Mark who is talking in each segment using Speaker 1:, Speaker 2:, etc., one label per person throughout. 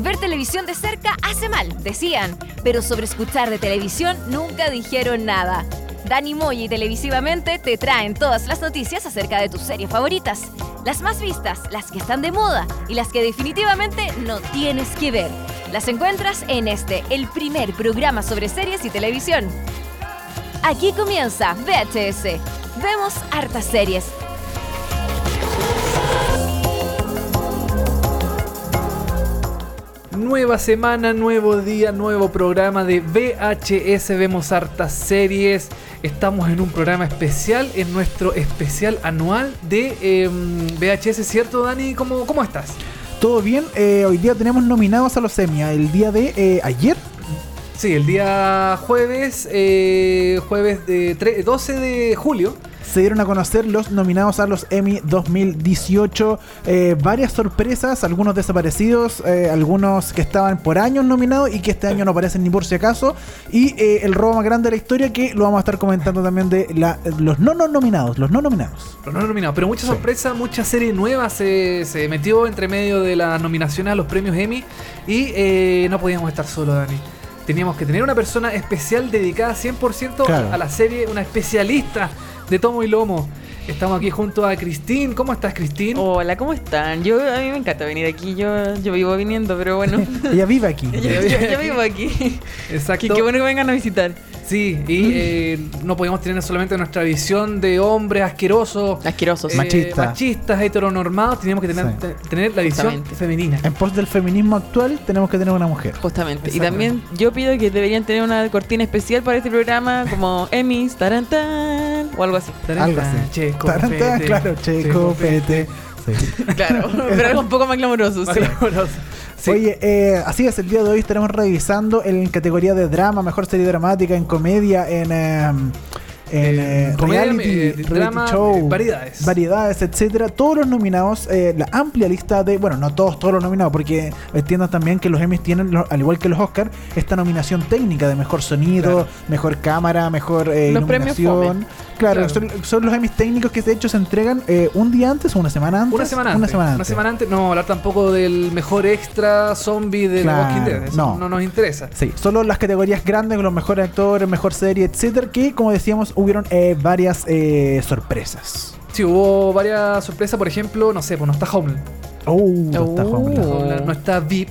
Speaker 1: ver televisión de cerca hace mal, decían, pero sobre escuchar de televisión nunca dijeron nada. Dani Moy y televisivamente te traen todas las noticias acerca de tus series favoritas, las más vistas, las que están de moda y las que definitivamente no tienes que ver. Las encuentras en este, el primer programa sobre series y televisión. Aquí comienza VHS. Vemos hartas series.
Speaker 2: Nueva semana, nuevo día, nuevo programa de VHS. Vemos hartas series. Estamos en un programa especial, en nuestro especial anual de eh, VHS, ¿cierto, Dani? ¿Cómo, cómo estás?
Speaker 3: Todo bien, eh, hoy día tenemos nominados a los Emmy. El día de eh, ayer,
Speaker 2: Sí, el día jueves, eh, jueves de tre- 12 de julio.
Speaker 3: se dieron a conocer los nominados a los Emmy 2018. Eh, varias sorpresas, algunos desaparecidos, eh, algunos que estaban por años nominados y que este año no aparecen ni por si acaso. Y eh, el robo más grande de la historia que lo vamos a estar comentando también de la- los no, no nominados, los no nominados.
Speaker 2: Pero no nominado, pero mucha sorpresa, mucha serie nueva se, se metió entre medio de las nominaciones a los premios Emmy y eh, no podíamos estar solo, Dani. Teníamos que tener una persona especial dedicada 100%
Speaker 3: Claro.
Speaker 2: a la serie, una especialista de tomo y lomo. Estamos aquí junto a Cristín. ¿Cómo estás, Cristín?
Speaker 4: Hola, ¿cómo están? Yo, a mí me encanta venir aquí, yo, yo vivo viniendo, pero bueno,
Speaker 3: Ella vive aquí.
Speaker 4: yo, yo- yo vivo aquí.
Speaker 2: Exacto.
Speaker 4: Qué, qué bueno Mm. que vengan a visitar.
Speaker 2: Sí, y eh, no podíamos tener solamente nuestra visión de hombres asquerosos,
Speaker 4: Asquerosos.
Speaker 2: eh,
Speaker 3: Machista.
Speaker 2: machistas, heteronormados, teníamos que tener,
Speaker 3: Sí.
Speaker 2: te- tener la visión
Speaker 4: Justamente.
Speaker 2: femenina.
Speaker 3: En pos del feminismo actual tenemos que tener una mujer.
Speaker 4: Justamente. Y
Speaker 2: Exacto.
Speaker 4: también yo pido que deberían tener una cortina especial para este programa, como Emmys, tarantán, o algo así.
Speaker 3: Algo así.
Speaker 2: Checo,
Speaker 3: Tarantá,
Speaker 2: Fete,
Speaker 3: claro, checo,
Speaker 2: Checo, Fete.
Speaker 3: pete. Sí.
Speaker 4: Claro, pero algo un poco más glamoroso. sí.
Speaker 2: Maravilloso. Sí.
Speaker 3: Oye, eh, así es, el día de hoy estaremos revisando en categoría de drama, mejor serie dramática, en comedia, en, eh, en
Speaker 2: Eh,
Speaker 3: eh,
Speaker 2: comedia,
Speaker 3: reality,
Speaker 2: eh,
Speaker 3: reality
Speaker 2: drama,
Speaker 3: show,
Speaker 2: eh, variedades.
Speaker 3: variedades, etcétera. Todos los nominados, eh, la amplia lista de, bueno, no todos, todos los nominados, porque entiendan también que los Emmys tienen, lo- al igual que los Oscars, esta nominación técnica de mejor sonido,
Speaker 2: Claro.
Speaker 3: mejor cámara, mejor eh,
Speaker 4: Los premios
Speaker 3: iluminación. Claro,
Speaker 2: Claro.
Speaker 3: Son, son los Emmys técnicos que de hecho se entregan eh, un día antes o una semana antes.
Speaker 2: Una semana antes. Una semana antes. No vamos a hablar tampoco del mejor extra zombie de The
Speaker 3: Claro,
Speaker 2: Walking Dead. Eso no.
Speaker 3: no.
Speaker 2: nos interesa.
Speaker 3: Sí, solo las categorías grandes, los mejores actores, mejor serie, etcétera, que como decíamos, hubieron eh, varias eh, sorpresas.
Speaker 2: Sí, hubo varias sorpresas. Por ejemplo, no sé, pues no está Homeland. Uh,
Speaker 3: Oh, no está
Speaker 4: Oh.
Speaker 3: Homeland.
Speaker 2: Homeland, no está VIP.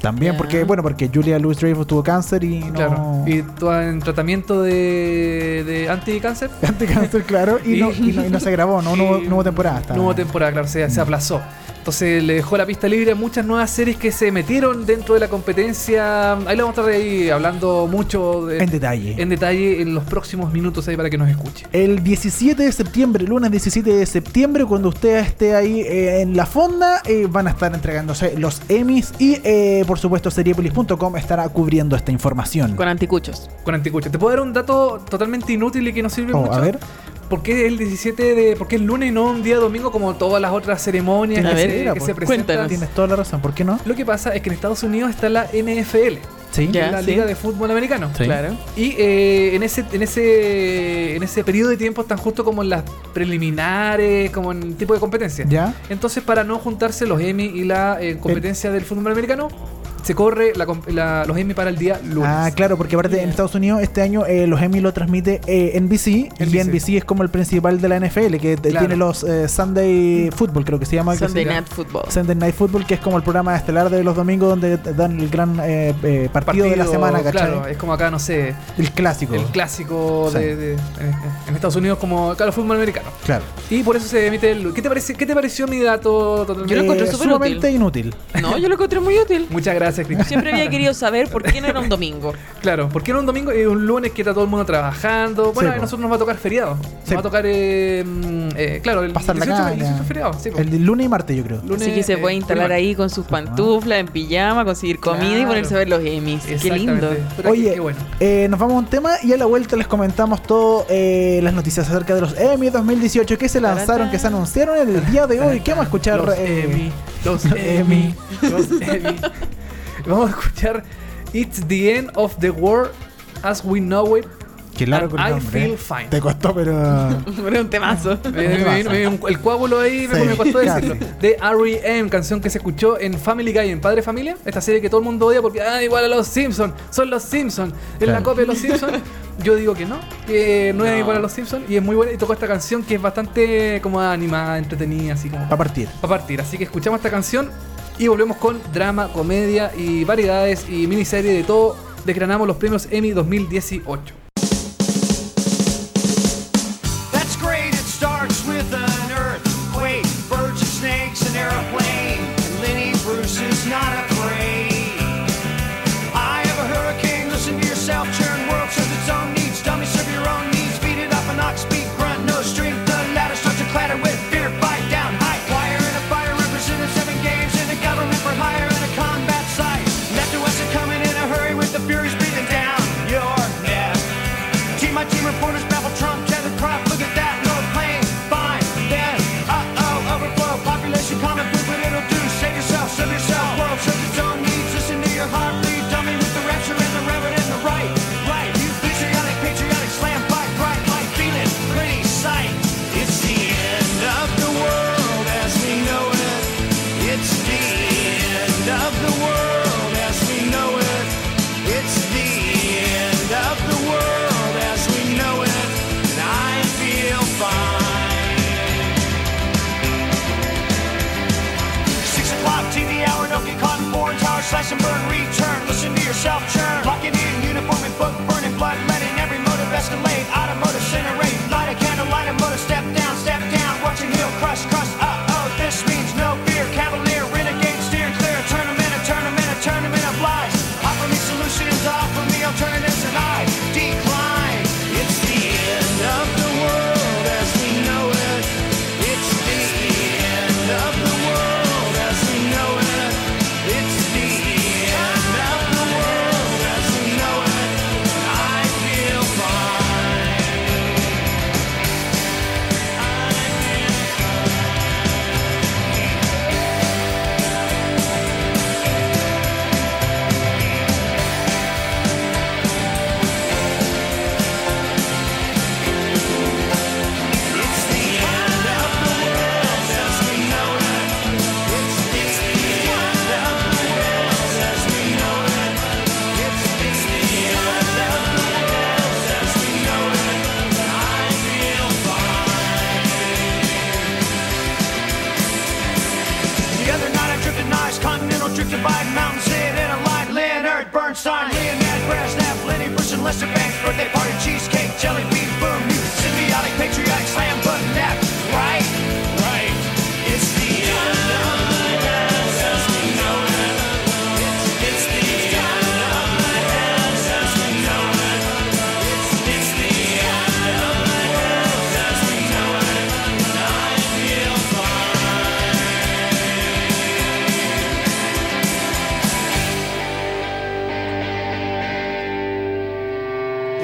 Speaker 3: También
Speaker 4: Ya.
Speaker 3: porque, bueno, porque Julia Louis Dreyfus tuvo cáncer y no.
Speaker 2: Claro. Y tú en tratamiento de, de anticáncer.
Speaker 3: Anticáncer, claro, y, no, y no- y no se grabó, no, no, hubo, no hubo temporada. hasta-
Speaker 2: No hubo temporada, claro, se,
Speaker 3: Mm.
Speaker 2: se aplazó. Entonces le dejó la pista libre a muchas nuevas series que se metieron dentro de la competencia. Ahí lo vamos a estar ahí hablando mucho de-
Speaker 3: En detalle.
Speaker 2: en detalle en los próximos minutos ahí para que nos escuche.
Speaker 3: El 17 de septiembre, lunes 17 de septiembre, cuando usted esté ahí eh, en la fonda, eh, van a estar entregándose los Emmys y, eh, por supuesto, seriepolis.com estará cubriendo esta información.
Speaker 4: Con anticuchos.
Speaker 2: Con Anticucho. Te puedo dar un dato totalmente inútil y que no sirve
Speaker 3: Oh,
Speaker 2: mucho.
Speaker 3: a ver.
Speaker 2: ¿Por qué el 17 de. ¿Por qué el lunes y no un día domingo como todas las otras ceremonias
Speaker 4: A
Speaker 2: que,
Speaker 4: ver,
Speaker 2: se,
Speaker 3: era,
Speaker 2: que
Speaker 3: pues.
Speaker 2: se presentan?
Speaker 4: Cuéntanos.
Speaker 3: Tienes toda la razón, ¿por qué no?
Speaker 2: Lo que pasa es que en Estados Unidos está la NFL,
Speaker 3: Sí.
Speaker 4: Ya.
Speaker 2: la
Speaker 4: sí.
Speaker 2: Liga de Fútbol Americano.
Speaker 3: Sí.
Speaker 4: Claro.
Speaker 2: Y eh, en ese en ese en ese periodo de tiempo están justo como en las preliminares, como en tipo de competencia.
Speaker 3: ¿Ya?
Speaker 2: Entonces, para no juntarse los Emmy y la eh, competencia del fútbol americano, se corre la comp- la- los Emmy para el día lunes.
Speaker 3: Ah, claro, porque aparte en
Speaker 4: Bien.
Speaker 3: Estados Unidos este año eh, los Emmy lo transmite eh, NBC,
Speaker 2: NBC.
Speaker 3: y NBC es como el principal de la NFL, que te-
Speaker 2: Claro.
Speaker 3: tiene los eh, Sunday Football, creo que se llama. que se
Speaker 4: Sunday
Speaker 3: llama.
Speaker 4: Night Football.
Speaker 3: Sunday Night Football, que es como el programa estelar de los domingos donde te dan el gran eh, eh, partido, de la semana, ¿cachai?
Speaker 2: Claro,
Speaker 4: eh.
Speaker 2: es como acá, no sé,
Speaker 3: El clásico.
Speaker 2: el clásico
Speaker 3: Sí.
Speaker 2: de, de- en, en Estados Unidos como acá el fútbol americano.
Speaker 3: claro.
Speaker 2: Y por eso se emite el... ¿Qué te, parece, qué te pareció mi dato totalmente?
Speaker 4: Yo lo encontré
Speaker 3: Eh,
Speaker 4: súper
Speaker 3: sumamente inútil.
Speaker 4: No, yo lo encontré muy útil.
Speaker 2: Muchas gracias, Cristina.
Speaker 4: Siempre había querido saber por qué no era un domingo.
Speaker 2: Claro, porque era un domingo y un lunes que está todo el mundo trabajando. Bueno,
Speaker 3: Sí,
Speaker 2: a
Speaker 3: po.
Speaker 2: nosotros nos va a tocar feriado. Nos
Speaker 3: Sí.
Speaker 2: va a tocar, eh, mm, eh, claro, el
Speaker 3: Pasar la
Speaker 2: 18, el 18
Speaker 3: caña.
Speaker 2: feriado. Sí, po.
Speaker 3: El de lunes y martes, yo creo.
Speaker 2: Lunes,
Speaker 4: Así que se
Speaker 2: eh,
Speaker 4: puede instalar
Speaker 2: lunes.
Speaker 4: ahí con sus pantuflas, en pijama, conseguir comida y
Speaker 2: Claro.
Speaker 4: ponerse a ver los Emmys. Qué lindo.
Speaker 2: Exactamente. Puta, qué-
Speaker 3: Oye,
Speaker 2: qué bueno.
Speaker 3: eh, nos vamos a un tema y a la vuelta les comentamos todas las noticias acerca de los Emmy 2018 que se lanzaron, que se anunciaron el día de hoy. ¿Qué vamos a escuchar?
Speaker 2: Los
Speaker 3: eh,
Speaker 2: Emmy, los Emmy,
Speaker 3: Emmy.
Speaker 2: los Emmy. Vamos a escuchar It's the End of the World as We Know It
Speaker 3: Qué largo el
Speaker 2: And I
Speaker 3: nombre.
Speaker 2: feel
Speaker 3: ¿eh?
Speaker 2: fine.
Speaker 3: Te costó, pero.
Speaker 4: Era un temazo.
Speaker 2: Me- me- me- me- un- el coágulo ahí me-
Speaker 3: Sí,
Speaker 2: me costó
Speaker 3: casi.
Speaker 2: decirlo. De R.E.M., canción que se escuchó en Family Guy, en Padre Familia. Esta serie que todo el mundo odia porque, ah, igual a los Simpsons. Son los Simpsons. Es la
Speaker 3: Claro.
Speaker 2: copia de los Simpsons. Yo digo que no, que no, es
Speaker 4: No.
Speaker 2: igual a los Simpsons. Y es muy buena. Y tocó esta canción que es bastante como animada, entretenida, así como
Speaker 3: A partir.
Speaker 2: para partir. Así que escuchamos esta canción y volvemos con drama, comedia y variedades y miniserie de todo. Desgranamos los premios Emmy 2018.
Speaker 5: That's great. It starts with an earthquake, birds and snakes, an airplane. And Lenny Bruce is not afraid. I have a hurricane. Listen to yourself. Churn world serves its own needs. Dummy serve your own needs. Beat it up an ox speak grunt. No strength. The ladder starts to clatter with fear. Fight down high. Wire and a fire represented seven games in the government for hire and a combat site. Left to us are coming in a hurry with the furies breathing down your neck. Team my team reporters baffle Trump, tether crop, look at that, no plane, fine, then, uh-oh, overflow, population common, prove what it'll do, save yourself, serve yourself, world serves its own needs, listen to your heartbeat, dummy with the rapture and the reverend and the right, right, you patriotic, patriotic, slam, fight, bright light, feeling, pretty sight, it's the end of the world as we know it, it's the end of the world as we know it, it's the end of the world as we know it, and I feel fine. Six o'clock TV hour, no get caught in foreign tower, slash and burn, return. Listen to yourself churn. Locking in, uniform and book, burning blood, letting every motive escalate. Automotive incinerate, light a candle, light a motor, step down, step down. Watching heel crush, crush, uh oh, this means no fear. Cavalier, renegade, steer clear. Tournament, a tournament, a tournament of lies. Offer me solutions, offer me alternatives, and I decline. It's the end of the world as we know it. It's the end of the world as we know it. It's the end of the world as we know it. I feel fine. It's the end of the world as we know it. It's the end of the world as we know it. It's the end of the world as we know it. I feel fine. The other night I drifted nice, continental drifted by mountain sit in a line. Leonard Bernstein, Leonard Brezhnev, Lenny Bruce and Lester Bangs, birthday party, cheesecake, jelly bean, boom, you symbiotic, patriotic, slam button nap. Right, right, it's the end of the world as we know it. It's, it's the end of the world as we know it. It's, it's the end of the world as we know it. I feel fine.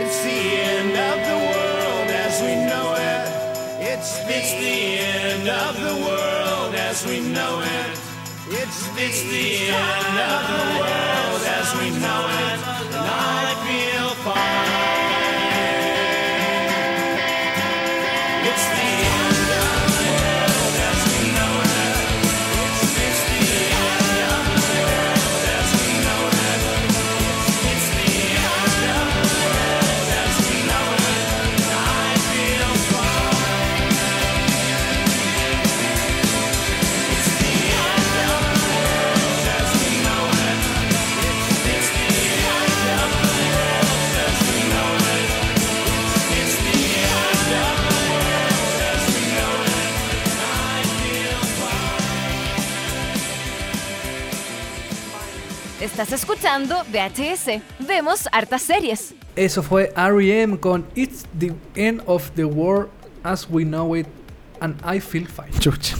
Speaker 5: It's the end of the world as we know it. It's the, end of the world as we know it. It's the, end of the world as we know it. And I feel fine. It's the end of the world as we know it. It's, it's the end of the world as we know it. It's the end of the world as we know it. I feel fine. It's the end of the world as we know it. It's, it's the end of the world as we know it. It's, it's the end of the world as we know it. I feel fine.
Speaker 1: Estás escuchando VHS. Vemos hartas series.
Speaker 2: Eso fue R.E.M. con It's the End of the World as We Know It and I Feel Fine.
Speaker 3: Chucha.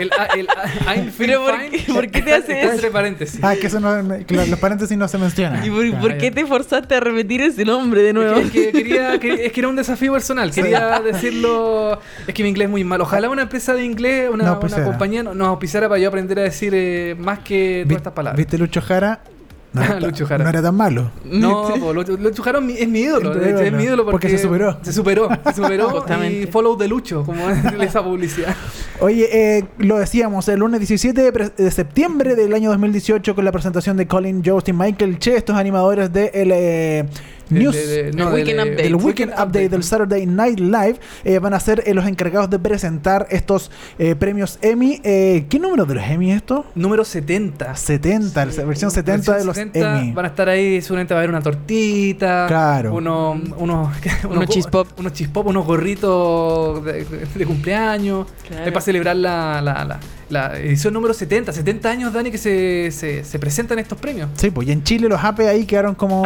Speaker 2: El, a- el a- I Feel
Speaker 4: Pero ¿por
Speaker 2: Fine
Speaker 4: qué- por qué te
Speaker 2: está-
Speaker 4: hace
Speaker 2: está
Speaker 4: eso?
Speaker 2: entre paréntesis.
Speaker 3: Ah, que eso no, que lo- los paréntesis no se mencionan.
Speaker 4: ¿Y por, por qué te forzaste a repetir ese nombre de nuevo?
Speaker 2: Es que, quería, que- es que era un desafío personal, quería decirlo. Es que mi inglés es muy malo. Ojalá una empresa de inglés, una,
Speaker 3: Nos
Speaker 2: una
Speaker 3: auspiciara.
Speaker 2: compañía, nos auspiciara para yo aprender a decir eh, más que
Speaker 3: Vi-
Speaker 2: todas estas palabras.
Speaker 3: ¿Viste Lucho Jara? No era,
Speaker 2: Lucho
Speaker 3: tan,
Speaker 2: Jara.
Speaker 3: no era tan malo.
Speaker 2: No, po, Lucho, Lucho Jara es mi- es mi ídolo.
Speaker 3: Tu
Speaker 2: de hecho,
Speaker 3: ídolo.
Speaker 2: es mi ídolo porque,
Speaker 3: Porque se superó.
Speaker 2: Se superó. Se superó y
Speaker 4: Justamente.
Speaker 2: follow de Lucho, como es esa publicidad.
Speaker 3: Oye, eh, lo decíamos, el lunes 17 de, pre- de septiembre del año 2018 con la presentación de Colin Jost y Michael Che, estos animadores de el, eh, News.
Speaker 2: De- de- de- no, de-
Speaker 4: El Weekend
Speaker 2: de-
Speaker 4: Update.
Speaker 3: del
Speaker 4: El
Speaker 3: Weekend Update del Saturday Night Live eh, van a ser eh, los encargados de presentar estos eh, premios Emmy. Eh, ¿Qué número de los Emmy esto?
Speaker 2: Número 70.
Speaker 3: 70, la versión 70 de los
Speaker 2: 70,
Speaker 3: Emmy.
Speaker 2: Van a estar ahí, seguramente va a haber una tortita.
Speaker 3: Claro.
Speaker 2: Uno, unos,
Speaker 4: Unos chispop.
Speaker 2: Unos chispop, unos gorritos de, de cumpleaños.
Speaker 4: Claro.
Speaker 2: Es para celebrar la, la, la- la edición número 70. 70 años, Dani, que se, se, se presentan estos premios.
Speaker 3: Sí, pues y en Chile los AP ahí quedaron como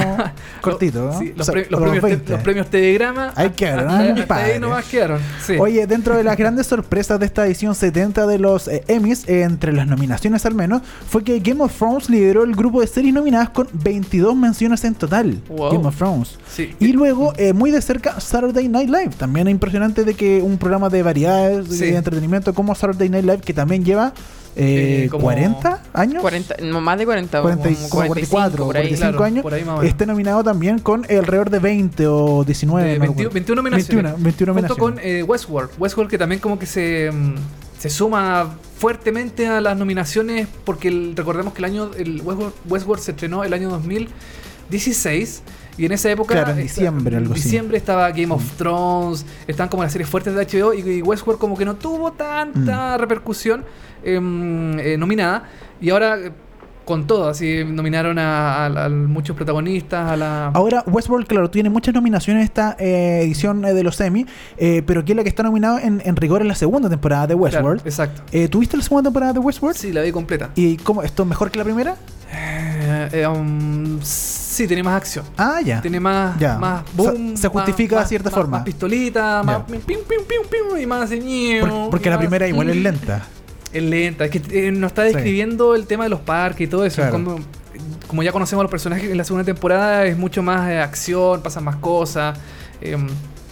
Speaker 3: cortitos, ¿no?
Speaker 2: Sí, los,
Speaker 3: O sea,
Speaker 2: pre- los
Speaker 3: los
Speaker 2: premios, te-
Speaker 3: 20.
Speaker 2: los premios Telegrama.
Speaker 3: Ahí quedaron,
Speaker 2: hasta-
Speaker 3: ¿no?
Speaker 2: hasta ahí
Speaker 3: Padres.
Speaker 2: nomás quedaron. Sí.
Speaker 3: Oye, dentro de las grandes sorpresas de esta edición 70 de los eh, Emmys, eh, entre las nominaciones al menos, fue que Game of Thrones lideró el grupo de series nominadas con 22 menciones en total.
Speaker 2: Wow.
Speaker 3: Game of Thrones.
Speaker 2: Sí.
Speaker 3: Y luego, eh, muy de cerca, Saturday Night Live. También es impresionante de que un programa de variedades
Speaker 2: Sí.
Speaker 3: y de entretenimiento como Saturday Night Live, que también lleva eh,
Speaker 2: Eh, como
Speaker 3: 40 años.
Speaker 4: 40, no, más de 40, como
Speaker 3: 40 y- como 44
Speaker 4: por ahí.
Speaker 3: 45
Speaker 2: Claro,
Speaker 3: años,
Speaker 2: por ahí más o menos.
Speaker 3: esté nominado también con alrededor de 20 o 19.
Speaker 2: de
Speaker 3: no
Speaker 2: 21,
Speaker 3: recuerdo.
Speaker 2: 21 nominaciones.
Speaker 3: 21, 21
Speaker 2: Junto con
Speaker 3: nominaciones.
Speaker 2: eh, Westworld. Westworld que también como que se, mm, se suma fuertemente a las nominaciones porque el- recordemos que el año el Westworld, Westworld se estrenó el año 2016 y en esa época
Speaker 3: Claro, en
Speaker 2: eh,
Speaker 3: diciembre, algo así. Mm.
Speaker 2: diciembre estaba Game of Thrones, estaban como las series fuertes de HBO y, y Westworld como que no tuvo
Speaker 3: Mm.
Speaker 2: tanta repercusión em, eh, nominada y ahora eh, con todo, así nominaron a, a- a muchos protagonistas, a la...
Speaker 3: Ahora, Westworld, claro, tiene muchas nominaciones esta eh, edición eh, de los Emmy, eh, pero aquí es la que está nominada en, en rigor en la segunda temporada de
Speaker 2: Claro,
Speaker 3: Westworld.
Speaker 2: exacto.
Speaker 3: Eh, ¿Tuviste la segunda temporada de Westworld?
Speaker 2: Sí, la vi completa.
Speaker 3: ¿Y cómo? ¿Esto es mejor que la primera?
Speaker 2: Eh, eh, um, sí, tiene más acción.
Speaker 3: Ah, ya.
Speaker 2: Tiene más,
Speaker 3: Ya.
Speaker 2: más
Speaker 3: O sea,
Speaker 2: boom.
Speaker 3: se justifica
Speaker 2: más-
Speaker 3: de cierta
Speaker 2: más-
Speaker 3: forma.
Speaker 2: Más pistolita, más
Speaker 3: Ya.
Speaker 2: pim, pim, pim, pim, y más ceñido.
Speaker 3: Por- porque la primera igual es lenta.
Speaker 2: Es lenta. Es que eh, nos está describiendo el tema de los parques y todo eso.
Speaker 3: Claro.
Speaker 2: Como, como ya conocemos a los personajes en la segunda temporada, es mucho más eh, acción, pasan más cosas. eh,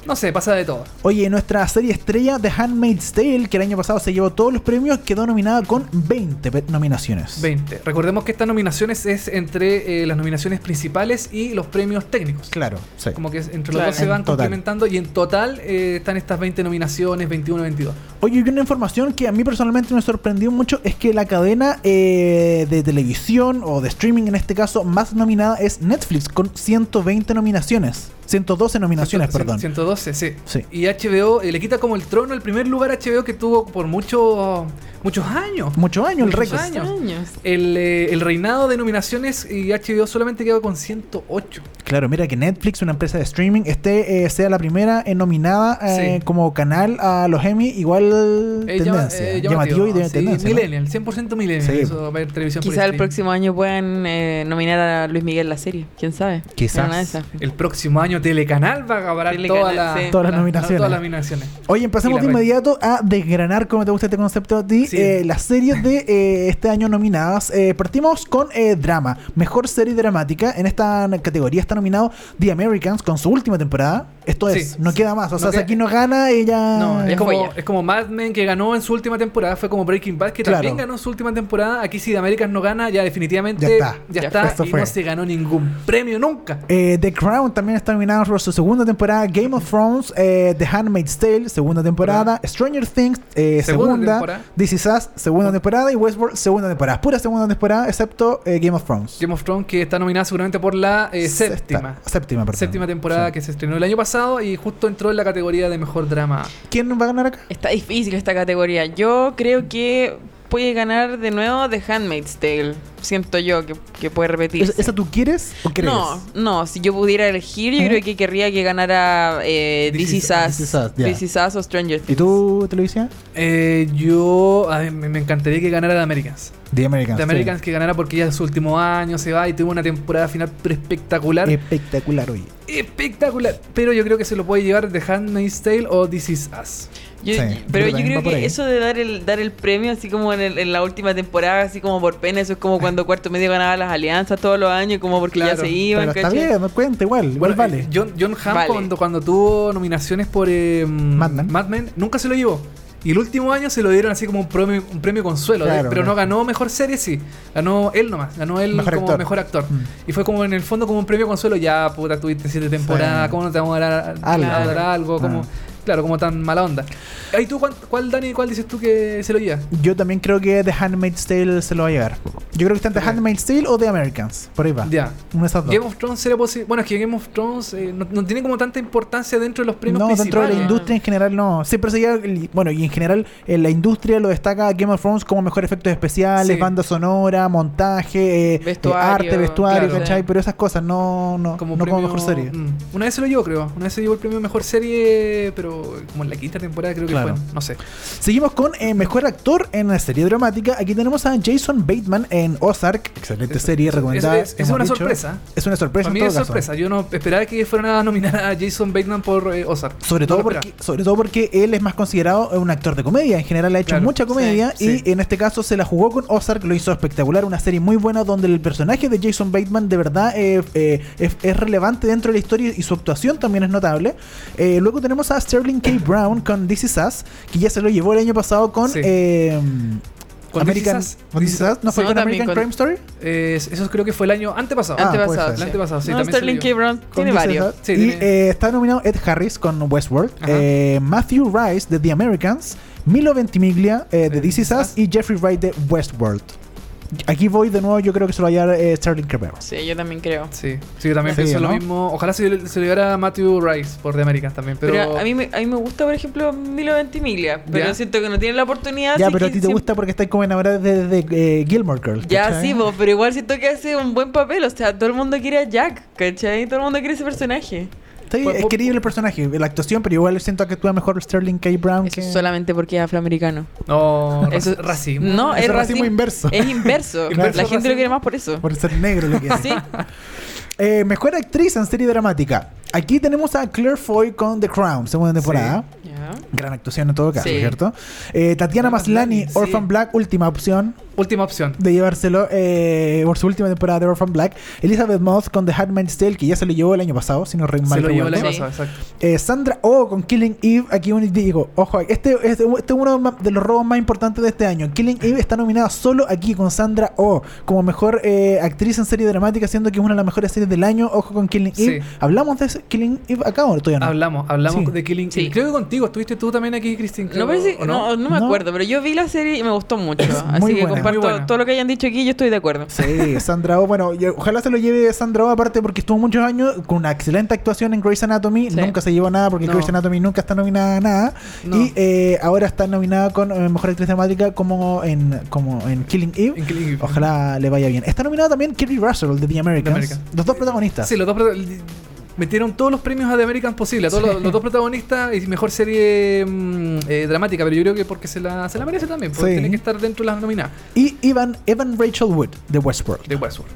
Speaker 2: no sé, pasa de todo.
Speaker 3: Oye, nuestra serie estrella The Handmaid's Tale, que el año pasado se llevó todos los premios, quedó nominada con 20 pe- nominaciones.
Speaker 2: 20. Recordemos que estas nominaciones es entre eh, las nominaciones principales y los premios técnicos.
Speaker 3: Claro, sí.
Speaker 2: Como que entre los
Speaker 4: Claro.
Speaker 2: dos se
Speaker 3: En
Speaker 2: van
Speaker 3: total.
Speaker 2: complementando y en total eh, están estas 20 nominaciones, 21, 22.
Speaker 3: Oye, y una información que a mí personalmente me sorprendió mucho es que la cadena eh, de televisión o de streaming en este caso más nominada es Netflix con 120 nominaciones. 112 nominaciones,
Speaker 2: Ciento-
Speaker 3: perdón.
Speaker 2: 112, sí.
Speaker 3: Sí.
Speaker 2: Y HBO eh, le quita como el trono el primer lugar a HBO que tuvo por mucho, muchos años.
Speaker 3: Muchos años el
Speaker 2: Muchos
Speaker 3: récord.
Speaker 2: años.
Speaker 4: años.
Speaker 2: El, eh, el reinado de nominaciones y HBO solamente quedó con 108.
Speaker 3: Claro, mira que Netflix, una empresa de streaming, esté eh, sea la primera eh, nominada eh,
Speaker 2: Sí.
Speaker 3: como canal a los Emmy, igual
Speaker 2: Eh, llama-
Speaker 3: tendencia.
Speaker 2: eh,
Speaker 3: llamativo y de
Speaker 2: sí,
Speaker 3: tendencia. ¿no?
Speaker 2: Millennial, 100% millennial.
Speaker 3: Sí.
Speaker 2: Eso, ver televisión por
Speaker 4: Quizás el
Speaker 2: streaming.
Speaker 4: próximo año puedan eh, nominar a Luis Miguel la serie. ¿Quién sabe?
Speaker 3: Quizás.
Speaker 4: En una de esas.
Speaker 2: El próximo año Telecanal va a acabar
Speaker 4: Telecanal,
Speaker 2: toda la-
Speaker 4: sí.
Speaker 3: Todas las
Speaker 2: la-
Speaker 3: nominaciones.
Speaker 2: Todas las nominaciones.
Speaker 3: Oye, empecemos
Speaker 2: Y
Speaker 3: de
Speaker 2: la red.
Speaker 3: inmediato a desgranar, como te gusta este concepto a ti,
Speaker 2: Sí.
Speaker 3: eh, las series de eh, este año nominadas. Eh, partimos con eh, drama, mejor serie dramática. En esta categoría está nominado The Americans con su última temporada. Esto es,
Speaker 2: Sí.
Speaker 3: no queda más. O
Speaker 2: No
Speaker 3: sea, si
Speaker 2: queda-
Speaker 3: aquí no gana, ella...
Speaker 2: No, Ah, es
Speaker 4: Ya fue
Speaker 2: como,
Speaker 4: ya.
Speaker 2: es como Mad Men que ganó en su última temporada, fue como Breaking Bad que
Speaker 3: Claro.
Speaker 2: también ganó en su última temporada. Aquí si de Américas no gana, ya definitivamente
Speaker 3: Ya está.
Speaker 2: ya
Speaker 4: Ya
Speaker 2: está,
Speaker 3: fue, eso
Speaker 2: y
Speaker 3: fue.
Speaker 2: no se ganó ningún premio nunca.
Speaker 3: Eh, The Crown también está nominado por su segunda temporada. Game of Thrones, eh, The Handmaid's Tale, segunda temporada. Stranger Things, eh,
Speaker 2: Segunda
Speaker 3: segunda.
Speaker 2: temporada. Oh.
Speaker 3: This Is Us, segunda temporada. Y Westworld, segunda temporada. Pura segunda temporada, excepto eh, Game of Thrones.
Speaker 2: Game of Thrones que está nominada seguramente por la eh,
Speaker 3: Sexta-
Speaker 2: séptima.
Speaker 3: Séptima, perdón.
Speaker 2: Séptima temporada que se estrenó el año pasado y justo entró en la categoría de mejor drama.
Speaker 3: ¿Quién va a ganar acá?
Speaker 4: Está difícil esta categoría. Yo creo que puede ganar de nuevo The Handmaid's Tale. Siento yo que, que puede repetir.
Speaker 3: ¿Es- ¿Esa tú quieres o crees?
Speaker 4: No, no, si yo pudiera elegir, yo
Speaker 3: Ujú.
Speaker 4: creo que querría que ganara eh, This, Is Us,
Speaker 3: This Is Us, ya.
Speaker 4: This Is Us o Stranger
Speaker 3: ¿Y
Speaker 4: Things.
Speaker 3: tú, Televisión?
Speaker 2: Eh, yo a mí me me encantaría que ganara de Americans.
Speaker 3: The Americans.
Speaker 2: De
Speaker 3: sí.
Speaker 2: Americans que ganara porque ya es su último año, se va y tuvo una temporada final pero espectacular.
Speaker 3: Espectacular, oye.
Speaker 2: espectacular. Pero yo creo que se lo puede llevar The Handmaid's Tale o This Is Us.
Speaker 4: Yo-
Speaker 3: Sí,
Speaker 4: pero
Speaker 3: yo también
Speaker 4: yo
Speaker 3: va
Speaker 4: creo
Speaker 3: por ahí.
Speaker 4: que eso de dar el dar el premio así como en, el- en la última temporada, así como por pena, eso es como cuando Cuarto Medio ganaba las alianzas todos los años, como porque
Speaker 2: Claro,
Speaker 4: ya se
Speaker 3: Pero
Speaker 4: iban,
Speaker 3: está
Speaker 4: ¿cachai?
Speaker 3: bien, no cuenta igual.
Speaker 2: Bueno,
Speaker 3: Igual
Speaker 2: eh,
Speaker 3: vale.
Speaker 2: John, John Hamm
Speaker 4: Vale.
Speaker 2: cuando, cuando tuvo nominaciones por eh,
Speaker 3: Mad Men.
Speaker 2: nunca se lo llevó. Y el último año se lo dieron así como un premio, un premio consuelo,
Speaker 3: Claro,
Speaker 2: de- pero no
Speaker 3: mejor.
Speaker 2: ganó mejor serie, sí. Ganó él nomás, ganó él
Speaker 3: Mejor
Speaker 2: como
Speaker 3: actor.
Speaker 2: mejor actor.
Speaker 3: Mm.
Speaker 2: Y fue como en el fondo como un premio consuelo, ya puta, tuviste siete temporadas,
Speaker 3: Sí.
Speaker 2: ¿cómo no te vamos a dar a
Speaker 3: Algo.
Speaker 2: dar algo? Como,
Speaker 3: Ah.
Speaker 2: Claro, como tan mala onda. ¿Y tú cuál, cuál, Dani, cuál dices tú que se lo lleva?
Speaker 3: Yo también creo que The Handmaid's Tale se lo va a llevar. Yo creo que está entre
Speaker 2: Está bien.
Speaker 3: Handmaid's Tale o The Americans. Por ahí va.
Speaker 2: Ya.
Speaker 3: Una de esas dos.
Speaker 2: Game of Thrones sería posible. Bueno, es que Game of Thrones eh, no, no tiene como tanta importancia dentro de los premios
Speaker 3: No, dentro de
Speaker 2: principales.
Speaker 3: la industria en general no. Siempre se lleva. el- Bueno, y en general eh, la industria lo destaca Game of Thrones como mejor efectos especiales,
Speaker 2: Sí.
Speaker 3: banda sonora, montaje, eh, eh,
Speaker 4: Vestuario,
Speaker 3: arte, vestuario,
Speaker 2: claro.
Speaker 3: ¿cachai? Pero esas cosas no, no,
Speaker 2: Como
Speaker 3: no
Speaker 2: premio,
Speaker 3: como mejor serie.
Speaker 2: Mm. Una vez se lo llevó, creo. Una vez se llevó el premio mejor serie, pero como en la quinta temporada creo que
Speaker 3: Claro.
Speaker 2: fue. No sé.
Speaker 3: Seguimos con eh, mejor actor en la serie dramática. Aquí tenemos a Jason Bateman en Ozark. Excelente
Speaker 2: Eso-
Speaker 3: serie
Speaker 2: eso-
Speaker 3: recomendada.
Speaker 2: eso es- es
Speaker 3: hemos
Speaker 2: una sorpresa.
Speaker 3: Es una sorpresa.
Speaker 2: Para mí
Speaker 3: en todo
Speaker 2: es
Speaker 3: caso.
Speaker 2: sorpresa. Yo no esperaba que fueran a nominar a Jason Bateman por eh, Ozark.
Speaker 3: Sobre,
Speaker 2: No
Speaker 3: todo
Speaker 2: lo
Speaker 3: porque,
Speaker 2: esperaba.
Speaker 3: sobre todo porque él es más considerado un actor de comedia. En general ha hecho
Speaker 2: Claro.
Speaker 3: mucha comedia
Speaker 2: Sí,
Speaker 3: y
Speaker 2: sí.
Speaker 3: en este caso se la jugó con Ozark, lo hizo espectacular, una serie muy buena donde el personaje de Jason Bateman de verdad eh, eh, es, es relevante dentro de la historia y su actuación también es notable. Eh, luego tenemos a Sterling K. Brown con This Is Us, que ya se lo llevó el año pasado con...
Speaker 2: Sí.
Speaker 3: eh,
Speaker 2: Con
Speaker 3: American,
Speaker 2: This Is Us.
Speaker 3: ¿con This Is Us? ¿No fue
Speaker 4: No,
Speaker 3: con
Speaker 4: también
Speaker 3: American
Speaker 4: con-
Speaker 3: Crime Story?
Speaker 2: Eh, eso creo que fue el año antepasado.
Speaker 3: Ah, puede
Speaker 4: antepasado.
Speaker 3: ser.
Speaker 2: Antepasado, sí,
Speaker 4: No,
Speaker 2: también se
Speaker 4: Sterling
Speaker 2: lo llevó.
Speaker 4: K. Brown
Speaker 3: con
Speaker 4: tiene
Speaker 3: This Is
Speaker 4: varios.
Speaker 3: Us.
Speaker 2: Sí,
Speaker 3: y
Speaker 2: tiene-
Speaker 3: eh, está nominado Ed Harris con Westworld,
Speaker 2: Ajá.
Speaker 3: eh, Matthew Rice de The Americans, Milo Ventimiglia eh, de
Speaker 2: Eh,
Speaker 3: This Is Us y Jeffrey Wright de Westworld. Aquí voy de nuevo, yo creo que se lo va a llevar eh, Sterling K. Brown.
Speaker 4: Sí, yo también creo.
Speaker 2: Sí, sí, yo también
Speaker 3: Sí,
Speaker 2: pienso
Speaker 3: ¿no?
Speaker 2: lo mismo. Ojalá se, se lo llevara a Matthew Rice por The Americans también. Pero,
Speaker 4: Pero, a, mí me, a mí me gusta, por ejemplo, Milo Ventimiglia. Pero
Speaker 2: Ya.
Speaker 4: siento que no tiene la oportunidad.
Speaker 3: Ya,
Speaker 4: así
Speaker 3: pero a
Speaker 4: Ah, que
Speaker 3: ti te
Speaker 4: siem-
Speaker 3: gusta porque estás como enamorada de, de, eh, Gilmore Girls.
Speaker 4: Ya,
Speaker 3: ¿cachai?
Speaker 4: sí, vos, pero igual siento que hace un buen papel. O sea, todo el mundo quiere a Jack, ¿cachai? Todo el mundo quiere ese personaje.
Speaker 3: Sí,
Speaker 2: Pues,
Speaker 3: es
Speaker 2: vos-
Speaker 3: querible el personaje, la actuación, pero igual siento que actúa mejor Sterling K. Brown
Speaker 4: Eso
Speaker 3: que...
Speaker 4: es solamente porque es afroamericano.
Speaker 2: No, ra-
Speaker 4: Eso es
Speaker 2: racismo.
Speaker 4: No,
Speaker 3: Eso
Speaker 4: es
Speaker 3: es
Speaker 4: racismo,
Speaker 3: racismo inverso.
Speaker 4: Es inverso.
Speaker 3: Claro.
Speaker 4: La gente lo quiere más por eso.
Speaker 3: Por ser negro lo que es.
Speaker 4: Sí,
Speaker 3: Eh, mejor actriz en serie dramática. Aquí tenemos a Claire Foy con The Crown, segunda temporada.
Speaker 4: ya.
Speaker 3: Gran actuación en todo caso,
Speaker 4: Sí.
Speaker 3: ¿cierto? Eh, Tatiana
Speaker 2: Tatiana
Speaker 3: Maslany,
Speaker 2: Maslany, sí.
Speaker 3: Orphan Black, última opción
Speaker 2: Última opción.
Speaker 3: de llevárselo eh, por su última temporada de Orphan Black. Elizabeth Moss con The Handmaid's Tale, que ya se lo llevó el año pasado, si no re-
Speaker 2: Se
Speaker 3: mal
Speaker 2: lo llevó el
Speaker 3: recuerdo.
Speaker 2: año
Speaker 4: Sí.
Speaker 2: pasado, exacto.
Speaker 3: Eh, Sandra Oh con Killing Eve. Aquí un, digo, ojo, este este- este es uno ma- de los robos más importantes de este año. Killing Eve está nominada solo aquí con Sandra Oh como mejor eh, actriz en serie dramática, siendo que es una de las mejores series del año. Ojo con Killing Eve.
Speaker 2: Sí.
Speaker 3: ¿Hablamos de ese- Killing Eve acá o todavía no?
Speaker 2: Hablamos, hablamos
Speaker 3: Sí.
Speaker 2: de Killing
Speaker 4: Sí.
Speaker 2: Eve. Creo que contigo, estuviste tú también aquí, Christine. creo,
Speaker 4: No, parece-
Speaker 2: ¿o
Speaker 4: no, no me
Speaker 3: No.
Speaker 4: acuerdo, pero yo vi la serie y me gustó mucho. Así
Speaker 3: muy
Speaker 4: que
Speaker 3: buena.
Speaker 2: Muy
Speaker 4: comparto
Speaker 2: buena.
Speaker 4: todo lo que hayan dicho aquí, yo estoy de acuerdo.
Speaker 3: Sí, Sandra Oh, bueno, y ojalá se lo lleve Sandra Oh aparte porque estuvo muchos años con una excelente actuación en Grey's Anatomy,
Speaker 4: Sí.
Speaker 3: nunca se llevó nada porque
Speaker 2: No.
Speaker 3: Grey's Anatomy nunca está nominada a nada
Speaker 2: No.
Speaker 3: y eh, ahora está nominada con eh, Mejor Actriz Dramática como en, como en Killing Eve.
Speaker 2: En Killing Eve.
Speaker 3: Ojalá le vaya bien. Está nominada también Kerry Russell de The Americans,
Speaker 2: The Americans.
Speaker 3: los dos protagonistas.
Speaker 2: Sí, los dos prota- metieron todos los premios a The Americans posible, a todos los, los dos protagonistas y mejor serie mm, eh, dramática, pero yo creo que porque se la, se la merece también, porque
Speaker 3: Sí.
Speaker 2: tiene que estar dentro de las nominadas
Speaker 3: Y Evan, Evan Rachel Wood de Westworld.
Speaker 2: de Westworld.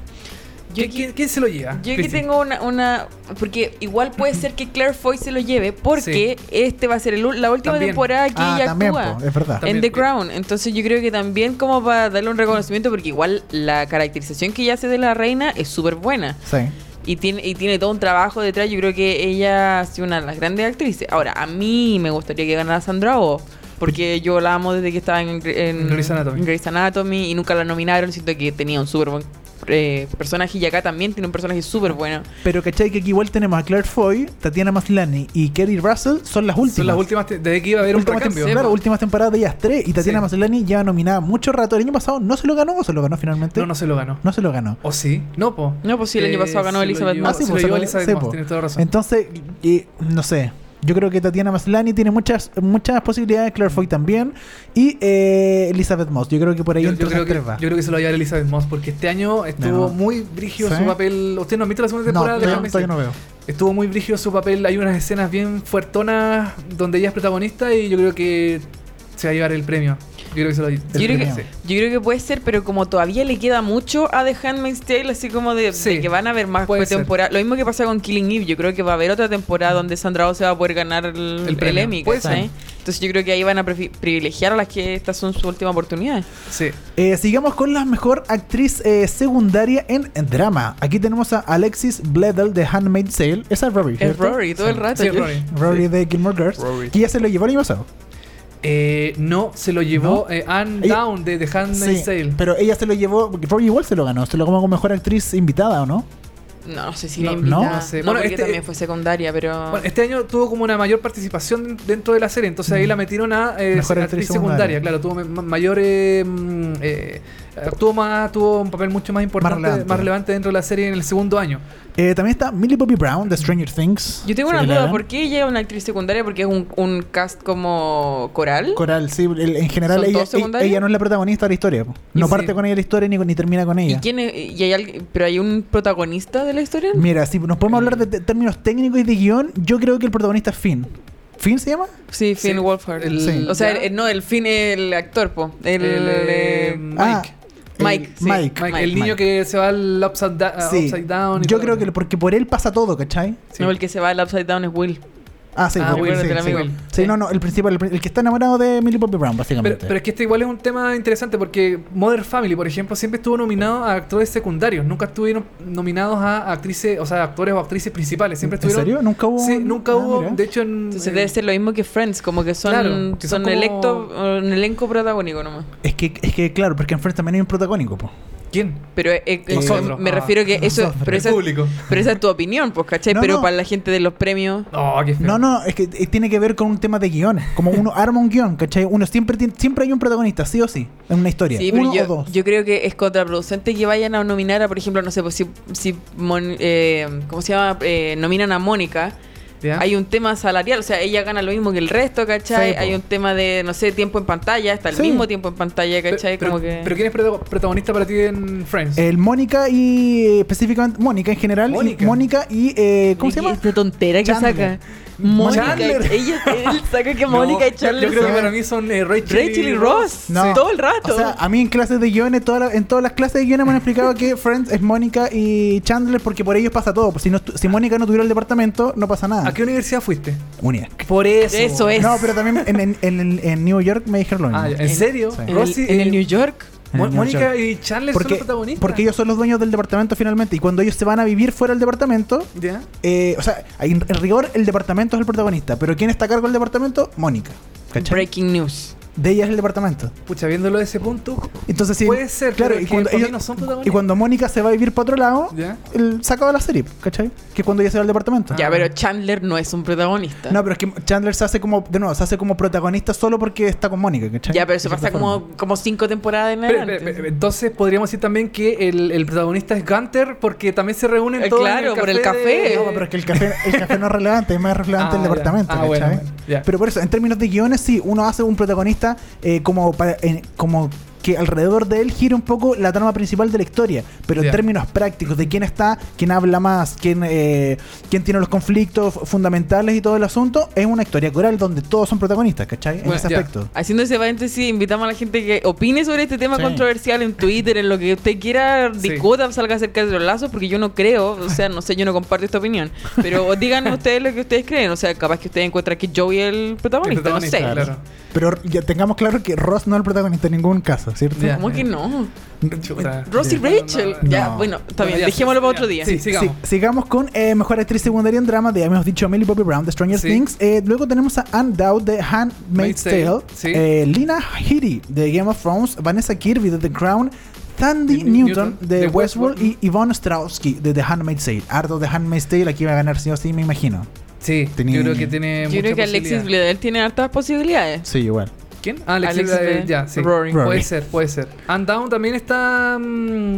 Speaker 4: Yo
Speaker 2: ¿Qui-
Speaker 4: aquí-
Speaker 2: ¿Quién, quién se lo lleva?
Speaker 4: Yo aquí
Speaker 2: Christine?
Speaker 4: tengo una, una- Porque igual puede ser que Claire Foy se lo lleve, porque este va a ser el u- la última
Speaker 2: También.
Speaker 4: temporada que
Speaker 3: ah,
Speaker 4: ella
Speaker 3: también,
Speaker 4: actúa.
Speaker 3: po, es verdad.
Speaker 2: También,
Speaker 4: en The
Speaker 2: sí.
Speaker 4: Crown, entonces yo creo que también como para darle un reconocimiento, porque igual la caracterización que ella hace de la reina es súper buena
Speaker 3: Sí.
Speaker 4: y tiene, y tiene todo un trabajo detrás, yo creo que ella es una de las grandes actrices. Ahora, a mí me gustaría que ganara Sandra Oh, porque yo la amo desde que estaba en, Gre- en-
Speaker 2: En Grey's Anatomy.
Speaker 4: en Grey's Anatomy y nunca la nominaron, siento que tenía un súper buen eh, personaje y acá también tiene un personaje súper bueno.
Speaker 3: Pero cachai que aquí igual tenemos a Claire Foy, Tatiana Maslany y Kerry Russell son las últimas.
Speaker 2: Son las últimas, te- desde que iba a haber un
Speaker 3: Últimas
Speaker 2: recambio.
Speaker 3: tem- claro, últimas temporadas de ellas tres. Y Tatiana
Speaker 2: Sí.
Speaker 3: Maslany ya nominada mucho rato. El año pasado no se lo ganó o se lo ganó finalmente.
Speaker 2: No, no se lo ganó.
Speaker 3: No se lo ganó.
Speaker 2: ¿O sí? No, po. Eh,
Speaker 4: No, pues sí, el año pasado ganó
Speaker 2: se lo
Speaker 4: Elizabeth
Speaker 2: llevó-
Speaker 4: Moss.
Speaker 3: Ah, sí,
Speaker 2: se
Speaker 3: pues,
Speaker 2: lo llevó
Speaker 3: se lo- sí,
Speaker 2: Elizabeth Moss,
Speaker 3: po.
Speaker 2: tienes toda la razón.
Speaker 3: Entonces, y- no sé. Yo creo que Tatiana Maslany tiene muchas muchas posibilidades. Claire Foy también. Y eh, Elizabeth Moss. Yo creo que por ahí
Speaker 2: Yo,
Speaker 3: entre
Speaker 2: yo creo
Speaker 3: esas
Speaker 2: que,
Speaker 3: tres va.
Speaker 2: yo creo que se lo va a llevar Elizabeth Moss porque este año estuvo
Speaker 3: No.
Speaker 2: muy brígido
Speaker 3: Sí.
Speaker 2: su papel. ¿Usted no ha visto la segunda
Speaker 3: no,
Speaker 2: temporada de
Speaker 3: todavía-
Speaker 2: Handmaid's
Speaker 3: todavía
Speaker 2: Tale?
Speaker 3: no veo.
Speaker 2: Estuvo muy brígido su papel. Hay unas escenas bien fuertonas donde ella es protagonista y yo creo que se va a llevar el premio. Yo creo que se lo Yo
Speaker 4: Yo creo, que,
Speaker 3: premio.
Speaker 2: sí.
Speaker 4: yo creo que puede ser, pero como todavía le queda mucho a The Handmaid's Tale, así como de, de
Speaker 2: Sí,
Speaker 4: que van a haber más
Speaker 2: puede ser.
Speaker 4: temporadas. Lo mismo que pasa con Killing Eve, yo creo que va a haber otra temporada donde Sandra Oh se va a poder ganar el,
Speaker 2: El premio.
Speaker 4: el Emmy,
Speaker 2: Puede
Speaker 4: ¿cachai?
Speaker 3: ser.
Speaker 4: Entonces yo creo que ahí van a prefi- privilegiar a las que estas son su última oportunidad.
Speaker 2: Sí.
Speaker 3: Eh, sigamos con la mejor actriz eh, secundaria en, en drama. Aquí tenemos a Alexis Bledel de Handmaid's Tale. Esa es Rory.
Speaker 4: Es
Speaker 3: ¿cierto?
Speaker 4: Rory todo el rato.
Speaker 2: Sí,
Speaker 4: yo-
Speaker 2: Rory.
Speaker 3: Rory
Speaker 2: Sí.
Speaker 3: de Gilmore Girls.
Speaker 2: Rory.
Speaker 3: Que ya se lo llevó el año pasado.
Speaker 2: Eh, no, se lo llevó eh, Anne
Speaker 3: Ella-
Speaker 2: Down de The Handmaid's
Speaker 3: Sí,
Speaker 2: Tale.
Speaker 3: pero ella se lo llevó, porque Robbie igual se lo ganó, se lo ganó como mejor actriz invitada, ¿o no?
Speaker 4: No, no sé si
Speaker 2: No,
Speaker 4: la invitada.
Speaker 3: no,
Speaker 4: No,
Speaker 2: no sé. Bueno,
Speaker 4: bueno, porque
Speaker 2: este-
Speaker 4: también fue secundaria, pero.
Speaker 2: Bueno, este año tuvo como una mayor participación dentro de la serie, entonces ahí la metieron a eh,
Speaker 3: Mm. Mejor
Speaker 2: actriz,
Speaker 3: actriz
Speaker 2: secundaria.
Speaker 3: secundaria.
Speaker 2: claro, tuvo me- ma- mayor eh, mm, eh, tuvo más, tuvo un papel mucho más importante, más relevante.
Speaker 3: relevante.
Speaker 2: dentro de la serie en el segundo año.
Speaker 3: Eh, también está Millie Bobby Brown de Stranger Things.
Speaker 4: Yo tengo
Speaker 3: Sí,
Speaker 4: una
Speaker 3: la
Speaker 4: duda,
Speaker 3: dan.
Speaker 4: ¿por qué ella es una actriz secundaria? Porque es un, un cast como coral.
Speaker 3: Coral, sí, el- en general
Speaker 4: ¿Son
Speaker 3: ella,
Speaker 4: todos secundarios?
Speaker 3: ella no es la protagonista de la historia. po.
Speaker 2: Y
Speaker 3: No
Speaker 2: sí.
Speaker 3: parte con ella la historia ni, ni termina con
Speaker 4: ¿Y
Speaker 3: ella.
Speaker 4: quién es- y hay alguien- ¿Pero hay un protagonista de la historia?
Speaker 3: Mira, si nos podemos hablar de te- términos técnicos y de guión, yo creo que el protagonista es Finn. ¿Finn se llama?
Speaker 4: Sí, Finn
Speaker 2: Sí.
Speaker 4: Wolfhard.
Speaker 2: El-
Speaker 3: Sí.
Speaker 4: O sea,
Speaker 2: ya.
Speaker 4: el- el- no, el Finn, el actor, po. El,
Speaker 2: eh,
Speaker 4: eh,
Speaker 2: Mike.
Speaker 3: Ah, el-
Speaker 4: Mike, sí.
Speaker 3: Mike.
Speaker 2: Mike,
Speaker 4: Mike,
Speaker 2: el niño
Speaker 3: Mike.
Speaker 2: que se va al upside, da- a
Speaker 3: Sí.
Speaker 2: Ah, upside down. y
Speaker 3: yo
Speaker 2: todo
Speaker 3: creo
Speaker 2: lo
Speaker 3: que lo- porque por él pasa todo, ¿cachai?
Speaker 2: Sí.
Speaker 4: No, el que se va al Upside Down es Will.
Speaker 3: Ah, sí,
Speaker 2: Ah,
Speaker 3: por-
Speaker 2: Will,
Speaker 3: sí,
Speaker 4: del
Speaker 3: sí.
Speaker 4: amigo.
Speaker 3: Sí,
Speaker 4: Sí.
Speaker 3: no, no, el principal, el, pri- el que está enamorado de Millie Bobby Brown,
Speaker 2: Pero,
Speaker 3: básicamente.
Speaker 2: pero es que este igual es un tema interesante porque Mother Family, por ejemplo, siempre estuvo nominado a actores secundarios. Nunca estuvieron nominados a actrices, o sea, actores o actrices principales. Siempre
Speaker 3: ¿En
Speaker 2: estuvieron.
Speaker 3: serio? ¿Nunca hubo?
Speaker 2: Sí,
Speaker 3: un-
Speaker 2: nunca
Speaker 3: Ah,
Speaker 2: hubo.
Speaker 3: mira.
Speaker 2: De hecho, en.
Speaker 4: Entonces
Speaker 2: eh,
Speaker 4: debe ser lo mismo que Friends, como que son,
Speaker 2: Claro, que son
Speaker 4: son,
Speaker 2: como-
Speaker 4: electo, un elenco protagónico nomás.
Speaker 3: Es que, es que, claro, porque en Friends también hay un protagónico, po.
Speaker 2: ¿Quién?
Speaker 4: Pero eh, eh,
Speaker 2: Nosotros.
Speaker 4: me
Speaker 2: Ah,
Speaker 4: refiero que eso,
Speaker 3: nosotros.
Speaker 4: pero esa,
Speaker 2: público.
Speaker 4: pero esa es tu opinión, pues, ¿cachai?
Speaker 3: No,
Speaker 4: pero
Speaker 3: no.
Speaker 4: para la gente de los premios,
Speaker 2: No, qué feo.
Speaker 3: No, no, es que eh, tiene que ver con un tema de guión. Como uno arma un guión, ¿cachai? Uno siempre, tiene- siempre hay un protagonista, sí o sí, en una historia.
Speaker 4: sí, pero
Speaker 3: Uno o
Speaker 4: yo,
Speaker 3: dos.
Speaker 4: yo creo que es contraproducente que vayan a nominar a, por ejemplo, no sé, pues, si, si Mon- eh, ¿cómo se llama? Eh, nominan a Mónica.
Speaker 2: ¿Ya?
Speaker 4: Hay un tema salarial, o sea, ella gana lo mismo que el resto, ¿cachai?
Speaker 3: Sí, po.
Speaker 4: Hay un tema de, no sé, tiempo en pantalla, está el
Speaker 3: Sí.
Speaker 4: mismo tiempo en pantalla,
Speaker 2: Pe-
Speaker 4: ¿cachai?
Speaker 2: pero,
Speaker 4: Como que...
Speaker 2: pero ¿quién es protago- protagonista para ti en Friends?
Speaker 3: El Mónica y eh, específicamente Mónica en general. y-
Speaker 2: Mónica.
Speaker 3: Mónica y eh, ¿cómo se llama?
Speaker 4: Esta tontera que
Speaker 3: Chandler.
Speaker 4: saca. Mónica.
Speaker 2: Chandler.
Speaker 4: Ella, él saca que
Speaker 2: No,
Speaker 4: Mónica y
Speaker 2: yo-
Speaker 4: Chandler
Speaker 2: Yo creo que
Speaker 4: son
Speaker 2: para mí son eh, Rachel,
Speaker 4: Rachel y Ross.
Speaker 3: No.
Speaker 4: Todo el rato.
Speaker 3: O sea, a mí en clases de guiones, toda la- en todas las clases de guiones me han explicado que Friends es Mónica y Chandler porque por ellos pasa todo. Pues Si, no estu- si Mónica no tuviera el departamento, no pasa nada.
Speaker 2: ¿A qué universidad fuiste?
Speaker 3: Unidad.
Speaker 2: Por eso.
Speaker 4: Eso es.
Speaker 3: No, pero también en, en- en- en New York me dijeron lo mismo.
Speaker 2: Ah, ya. ¿En, serio?
Speaker 3: Sí.
Speaker 4: en,
Speaker 2: Ross y-
Speaker 4: el, en el
Speaker 2: eh,
Speaker 4: New York.
Speaker 3: En
Speaker 2: Mo-
Speaker 3: el New
Speaker 2: Mónica
Speaker 3: York.
Speaker 2: y Charles son
Speaker 3: Porque,
Speaker 2: los protagonistas.
Speaker 3: porque ellos son los dueños del departamento finalmente. Y cuando ellos se van a vivir fuera del departamento,
Speaker 2: ¿Ya?
Speaker 3: eh, o sea, en, en rigor el departamento es el protagonista. Pero ¿quién está a cargo del departamento? Mónica. ¿Cachai?
Speaker 4: Breaking news.
Speaker 3: De ella es el departamento.
Speaker 2: Pucha, viéndolo de ese punto.
Speaker 3: Entonces, sí,
Speaker 2: Puede ser,
Speaker 3: claro.
Speaker 2: pero
Speaker 3: Y
Speaker 2: que
Speaker 3: cuando,
Speaker 2: para mí
Speaker 3: ellos-
Speaker 2: no son protagonistas.
Speaker 3: y cuando Mónica se va a vivir para otro lado,
Speaker 2: ¿Ya?
Speaker 3: el sacado de la serie, ¿cachai? Que es cuando ella se va al departamento.
Speaker 4: Ya, pero Chandler no es un protagonista.
Speaker 3: Ah. No, pero es que Chandler se hace como, de nuevo, se hace como protagonista solo porque está con Mónica, ¿cachai?
Speaker 4: ya, pero eso
Speaker 3: De
Speaker 4: pasa
Speaker 3: cierta forma.
Speaker 4: como, como cinco temporadas en
Speaker 2: Pero,
Speaker 4: adelante.
Speaker 2: pero, pero, entonces podríamos decir también que el, el protagonista es Gunter porque también se reúnen
Speaker 4: Eh,
Speaker 2: todos.
Speaker 4: claro, por el
Speaker 2: de-
Speaker 4: café.
Speaker 3: No, pero es que el café, el café no es relevante, es más relevante
Speaker 2: Ah, ya.
Speaker 3: el departamento,
Speaker 2: Ah,
Speaker 3: ¿cachai?
Speaker 2: bueno, bueno, ya.
Speaker 3: Pero por eso, en términos de guiones, sí, uno hace un protagonista eh, como, para- en- como que alrededor de él gira un poco la trama principal de la historia. Pero
Speaker 2: Ya.
Speaker 3: en términos prácticos, de quién está, quién habla más, quién, eh, quién tiene los conflictos fundamentales y todo el asunto, es una historia coral donde todos son protagonistas, ¿cachai? en
Speaker 2: Bueno,
Speaker 3: ese
Speaker 2: ya.
Speaker 3: aspecto.
Speaker 4: Haciendo ese paréntesis, invitamos a la gente que opine sobre este tema
Speaker 3: Sí.
Speaker 4: controversial en Twitter, en lo que usted quiera,
Speaker 2: Sí.
Speaker 4: discuta, salga acerca de los lazos, porque yo no creo, o sea, no sé, yo no comparto esta opinión. Pero díganos ustedes lo que ustedes creen, o sea, capaz que ustedes encuentran que Joey es el protagonista,
Speaker 2: El protagonista,
Speaker 4: no sé.
Speaker 2: claro.
Speaker 3: Pero ya tengamos claro que Ross no es el protagonista en ningún caso, ¿cierto?
Speaker 2: Ya.
Speaker 4: ¿Cómo que no?
Speaker 2: Chuta.
Speaker 4: Ross y
Speaker 2: No, no,
Speaker 4: Rachel.
Speaker 2: no.
Speaker 4: Ya,
Speaker 3: No.
Speaker 4: bueno, está
Speaker 2: Bueno,
Speaker 4: bien,
Speaker 2: ya,
Speaker 4: dejémoslo
Speaker 2: sí,
Speaker 4: para
Speaker 2: ya.
Speaker 4: otro día.
Speaker 2: Sí,
Speaker 3: Sí,
Speaker 2: sigamos.
Speaker 3: sigamos. con eh, Mejor Actriz Secundaria en Drama, de habíamos dicho Millie Bobby Brown de Stranger
Speaker 2: Sí.
Speaker 3: Things. Eh, luego tenemos a Anne Dowd de Handmaid's
Speaker 2: Maid's Tale,
Speaker 3: Tale,
Speaker 2: sí.
Speaker 3: eh, Lina Headey de Game of Thrones, Vanessa Kirby de The Crown, Tandy
Speaker 2: N-
Speaker 3: Newton,
Speaker 2: Newton,
Speaker 3: de,
Speaker 2: de
Speaker 3: Westworld,
Speaker 2: Westworld.
Speaker 3: y Yvonne Strausky de The Handmaid's Tale. Harto de Handmaid's Tale, aquí va a ganar sí o sí, me imagino.
Speaker 2: Sí,
Speaker 3: Tenía-
Speaker 2: yo creo que tiene.
Speaker 4: Yo creo
Speaker 2: mucha
Speaker 4: que Alexis
Speaker 2: posibilidad.
Speaker 4: Bledel tiene hartas posibilidades.
Speaker 3: Sí, igual.
Speaker 2: ¿Quién? Ah, Alexis,
Speaker 4: Alexis
Speaker 2: Bledel,
Speaker 4: Bledel.
Speaker 2: ya, sí.
Speaker 4: Rory.
Speaker 3: Rory.
Speaker 2: Puede ser, puede ser. And Down también está. mm,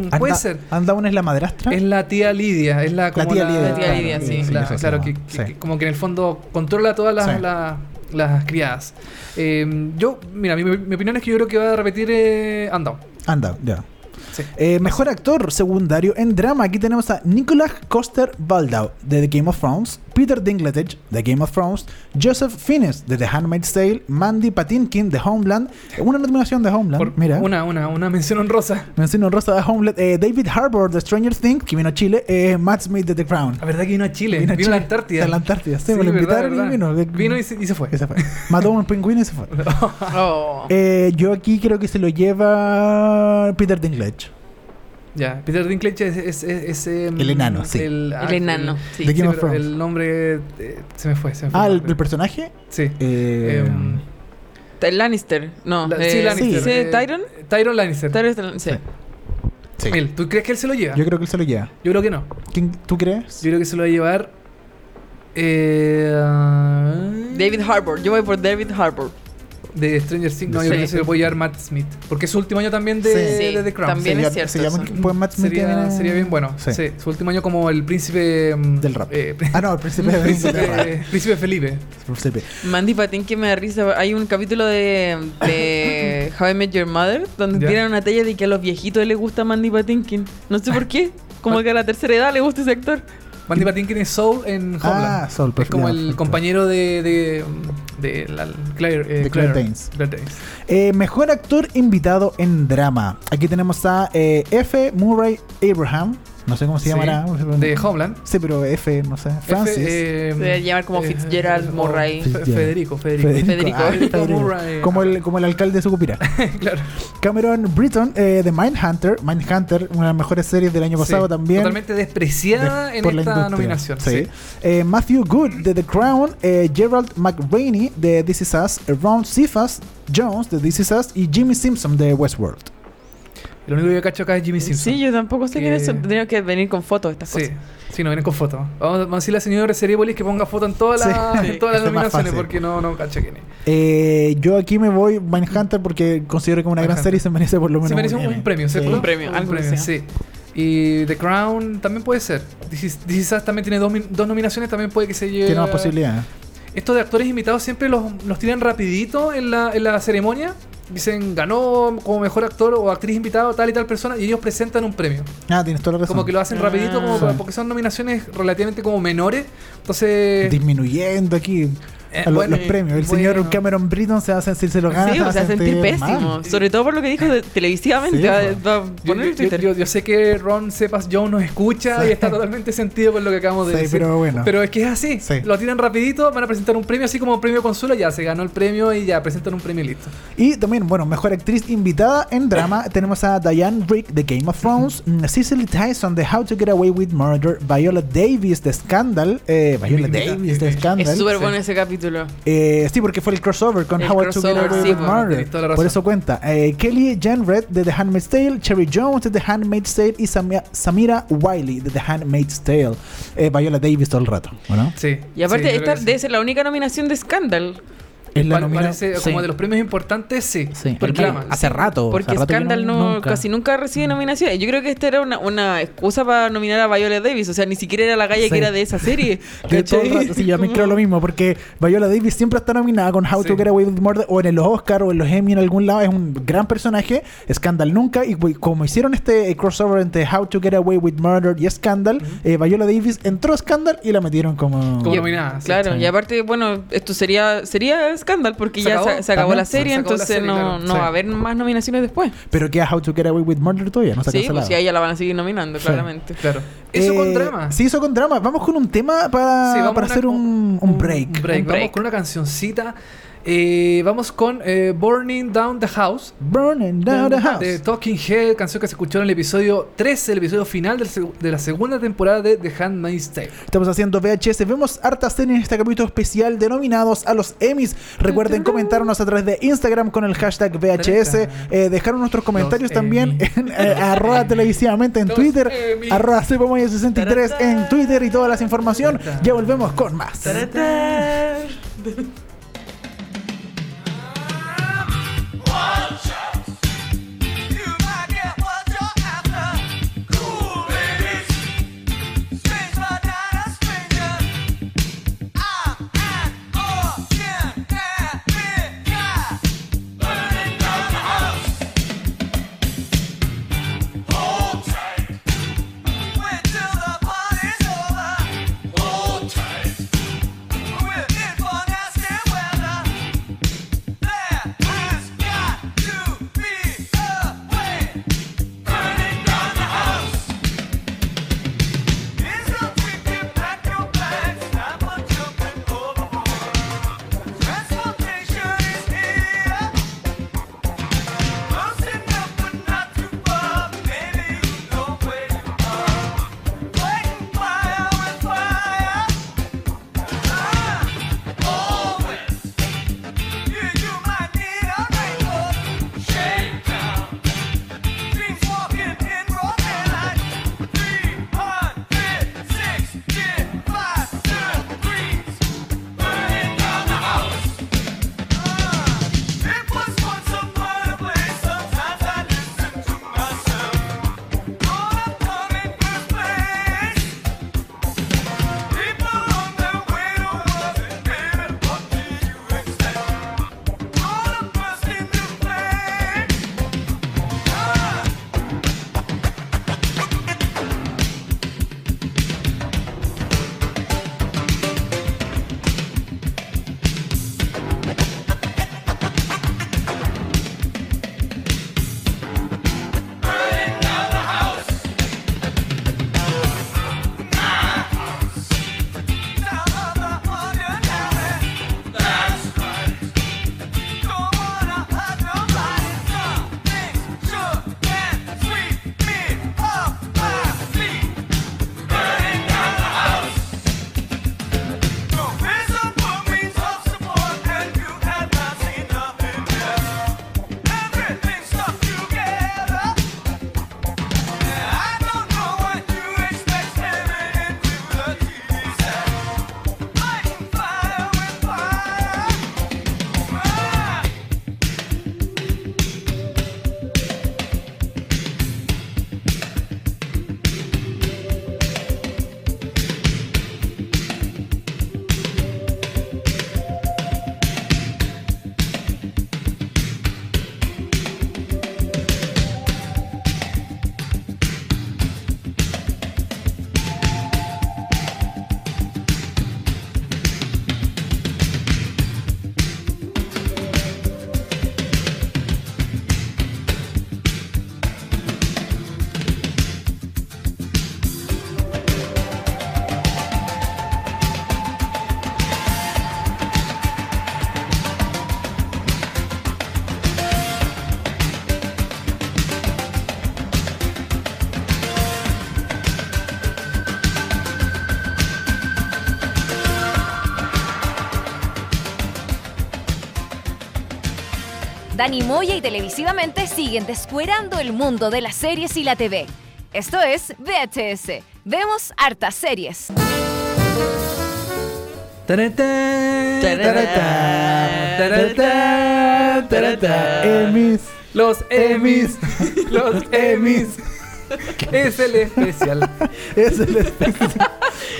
Speaker 3: Anda-
Speaker 2: puede ser.
Speaker 3: Anne Dowd es la madrastra.
Speaker 2: Es la tía Lidia, es ¿Ah? la como
Speaker 3: tía Lidia,
Speaker 4: La tía claro, Lidia, sí. sí,
Speaker 2: Claro,
Speaker 3: eso se
Speaker 2: claro,
Speaker 3: llama,
Speaker 2: que, que-
Speaker 3: sí.
Speaker 2: que como que en el fondo controla todas las,
Speaker 3: Sí.
Speaker 2: las, las criadas. Eh, yo, mira, mi, mi opinión es que yo creo que va a repetir eh, And Down.
Speaker 3: Anne Dowd, ya.
Speaker 2: Sí.
Speaker 3: Eh, mejor actor secundario en drama. Aquí tenemos a Nicolas Coster Baldau de The Game of Thrones, Peter Dinklage de Game of Thrones, Joseph Fiennes de The Handmaid's Tale, Mandy Patinkin de Homeland, una nominación de Homeland,
Speaker 2: Por
Speaker 3: mira.
Speaker 2: Una, una, una mención honrosa.
Speaker 3: Mención honrosa de Homeland, eh, David Harbour de Stranger Things, que vino a Chile, eh, Matt Smith de The Crown.
Speaker 2: La verdad que vino a Chile,
Speaker 3: Vino
Speaker 2: vino,
Speaker 3: a
Speaker 2: a la
Speaker 3: Chile,
Speaker 2: Antártida.
Speaker 3: a la Antártida, sí, me lo
Speaker 2: verdad,
Speaker 3: invitaron y
Speaker 2: verdad.
Speaker 3: vino.
Speaker 2: y se, y se fue.
Speaker 3: Ese fue. Mató a un pingüino y se fue.
Speaker 2: Ah,
Speaker 4: Oh.
Speaker 3: Eh, yo aquí creo que se lo lleva Peter Dinklage.
Speaker 2: Ya, Peter Dinklage es, es- es- es, em,
Speaker 3: El enano, sí.
Speaker 2: El, ah,
Speaker 4: El enano, sí.
Speaker 3: De Game of
Speaker 2: pero
Speaker 3: Thrones.
Speaker 2: El nombre eh, se me fue, se me fue.
Speaker 3: Ah, el,
Speaker 2: nombre.
Speaker 3: el personaje.
Speaker 2: Sí.
Speaker 3: Eh,
Speaker 2: Em,
Speaker 4: T- Lannister. No.
Speaker 2: La-
Speaker 4: eh,
Speaker 2: sí, Lannister.
Speaker 4: sí,
Speaker 2: eh,
Speaker 4: ¿Tyron?
Speaker 2: Tyron Lannister.
Speaker 4: Tyron, sí.
Speaker 3: Sí.
Speaker 2: Él, ¿Tú crees que él se lo lleva?
Speaker 3: Yo
Speaker 2: Yo,
Speaker 3: creo que él se lo lleva.
Speaker 2: creo que no.
Speaker 3: ¿Quién- ¿Tú crees?
Speaker 2: Yo creo que se lo va a llevar. eh,
Speaker 4: David Harbour. Yo voy por David Harbour.
Speaker 2: De Stranger Things. No,
Speaker 4: Sí.
Speaker 2: yo creo que se lo puede llevar Matt Smith. Porque es su último año también de,
Speaker 4: Sí.
Speaker 2: de The Crown.
Speaker 4: También
Speaker 3: Se
Speaker 4: es
Speaker 3: llama- se
Speaker 4: cierto
Speaker 3: llama-
Speaker 4: eso.
Speaker 3: pues Matt Smith
Speaker 2: Sería,
Speaker 3: tiene-
Speaker 2: sería bien bueno.
Speaker 3: Sí.
Speaker 2: Sí. Su último año como el príncipe. mm,
Speaker 3: Del rap.
Speaker 2: eh,
Speaker 3: Ah, no, el príncipe de Príncipe.
Speaker 2: príncipe, príncipe Felipe.
Speaker 3: Príncipe.
Speaker 4: Mandy Patín que me da risa. Hay un capítulo de, de How I Met Your Mother donde
Speaker 2: Ya.
Speaker 4: tiran una talla de que a los viejitos les gusta Mandy Patinkin. No sé por qué. Como que a la tercera edad le gusta ese actor.
Speaker 2: Mandy Patinkin es Soul en Homeland.
Speaker 3: Ah, Saul,
Speaker 2: Es como
Speaker 3: perfecto.
Speaker 2: el compañero de. de, de la, Claire, eh,
Speaker 3: De Claire Danes.
Speaker 2: Claire Danes.
Speaker 3: Eh, mejor actor invitado en drama. Aquí tenemos a eh, F. Murray Abraham. No sé cómo se
Speaker 2: Sí,
Speaker 3: llamará.
Speaker 2: de Homeland.
Speaker 3: Sí, pero F, no sé. Francis.
Speaker 2: F, eh,
Speaker 4: Se debe llamar como Fitzgerald
Speaker 2: o
Speaker 4: Murray.
Speaker 2: Fe- Federico, Federico.
Speaker 4: Federico.
Speaker 3: Ah,
Speaker 2: Federico Murray.
Speaker 3: Como, el, como el alcalde de Sucupira.
Speaker 2: claro.
Speaker 3: Cameron Britton eh, de Mindhunter. Mindhunter, una de las mejores series del año pasado
Speaker 2: Sí,
Speaker 3: también.
Speaker 2: Totalmente despreciada
Speaker 3: de-
Speaker 2: en
Speaker 3: por la
Speaker 2: esta
Speaker 3: industria.
Speaker 2: nominación.
Speaker 3: Sí.
Speaker 2: sí.
Speaker 3: Eh, Matthew Good de The Crown, eh, Gerald McRaney de This Is Us, eh, Ron Cephas Jones de This Is Us y Jimmy Simpson de Westworld.
Speaker 2: Lo único que yo cacho acá es Jimmy Simpson.
Speaker 4: Sí, yo tampoco sé quién es.
Speaker 2: Que-
Speaker 4: Tendría que venir con fotos de estas
Speaker 2: Sí,
Speaker 4: cosas.
Speaker 2: sí, no vienen con fotos. Vamos, vamos a decirle a la señora Cerebólis que ponga foto en todas las,
Speaker 3: Sí.
Speaker 2: en todas las
Speaker 3: Sí, es más
Speaker 2: nominaciones
Speaker 3: fácil.
Speaker 2: porque no, no cacho quién es.
Speaker 3: Eh, yo aquí me voy Mindhunter porque considero que es una gran
Speaker 2: Mindhunter.
Speaker 3: serie y se merece por lo menos
Speaker 2: Se merece un,
Speaker 3: Emmy.
Speaker 2: un premio,
Speaker 3: Sí.
Speaker 2: ¿cierto?
Speaker 4: Un premio, algo que sea.
Speaker 2: sí. Y The Crown también puede ser. This Is- This Is Us también tiene dos, min- dos nominaciones, también puede que se lleve.
Speaker 3: Tiene más posibilidades.
Speaker 2: Estos de actores invitados siempre los, los tiran rapidito en la, en la ceremonia. Dicen, ganó como mejor actor o actriz invitado tal y tal persona y ellos presentan un premio.
Speaker 3: Ah, tienes toda la razón.
Speaker 2: Como que lo hacen
Speaker 4: Ah.
Speaker 2: rapidito como
Speaker 3: Sí.
Speaker 2: porque son nominaciones relativamente como menores. Entonces...
Speaker 3: Disminuyendo aquí
Speaker 2: eh,
Speaker 3: a lo-
Speaker 2: bueno,
Speaker 3: los premios. El
Speaker 2: bueno.
Speaker 3: señor Cameron Britton se va a sentir, se lo
Speaker 2: Ah,
Speaker 3: gana.
Speaker 4: Sí,
Speaker 3: se va
Speaker 4: o
Speaker 3: a
Speaker 4: sea, sentir
Speaker 3: sentir mal.
Speaker 4: pésimo. Sobre todo por lo que dijo de- televisivamente.
Speaker 3: Sí,
Speaker 4: va,
Speaker 3: pues.
Speaker 4: va a
Speaker 2: Yo,
Speaker 4: poner en
Speaker 2: yo-
Speaker 4: Twitter.
Speaker 2: yo- yo sé que Ron Sepas Joe nos escucha
Speaker 3: Sí.
Speaker 2: y está totalmente sentido con lo que acabamos de
Speaker 3: Sí,
Speaker 2: decir.
Speaker 3: pero bueno.
Speaker 2: Pero es que es así.
Speaker 3: Sí.
Speaker 2: Lo tiran rapidito, van a presentar un premio así como premio consuelo, ya se ganó el premio y ya presentan un premio y listo.
Speaker 3: Y también, bueno, mejor actriz invitada en drama tenemos a Diane Rick de Game of Thrones, mm, Cicely Tyson de How to Get Away with Murder, Viola Davis de Scandal, eh, Viola
Speaker 2: Mira,
Speaker 3: Davis
Speaker 2: mira.
Speaker 3: de
Speaker 2: Es
Speaker 3: Scandal.
Speaker 4: es súper bueno ese capítulo.
Speaker 3: Eh, sí, porque fue el crossover con
Speaker 4: El
Speaker 3: How to
Speaker 4: crossover,
Speaker 3: Get Away
Speaker 4: sí,
Speaker 3: with
Speaker 4: bueno,
Speaker 3: Murder.
Speaker 2: tenés toda la razón.
Speaker 3: Por eso cuenta. Eh, Kelly Jenrett de The Handmaid's Tale, Cherry Jones de The Handmaid's Tale y Samia- Samira Wiley de The Handmaid's Tale. Eh, Viola Davis todo el rato. ¿o no?
Speaker 2: Sí.
Speaker 4: Y aparte,
Speaker 2: Sí, yo
Speaker 4: esta
Speaker 2: creo que sí.
Speaker 4: debe ser la única nominación de Scandal.
Speaker 3: Es la
Speaker 2: Pa-
Speaker 3: nomina-
Speaker 2: parece
Speaker 3: sí.
Speaker 2: como de los premios importantes, sí.
Speaker 3: Sí,
Speaker 2: Porque
Speaker 3: porque
Speaker 2: ama-
Speaker 3: hace rato.
Speaker 4: Porque
Speaker 3: hace rato que Mm.
Speaker 4: Scandal no, casi nunca recibe nominaciones. Yo creo que esta era una, una excusa para nominar a Viola Davis. O sea, ni siquiera era la galla
Speaker 3: Sí.
Speaker 4: que era de esa serie.
Speaker 3: Que todo el
Speaker 4: ¿cachai?
Speaker 3: rato, sí, yo también creo lo mismo, porque Viola Davis siempre está nominada con How
Speaker 2: Sí.
Speaker 3: to Get Away with Murder, o en los Oscar, o en los Emmy, en algún lado. Es un gran personaje, Scandal nunca. Y güey, como hicieron este eh, crossover entre How to Get Away with Murder y Scandal, eh, Viola Davis entró a Scandal y la metieron como.
Speaker 2: Como
Speaker 4: Y-
Speaker 2: nominada, sí.
Speaker 4: Claro,
Speaker 3: Sí.
Speaker 4: y aparte, bueno, esto sería sería escándalo porque
Speaker 2: Se
Speaker 4: ya
Speaker 2: acabó.
Speaker 4: se, se acabó
Speaker 3: Ajá.
Speaker 4: la serie,
Speaker 2: Se acabó la
Speaker 4: entonces
Speaker 2: serie,
Speaker 4: no,
Speaker 2: claro.
Speaker 4: no
Speaker 2: Sí.
Speaker 4: va a haber más nominaciones después.
Speaker 3: Pero queda How to Get Away with Murder todavía, no se ha
Speaker 4: Sí,
Speaker 3: cancelado.
Speaker 4: pues sí, a ella la van a seguir nominando,
Speaker 3: Sí.
Speaker 4: claramente.
Speaker 2: Claro. Eso
Speaker 3: Eh,
Speaker 2: con drama.
Speaker 3: Sí, eso con drama. Vamos con un tema para,
Speaker 2: Sí, vamos
Speaker 3: para
Speaker 2: una-
Speaker 3: hacer un, un break.
Speaker 2: Un break. Vamos
Speaker 4: Un break.
Speaker 2: con una cancioncita. Eh, vamos con eh, Burning Down the House
Speaker 3: Burning down the house.
Speaker 2: De Talking Head, canción que se escuchó en el episodio 13, el episodio final del seg- de la segunda temporada de The Handmaid's Tale.
Speaker 3: Estamos haciendo VHS. Vemos hartas series en este capítulo especial denominados a los Emmys. Recuerden comentarnos a través de Instagram con el hashtag VHS. Eh, dejaron nuestros comentarios
Speaker 2: Los
Speaker 3: también
Speaker 2: Emmys.
Speaker 3: en eh, arroba televisivamente en
Speaker 2: Los
Speaker 3: Twitter,
Speaker 2: Emmys.
Speaker 3: arroba cepomaya63 en Twitter y todas las información. Ya volvemos con más.
Speaker 6: Hold tight. We're in for nasty
Speaker 1: Dani Moya y televisivamente siguen descuerando el mundo de las series y la TV. Esto es VHS. Vemos hartas series.
Speaker 2: Taratán, taratán,
Speaker 4: Taratán,
Speaker 2: taratán, taratán.
Speaker 3: Emis.
Speaker 2: Los Emmys, los Emmys. Es el especial.
Speaker 3: Es el especial.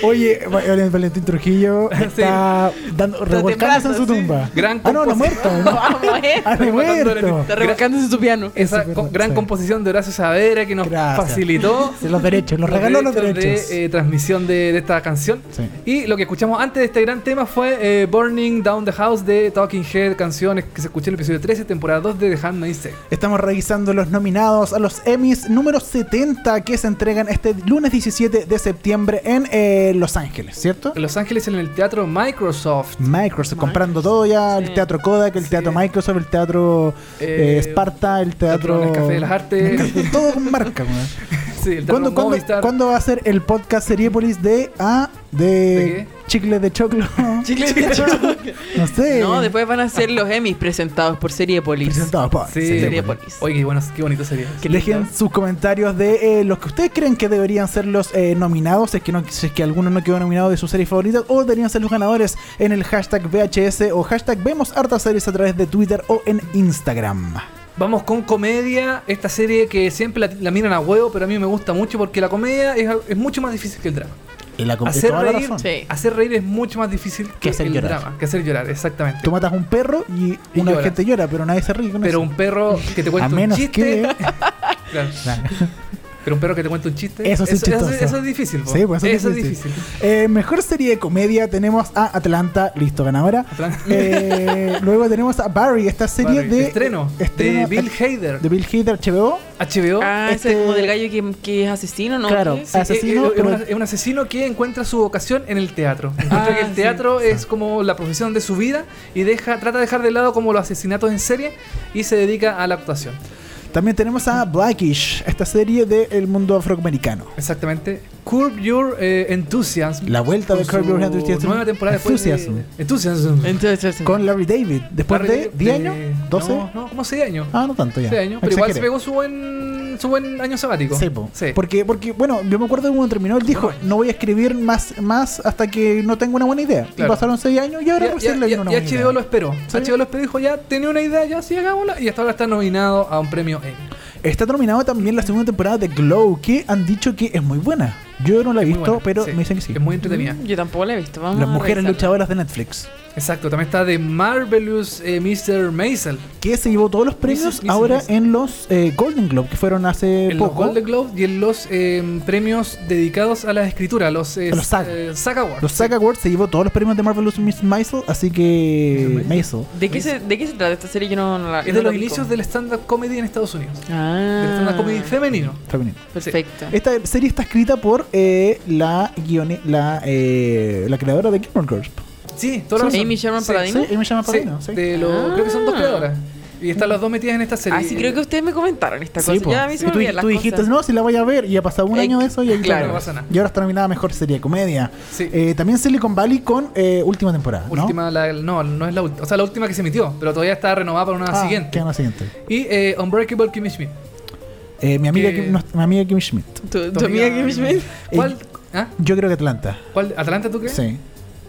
Speaker 3: Oye, Val- Valentín Trujillo está dando revolcándose en su
Speaker 4: temblando,
Speaker 3: tumba.
Speaker 4: sí.
Speaker 2: Gran
Speaker 3: ah, no, no ha muerto.
Speaker 2: compositor.
Speaker 3: No,
Speaker 4: Ah, muerto.
Speaker 3: ha muerto.
Speaker 4: Está revolcándose en su piano.
Speaker 2: Esa
Speaker 3: Eso,
Speaker 2: co- gran
Speaker 3: sí.
Speaker 2: composición de Horacio Saavedra que nos
Speaker 3: Gracias.
Speaker 2: facilitó
Speaker 3: Sí, Los derechos, los regaló los derechos.
Speaker 2: de eh, transmisión de, de esta canción.
Speaker 3: Sí.
Speaker 2: Y lo que escuchamos antes de este gran tema fue eh, Burning Down the House de Talking Head, canciones que se escuchó en el episodio 13, temporada 2 de The Handmaid's Tale.
Speaker 3: Estamos revisando los nominados a los Emmys número 70 que se entregan este lunes 17 de septiembre en eh, Los Ángeles, ¿cierto?
Speaker 2: En Los Ángeles en el teatro Microsoft.
Speaker 3: Microsoft, comprando todo ya, el teatro Kodak, el teatro Microsoft, el teatro eh,
Speaker 2: Eh,
Speaker 3: Sparta, el teatro...
Speaker 2: teatro en el Café de las Artes.
Speaker 3: Todo con marca, weón.
Speaker 2: Sí, el teatro
Speaker 3: ¿Cuándo, cuándo,
Speaker 2: Movistar.
Speaker 3: cuándo va a ser el podcast Seriepolis de... Ah, de...
Speaker 2: ¿De
Speaker 3: Chicle de choclo.
Speaker 4: Chicle de choclo.
Speaker 3: no sé.
Speaker 4: No, después van a ser los Emmys presentados por Seriepolis.
Speaker 3: Presentado por
Speaker 2: Sí.
Speaker 4: Seriepolis.
Speaker 2: Oye, qué, bueno, qué bonito sería.
Speaker 4: Qué
Speaker 3: Dejen
Speaker 4: lindo.
Speaker 3: sus comentarios de eh, los que ustedes creen que deberían ser los eh, nominados, si es, que no, si es que alguno no quedó nominado de su serie favorita, o deberían ser los ganadores en el hashtag VHS o hashtag Vemos Hartas Series a través de Twitter o en Instagram.
Speaker 2: Vamos con comedia, esta serie que siempre la, la miran a huevo, pero a mí me gusta mucho porque la comedia es, es mucho más difícil que el drama.
Speaker 3: Y la
Speaker 2: Hacer reír,
Speaker 4: Sí.
Speaker 2: hacer reír es mucho más difícil que,
Speaker 3: hacer
Speaker 2: el
Speaker 3: llorar.
Speaker 2: drama, que hacer llorar, exactamente.
Speaker 3: Tú matas un perro y,
Speaker 2: Y
Speaker 3: una
Speaker 2: llora.
Speaker 3: gente llora, pero nadie se ríe con
Speaker 2: Pero
Speaker 3: eso.
Speaker 2: un perro que te
Speaker 3: A
Speaker 2: cuenta un
Speaker 3: menos
Speaker 2: chiste.
Speaker 3: que...
Speaker 2: Claro. Pero un perro que te cuenta un chiste.
Speaker 3: Eso sí es
Speaker 2: eso,
Speaker 3: chistoso.
Speaker 2: eso es difícil. po.
Speaker 3: Sí, pues eso, es difícil. Eh, mejor serie de comedia tenemos a Atlanta, listo, ganadora.
Speaker 2: Atlanta.
Speaker 3: Eh, luego tenemos a Barry, esta serie
Speaker 2: Barry.
Speaker 3: de...
Speaker 2: Estreno, de
Speaker 3: estreno-
Speaker 2: Bill Hader.
Speaker 3: De Bill Hader, HBO.
Speaker 2: HBO.
Speaker 4: Ah,
Speaker 3: Este-
Speaker 4: ese es como del gallo que, que es asesino, ¿no?
Speaker 3: Claro.
Speaker 4: ¿Qué?
Speaker 2: Sí,
Speaker 3: asesino,
Speaker 2: eh, eh,
Speaker 3: pero-
Speaker 2: una- es un asesino que encuentra su vocación en el teatro. Encuentra
Speaker 4: Ah,
Speaker 2: que el
Speaker 4: sí.
Speaker 2: teatro es como la profesión de su vida y deja, trata de dejar de lado como los asesinatos en serie y se dedica a la actuación.
Speaker 3: También tenemos a Blackish, esta serie de El mundo afroamericano.
Speaker 2: Exactamente. Curb Your eh, Enthusiasm.
Speaker 3: La vuelta de
Speaker 2: Con
Speaker 3: Curb Your
Speaker 2: su
Speaker 3: Enthusiasm.
Speaker 2: Nueva temporada después de-
Speaker 3: Enthusiasm.
Speaker 2: Enthusiasm.
Speaker 4: Entonces,
Speaker 3: Con Larry David, después Pues de 10 años, 12.
Speaker 2: No, no, como 6 años.
Speaker 3: Ah, no tanto ya.
Speaker 2: 6 años. Pero igual se
Speaker 3: Exageré.
Speaker 2: pegó su buen, su buen año sabático.
Speaker 3: Sí, po.
Speaker 2: Sí.
Speaker 3: Porque, porque, bueno, yo me acuerdo que cuando terminó, él dijo, no voy a escribir más, más hasta que no tenga una buena idea. Y
Speaker 2: Claro.
Speaker 3: pasaron 6 años y ahora
Speaker 2: Ya-
Speaker 3: recién
Speaker 2: ya-
Speaker 3: le viene una
Speaker 2: ya
Speaker 3: buena
Speaker 2: HBO
Speaker 3: idea.
Speaker 2: lo esperó.
Speaker 3: Sí.
Speaker 2: HBO lo esperó y dijo, ya tenía una idea, ya sí, hagámosla. Y hasta ahora está nominado a un premio Emmy.
Speaker 3: Está terminado también la segunda temporada de Glow, que han dicho que es muy buena. Yo no la he
Speaker 2: Muy
Speaker 3: visto,
Speaker 2: buena,
Speaker 3: pero
Speaker 2: sí.
Speaker 3: me dicen que sí. Mm.
Speaker 2: Es muy entretenida.
Speaker 4: Yo tampoco la he visto. Vamos
Speaker 3: Las
Speaker 4: a
Speaker 3: mujeres
Speaker 4: revisarla.
Speaker 3: luchadoras de Netflix.
Speaker 2: Exacto, también está de Marvelous eh, Mr. Maisel.
Speaker 3: que se llevó todos los premios
Speaker 2: Dices, dices,
Speaker 3: ahora
Speaker 2: dices.
Speaker 3: en los eh, Golden Globe, que fueron hace
Speaker 2: En los
Speaker 3: poco.
Speaker 2: Golden Globes y en los eh, premios dedicados a la escritura, los, eh,
Speaker 3: A los SAG.
Speaker 2: eh, SAG Awards.
Speaker 3: Los SAG Awards se llevó todos los premios de Marvelous Miss Maisel, así que...
Speaker 2: Miss
Speaker 3: Maisel.
Speaker 4: ¿De qué, se, ¿De qué se trata esta serie? Yo no, no la
Speaker 2: Es de los inicios del stand-up comedy en Estados Unidos. Del stand-up comedy
Speaker 4: Ah,
Speaker 2: femenino.
Speaker 3: femenino.
Speaker 4: perfecto.
Speaker 3: Esta serie está escrita por eh, la guione, la, eh, la creadora de Gilmore Girls.
Speaker 2: Sí, toda la
Speaker 4: Sí.
Speaker 2: razón.
Speaker 4: Amy Sherman
Speaker 2: Sí,
Speaker 4: Paladino.
Speaker 3: Sí, me llama
Speaker 2: sí,
Speaker 3: Paladino. Sí.
Speaker 2: de lo- Creo que son dos
Speaker 4: Ah.
Speaker 2: creadoras. Y están las dos metidas en esta serie.
Speaker 4: Así Ah, creo que ustedes me comentaron esta
Speaker 3: Sí,
Speaker 4: cosa.
Speaker 3: po.
Speaker 4: ya a mí se
Speaker 3: Y
Speaker 4: me
Speaker 3: tú,
Speaker 4: olvidan las
Speaker 3: tú dijiste,
Speaker 4: cosas.
Speaker 3: no, si la voy a ver, y ha pasado un
Speaker 4: Eh,
Speaker 3: año de eso y ahí la
Speaker 4: claro.
Speaker 2: No
Speaker 3: ves.
Speaker 2: pasa nada.
Speaker 3: Y ahora está nominada a Mejor Serie de Comedia.
Speaker 2: Sí.
Speaker 3: Eh, también Silicon Valley con eh, última temporada, ¿no?
Speaker 2: Última, la- ¿no? no, es la última. O sea, la última que se emitió, pero todavía está renovada para una
Speaker 3: Ah,
Speaker 2: siguiente.
Speaker 3: queda la siguiente.
Speaker 2: Y eh, Unbreakable Kimmy Schmidt.
Speaker 3: Eh, mi, amiga,
Speaker 2: Que-
Speaker 3: Kim- no, mi amiga Kim Schmidt.
Speaker 4: Tu, tu amiga Kim Schmidt.
Speaker 2: ¿Cuál? ¿Ah?
Speaker 3: Yo creo que Atlanta.
Speaker 2: ¿Cuál? ¿Atlanta tú crees?
Speaker 3: Sí.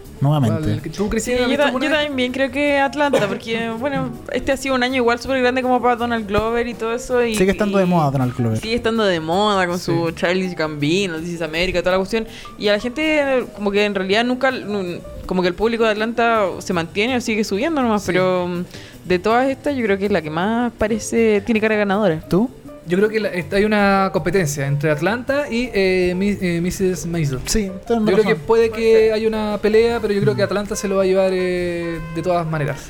Speaker 2: ¿Cuál?
Speaker 3: Nuevamente.
Speaker 2: ¿Tú crees
Speaker 4: Sí,
Speaker 2: que la
Speaker 4: yo,
Speaker 2: viste
Speaker 4: ta-
Speaker 2: alguna
Speaker 4: yo
Speaker 2: vez?
Speaker 4: también creo que Atlanta, porque bueno, este ha sido un año igual súper grande como para Donald Glover y todo eso. Y,
Speaker 3: Sigue estando de
Speaker 4: y-
Speaker 3: moda Donald Glover.
Speaker 4: Sigue estando de moda con
Speaker 2: Sí.
Speaker 4: su Charlie Gambino, This is America, toda la cuestión. Y a la gente, eh, como que en realidad nunca, nu- como que el público de Atlanta se mantiene o sigue subiendo nomás,
Speaker 2: Sí.
Speaker 4: pero mm, de todas estas, yo creo que es la que más parece, tiene cara de ganadora.
Speaker 3: ¿Tú?
Speaker 2: Yo creo que la- esta- hay una competencia entre Atlanta y eh, mi- eh, Mrs. Maisel.
Speaker 3: Sí,
Speaker 2: Yo creo que puede que haya una pelea, pero yo creo que Atlanta se lo va a llevar eh, de todas maneras.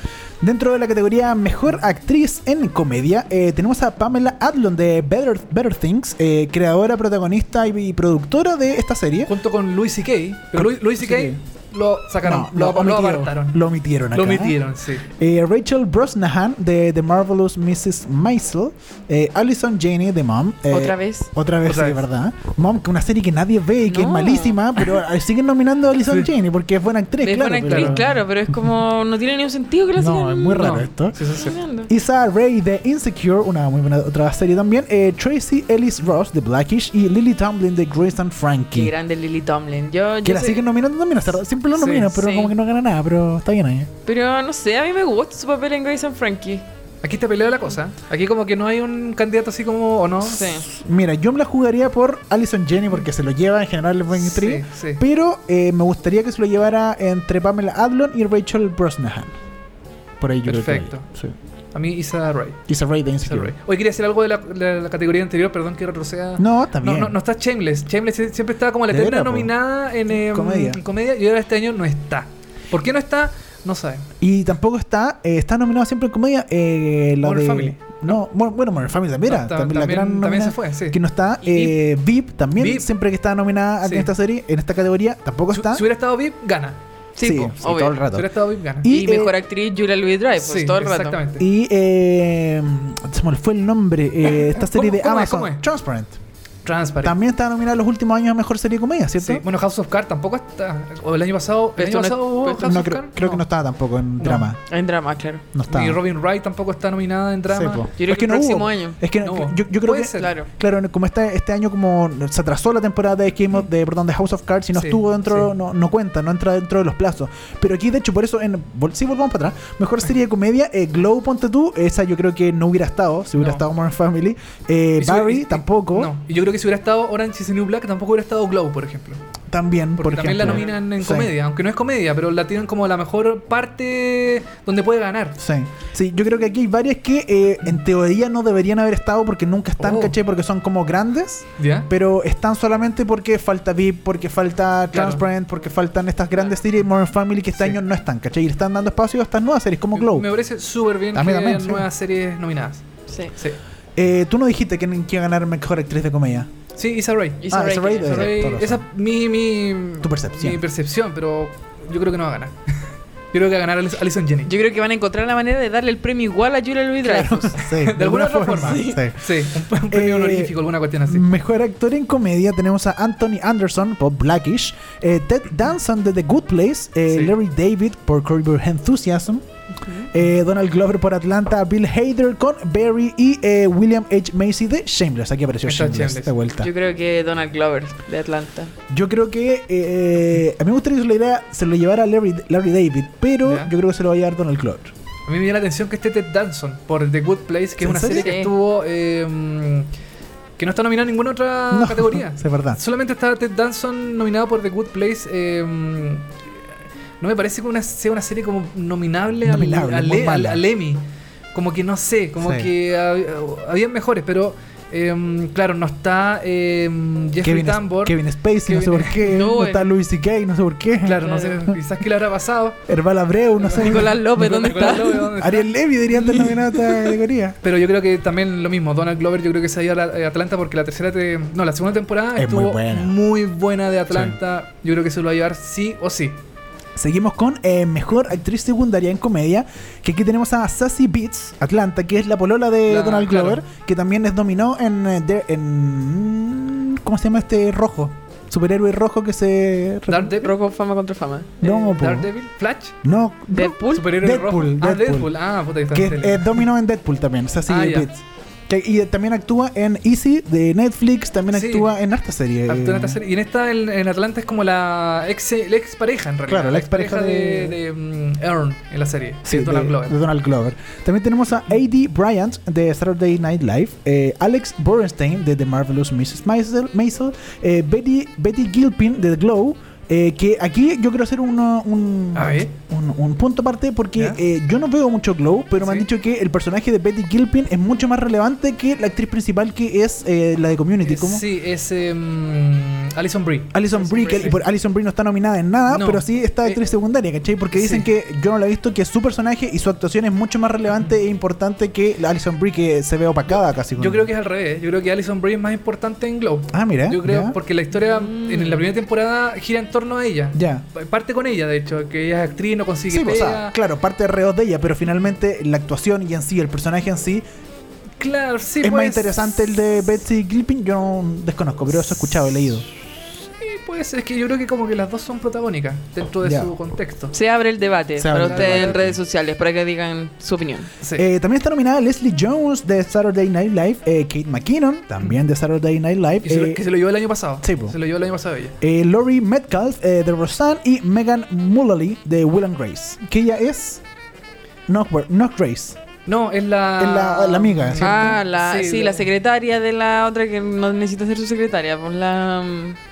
Speaker 3: Dentro de la categoría Mejor Actriz en Comedia, eh, tenemos a Pamela Adlon de Better, Better Things, eh, creadora, protagonista y, y productora de esta serie.
Speaker 2: Junto con Louis C.K. Pero
Speaker 3: Con-
Speaker 2: Louis, Louis
Speaker 3: sí,
Speaker 2: C.K. lo sacaron,
Speaker 3: No,
Speaker 2: lo, lo
Speaker 3: omitieron,
Speaker 2: apartaron.
Speaker 3: Lo omitieron acá.
Speaker 2: Lo omitieron, sí.
Speaker 3: Eh, Rachel Brosnahan de The Marvelous Mrs. Maisel. eh, Allison Janney de Mom. eh,
Speaker 4: ¿Otra vez?
Speaker 3: Otra vez,
Speaker 2: Otra
Speaker 3: sí,
Speaker 2: vez.
Speaker 3: ¿verdad? Mom, que una serie que nadie ve y que es
Speaker 4: No.
Speaker 3: malísima, pero eh, siguen nominando a Allison
Speaker 2: Sí.
Speaker 3: Janney porque es buena actriz,
Speaker 4: Es
Speaker 3: claro.
Speaker 4: buena actriz,
Speaker 3: pero-
Speaker 4: claro, pero es como. No tiene ni un sentido que la
Speaker 3: No,
Speaker 4: sigan.
Speaker 3: es muy raro
Speaker 2: No.
Speaker 3: esto.
Speaker 2: Sí, sí, sí.
Speaker 3: Isa Ray de Insecure, una muy buena otra serie también. eh, Tracy Ellis Ross de Blackish y Lily Tomlin de Grace and
Speaker 4: Qué
Speaker 3: Frankie.
Speaker 4: grande Lily Tomlin. Yo, yo
Speaker 3: Que la
Speaker 4: sé-
Speaker 3: siguen nominando también, o sea, siempre lo
Speaker 2: Sí,
Speaker 3: nominan, pero
Speaker 4: sí.
Speaker 3: como que no gana nada, pero está bien ahí.
Speaker 4: Pero no sé, a mí me gusta su papel en Grace and Frankie.
Speaker 2: Aquí está peleada la cosa. Aquí como que no hay un candidato así como, ¿o no?
Speaker 4: Sí.
Speaker 3: Mira, yo me la jugaría por Alison Jenny porque se lo lleva en general el buen
Speaker 2: Sí,
Speaker 3: actriz.
Speaker 2: sí.
Speaker 3: Pero eh, me gustaría que se lo llevara entre Pamela Adlon y Rachel Brosnahan. Por ahí yo
Speaker 2: Perfecto.
Speaker 3: creo que. Sí.
Speaker 2: A mí Isa Ray.
Speaker 3: Isa Rae de
Speaker 2: Isa
Speaker 3: Insecure.
Speaker 2: Ray. Hoy quería decir algo de la, la- la categoría anterior, perdón que retroceda.
Speaker 3: No, está
Speaker 2: No,
Speaker 3: bien.
Speaker 2: no, no está Shameless. Shameless sie- siempre estaba como la
Speaker 3: De
Speaker 2: eterna
Speaker 3: veras, po.
Speaker 2: nominada en, eh,
Speaker 3: Comedia.
Speaker 2: en comedia y ahora este año no está. ¿Por qué no está? No saben.
Speaker 3: Y tampoco está, eh, está nominado siempre en comedia. Eh, la
Speaker 2: Modern
Speaker 3: de-
Speaker 2: Family.
Speaker 3: No, mo- bueno, Modern Family también
Speaker 2: No,
Speaker 3: era.
Speaker 2: ta-
Speaker 3: también, la
Speaker 2: también-
Speaker 3: gran
Speaker 2: también
Speaker 3: nominada
Speaker 2: se fue, sí.
Speaker 3: Que no está.
Speaker 2: Y
Speaker 3: eh, VIP también,
Speaker 2: VIP.
Speaker 3: siempre que está nominada
Speaker 2: Sí.
Speaker 3: en esta serie, en esta categoría, tampoco
Speaker 2: Si,
Speaker 3: está.
Speaker 2: si hubiera estado VIP, gana.
Speaker 4: Sí, po,
Speaker 3: sí,
Speaker 4: obvio.
Speaker 3: todo el
Speaker 2: Si
Speaker 3: rato.
Speaker 2: hubiera estado VIP, gana. pues,
Speaker 4: Y,
Speaker 3: Y, eh,
Speaker 4: mejor actriz Julia Louis Dreyfus,
Speaker 2: Sí,
Speaker 4: todo el rato.
Speaker 2: exactamente.
Speaker 3: Y eh, se me fue el nombre. eh, esta serie
Speaker 2: ¿Cómo-
Speaker 3: de
Speaker 2: cómo es?
Speaker 3: Amazon,
Speaker 2: ¿Cómo es?
Speaker 3: Transparent.
Speaker 2: Transparent.
Speaker 3: También estaba nominada en los últimos años a mejor serie de comedia, ¿cierto?
Speaker 2: Sí. Bueno, House of Cards tampoco está. O el año pasado.
Speaker 4: Pero
Speaker 2: el año
Speaker 4: esto no
Speaker 2: pasado
Speaker 4: es-
Speaker 2: hubo
Speaker 4: pero
Speaker 2: House
Speaker 4: esto
Speaker 3: no,
Speaker 2: of
Speaker 3: creo,
Speaker 2: Cards?
Speaker 3: creo que no estaba tampoco en
Speaker 2: No.
Speaker 3: drama.
Speaker 4: En drama, claro.
Speaker 3: No estaba.
Speaker 2: Ni Robin Wright tampoco está nominada en drama.
Speaker 3: Sí, po.
Speaker 4: creo
Speaker 3: Es
Speaker 4: que el
Speaker 3: no
Speaker 4: próximo
Speaker 3: hubo.
Speaker 4: año.
Speaker 3: Es que
Speaker 2: No hubo.
Speaker 3: yo, yo creo
Speaker 2: Puede
Speaker 3: que
Speaker 2: ser.
Speaker 4: Claro.
Speaker 3: Claro, como este, este año como se atrasó la temporada de Game of, de, perdón, de House of Cards y no
Speaker 2: Mm. Sí,
Speaker 3: estuvo dentro,
Speaker 2: sí.
Speaker 3: no, no cuenta, no entra dentro de los plazos. Pero aquí, de hecho, por eso, en, vol- sí, volvamos para atrás. Mejor serie de comedia, eh, Glow, ponte tú, esa yo creo que no hubiera estado, si hubiera
Speaker 2: No.
Speaker 3: estado Modern Family. Eh,
Speaker 2: Y si hubiera-
Speaker 3: Barry,
Speaker 2: y- y-
Speaker 3: tampoco,
Speaker 2: No. Y yo creo que si hubiera estado Orange is the New Black, tampoco hubiera estado Glow, por ejemplo.
Speaker 3: también,
Speaker 2: Porque
Speaker 3: por
Speaker 2: también la
Speaker 3: ejemplo.
Speaker 2: nominan en
Speaker 3: Sí.
Speaker 2: comedia, aunque no es comedia, pero la tienen como la mejor parte donde puede ganar.
Speaker 3: Sí. sí, yo creo que aquí hay varias que eh, en teoría no deberían haber estado porque nunca están,
Speaker 2: Oh.
Speaker 3: caché, porque son como grandes.
Speaker 2: ¿Ya?
Speaker 3: pero están solamente porque falta VIP, porque falta
Speaker 2: Claro.
Speaker 3: Transparent, porque faltan estas grandes series, Modern Family, que este
Speaker 2: Sí.
Speaker 3: año no están, ¿cachai? Y le están dando espacio a estas nuevas series, como Glow.
Speaker 2: Me parece súper bien
Speaker 3: A mí
Speaker 2: que
Speaker 3: también,
Speaker 2: hayan
Speaker 3: sí.
Speaker 2: nuevas series nominadas.
Speaker 4: Sí.
Speaker 2: Sí.
Speaker 3: Eh, Tú no dijiste que iba a ganar Mejor Actriz de Comedia.
Speaker 2: Sí, Issa Rae.
Speaker 4: Issa
Speaker 3: Ah,
Speaker 4: Rae
Speaker 3: Issa Rae
Speaker 4: que-
Speaker 3: de-
Speaker 2: Issa Rae-
Speaker 3: todo
Speaker 2: esa es mi, mi,
Speaker 3: Tu percepción.
Speaker 2: mi percepción, pero yo creo que no va a ganar. yo creo que va a ganar Alice- Alison Jenny.
Speaker 4: Yo creo que van a encontrar la manera de darle el premio igual a Julia Louis Dreyfus.
Speaker 3: Sí,
Speaker 2: de, alguna otra forma.
Speaker 3: sí. Sí.
Speaker 2: Sí, un, un premio
Speaker 3: Eh, mm.
Speaker 2: honorífico, alguna cuestión así.
Speaker 3: Mejor actor en comedia tenemos a Anthony Anderson por Blackish, eh, Ted Danson de The Good Place, eh,
Speaker 2: Sí.
Speaker 3: Larry David por Curb Your Enthusiasm, eh, Donald Glover por Atlanta, Bill Hader con Barry y eh, William H. Macy de Shameless. Aquí apareció
Speaker 2: Está
Speaker 3: Shameless,
Speaker 2: Shameless.
Speaker 3: de vuelta.
Speaker 4: Yo creo que Donald Glover de Atlanta.
Speaker 3: Yo creo que eh, a mí me gustaría que se lo, llevara- se lo llevara Larry, Larry David, pero
Speaker 2: Ya.
Speaker 3: yo creo que se lo va a llevar Donald Glover.
Speaker 2: A mí me dio la atención que esté Ted Danson por The Good Place, que es
Speaker 3: ¿En
Speaker 2: una
Speaker 3: serio?
Speaker 2: serie que
Speaker 4: Sí.
Speaker 2: estuvo. eh, que no está nominada en ninguna otra
Speaker 3: No,
Speaker 2: Ah, categoría.
Speaker 3: es verdad.
Speaker 2: Solamente está Ted Danson nominado por The Good Place. eh, no me parece que una, sea una serie como nominable, al-
Speaker 3: Nominable,
Speaker 2: al,
Speaker 3: muy
Speaker 2: al-
Speaker 3: mala.
Speaker 2: al Emmy. Como que no sé, como
Speaker 3: Sí.
Speaker 2: que hab- habían mejores, pero eh, claro, no está eh, Jeffrey
Speaker 3: Kevin,
Speaker 2: Tambor.
Speaker 3: Kevin Spacey, no
Speaker 2: Kevin-
Speaker 3: sé por qué.
Speaker 4: No,
Speaker 3: No,
Speaker 4: el-
Speaker 3: está Louis C.K., no sé por qué.
Speaker 2: Claro, no sé,
Speaker 4: Claro.
Speaker 2: quizás que le habrá pasado.
Speaker 3: Herbal Abreu, no sé.
Speaker 4: Nicolás López, ¿dónde
Speaker 2: Nicolás
Speaker 4: está?
Speaker 2: López, ¿dónde está?
Speaker 3: Ariel Levy debería estar nominado a esta categoría.
Speaker 2: Pero yo creo que también lo mismo, Donald Glover yo creo que se ha ido a, la- a Atlanta porque la tercera te- no, la segunda temporada
Speaker 3: Es muy
Speaker 2: estuvo
Speaker 3: buena.
Speaker 2: muy buena de Atlanta. Yo creo que se lo va a llevar sí o sí.
Speaker 3: Seguimos con eh, Mejor Actriz Secundaria en Comedia, que aquí tenemos a Sassy Beats, Atlanta, que es la polola de
Speaker 2: La-
Speaker 3: Donald
Speaker 2: claro.
Speaker 3: Glover, que también es dominó en, eh, de- en... ¿Cómo se llama este rojo? Superhéroe rojo que se...
Speaker 2: Daredevil,
Speaker 4: Rojo fama contra fama.
Speaker 3: No,
Speaker 2: eh,
Speaker 3: po.
Speaker 2: Daredevil, Flash,
Speaker 3: No, no,
Speaker 4: Deadpool.
Speaker 2: superhéroe rojo.
Speaker 3: Deadpool,
Speaker 2: Ah,
Speaker 3: Deadpool.
Speaker 2: Deadpool. Ah, puta que está en
Speaker 3: que
Speaker 2: tele.
Speaker 3: eh, dominó en Deadpool también, Sassy
Speaker 2: Ah, ya.
Speaker 3: Beats. Que- y eh, también actúa en Easy de Netflix, también
Speaker 2: Sí.
Speaker 3: actúa en harta serie.
Speaker 2: Actúa en esta serie. Y en esta en, en Atlanta es como la ex, la ex pareja en realidad.
Speaker 3: Claro, la expareja
Speaker 2: de, de, mm, Earn en la serie.
Speaker 3: Sí,
Speaker 2: de Donald
Speaker 3: de-
Speaker 2: Glover.
Speaker 3: de Donald Glover. También tenemos a A.D. Bryant de Saturday Night Live, eh, Alex Borenstein de The Marvelous Mrs. Maisel, Maisel, eh, Betty, Betty Gilpin de The Glow, eh, que aquí yo quiero hacer uno- un,
Speaker 2: A ver.
Speaker 3: un, un punto aparte porque
Speaker 2: ¿Ya?
Speaker 3: eh, yo no veo mucho Glow, pero me han
Speaker 2: Sí.
Speaker 3: dicho que el personaje de Betty Gilpin es mucho más relevante que la actriz principal que es eh, la de Community. ¿Cómo?
Speaker 2: Sí, es em, Alison Brie.
Speaker 3: Alison Brie, que
Speaker 2: Brie.
Speaker 3: por Alison Brie no está nominada en nada,
Speaker 2: No.
Speaker 3: pero sí está
Speaker 2: Eh,
Speaker 3: actriz secundaria, ¿cachai? Porque dicen
Speaker 2: sí.
Speaker 3: que yo no la he visto, que su personaje y su actuación es mucho más relevante e importante que la Alison Brie, que se ve opacada casi. con-
Speaker 2: Yo creo que es al revés. Yo creo que Alison Brie es más importante en Glow.
Speaker 3: Ah, mira.
Speaker 2: Yo creo,
Speaker 3: ya.
Speaker 2: porque la historia en la primera temporada gira en torno a ella.
Speaker 3: Ya.
Speaker 2: Parte con ella, de hecho, que ella es actriz, no consigue
Speaker 3: Sí, pues, o sea,
Speaker 2: pega.
Speaker 3: claro, parte de reos de ella, pero finalmente la actuación y en sí, el personaje en sí,
Speaker 2: Claro, sí,
Speaker 3: es más
Speaker 2: pues,
Speaker 3: interesante el de Betsy Gilpin. Yo no desconozco, pero eso he escuchado, he leído.
Speaker 2: Sí, pues es que yo creo que como que las dos son protagónicas dentro de
Speaker 3: Ya.
Speaker 2: su contexto.
Speaker 4: Se abre el debate
Speaker 3: Se abre
Speaker 4: para
Speaker 3: el
Speaker 4: ustedes en
Speaker 2: debate.
Speaker 4: redes sociales para que digan su opinión.
Speaker 2: Sí.
Speaker 3: Eh, también está nominada Leslie Jones de Saturday Night Live, eh, Kate McKinnon, también de Saturday Night Live.
Speaker 2: que, se
Speaker 3: eh,
Speaker 2: lo, que se lo llevó el año pasado.
Speaker 3: sí, po.
Speaker 2: Se lo llevó el año pasado ella.
Speaker 3: eh, Lori Metcalf eh, de Roseanne y Megan Mullally de Will and Grace. Que ella es. No, no Grace.
Speaker 2: No, es la.
Speaker 3: Es la- la amiga. ¿Cierto?
Speaker 4: Ah, la, sí,
Speaker 2: secretaria
Speaker 4: la secretaria de la otra que no necesita ser su secretaria. Pues la.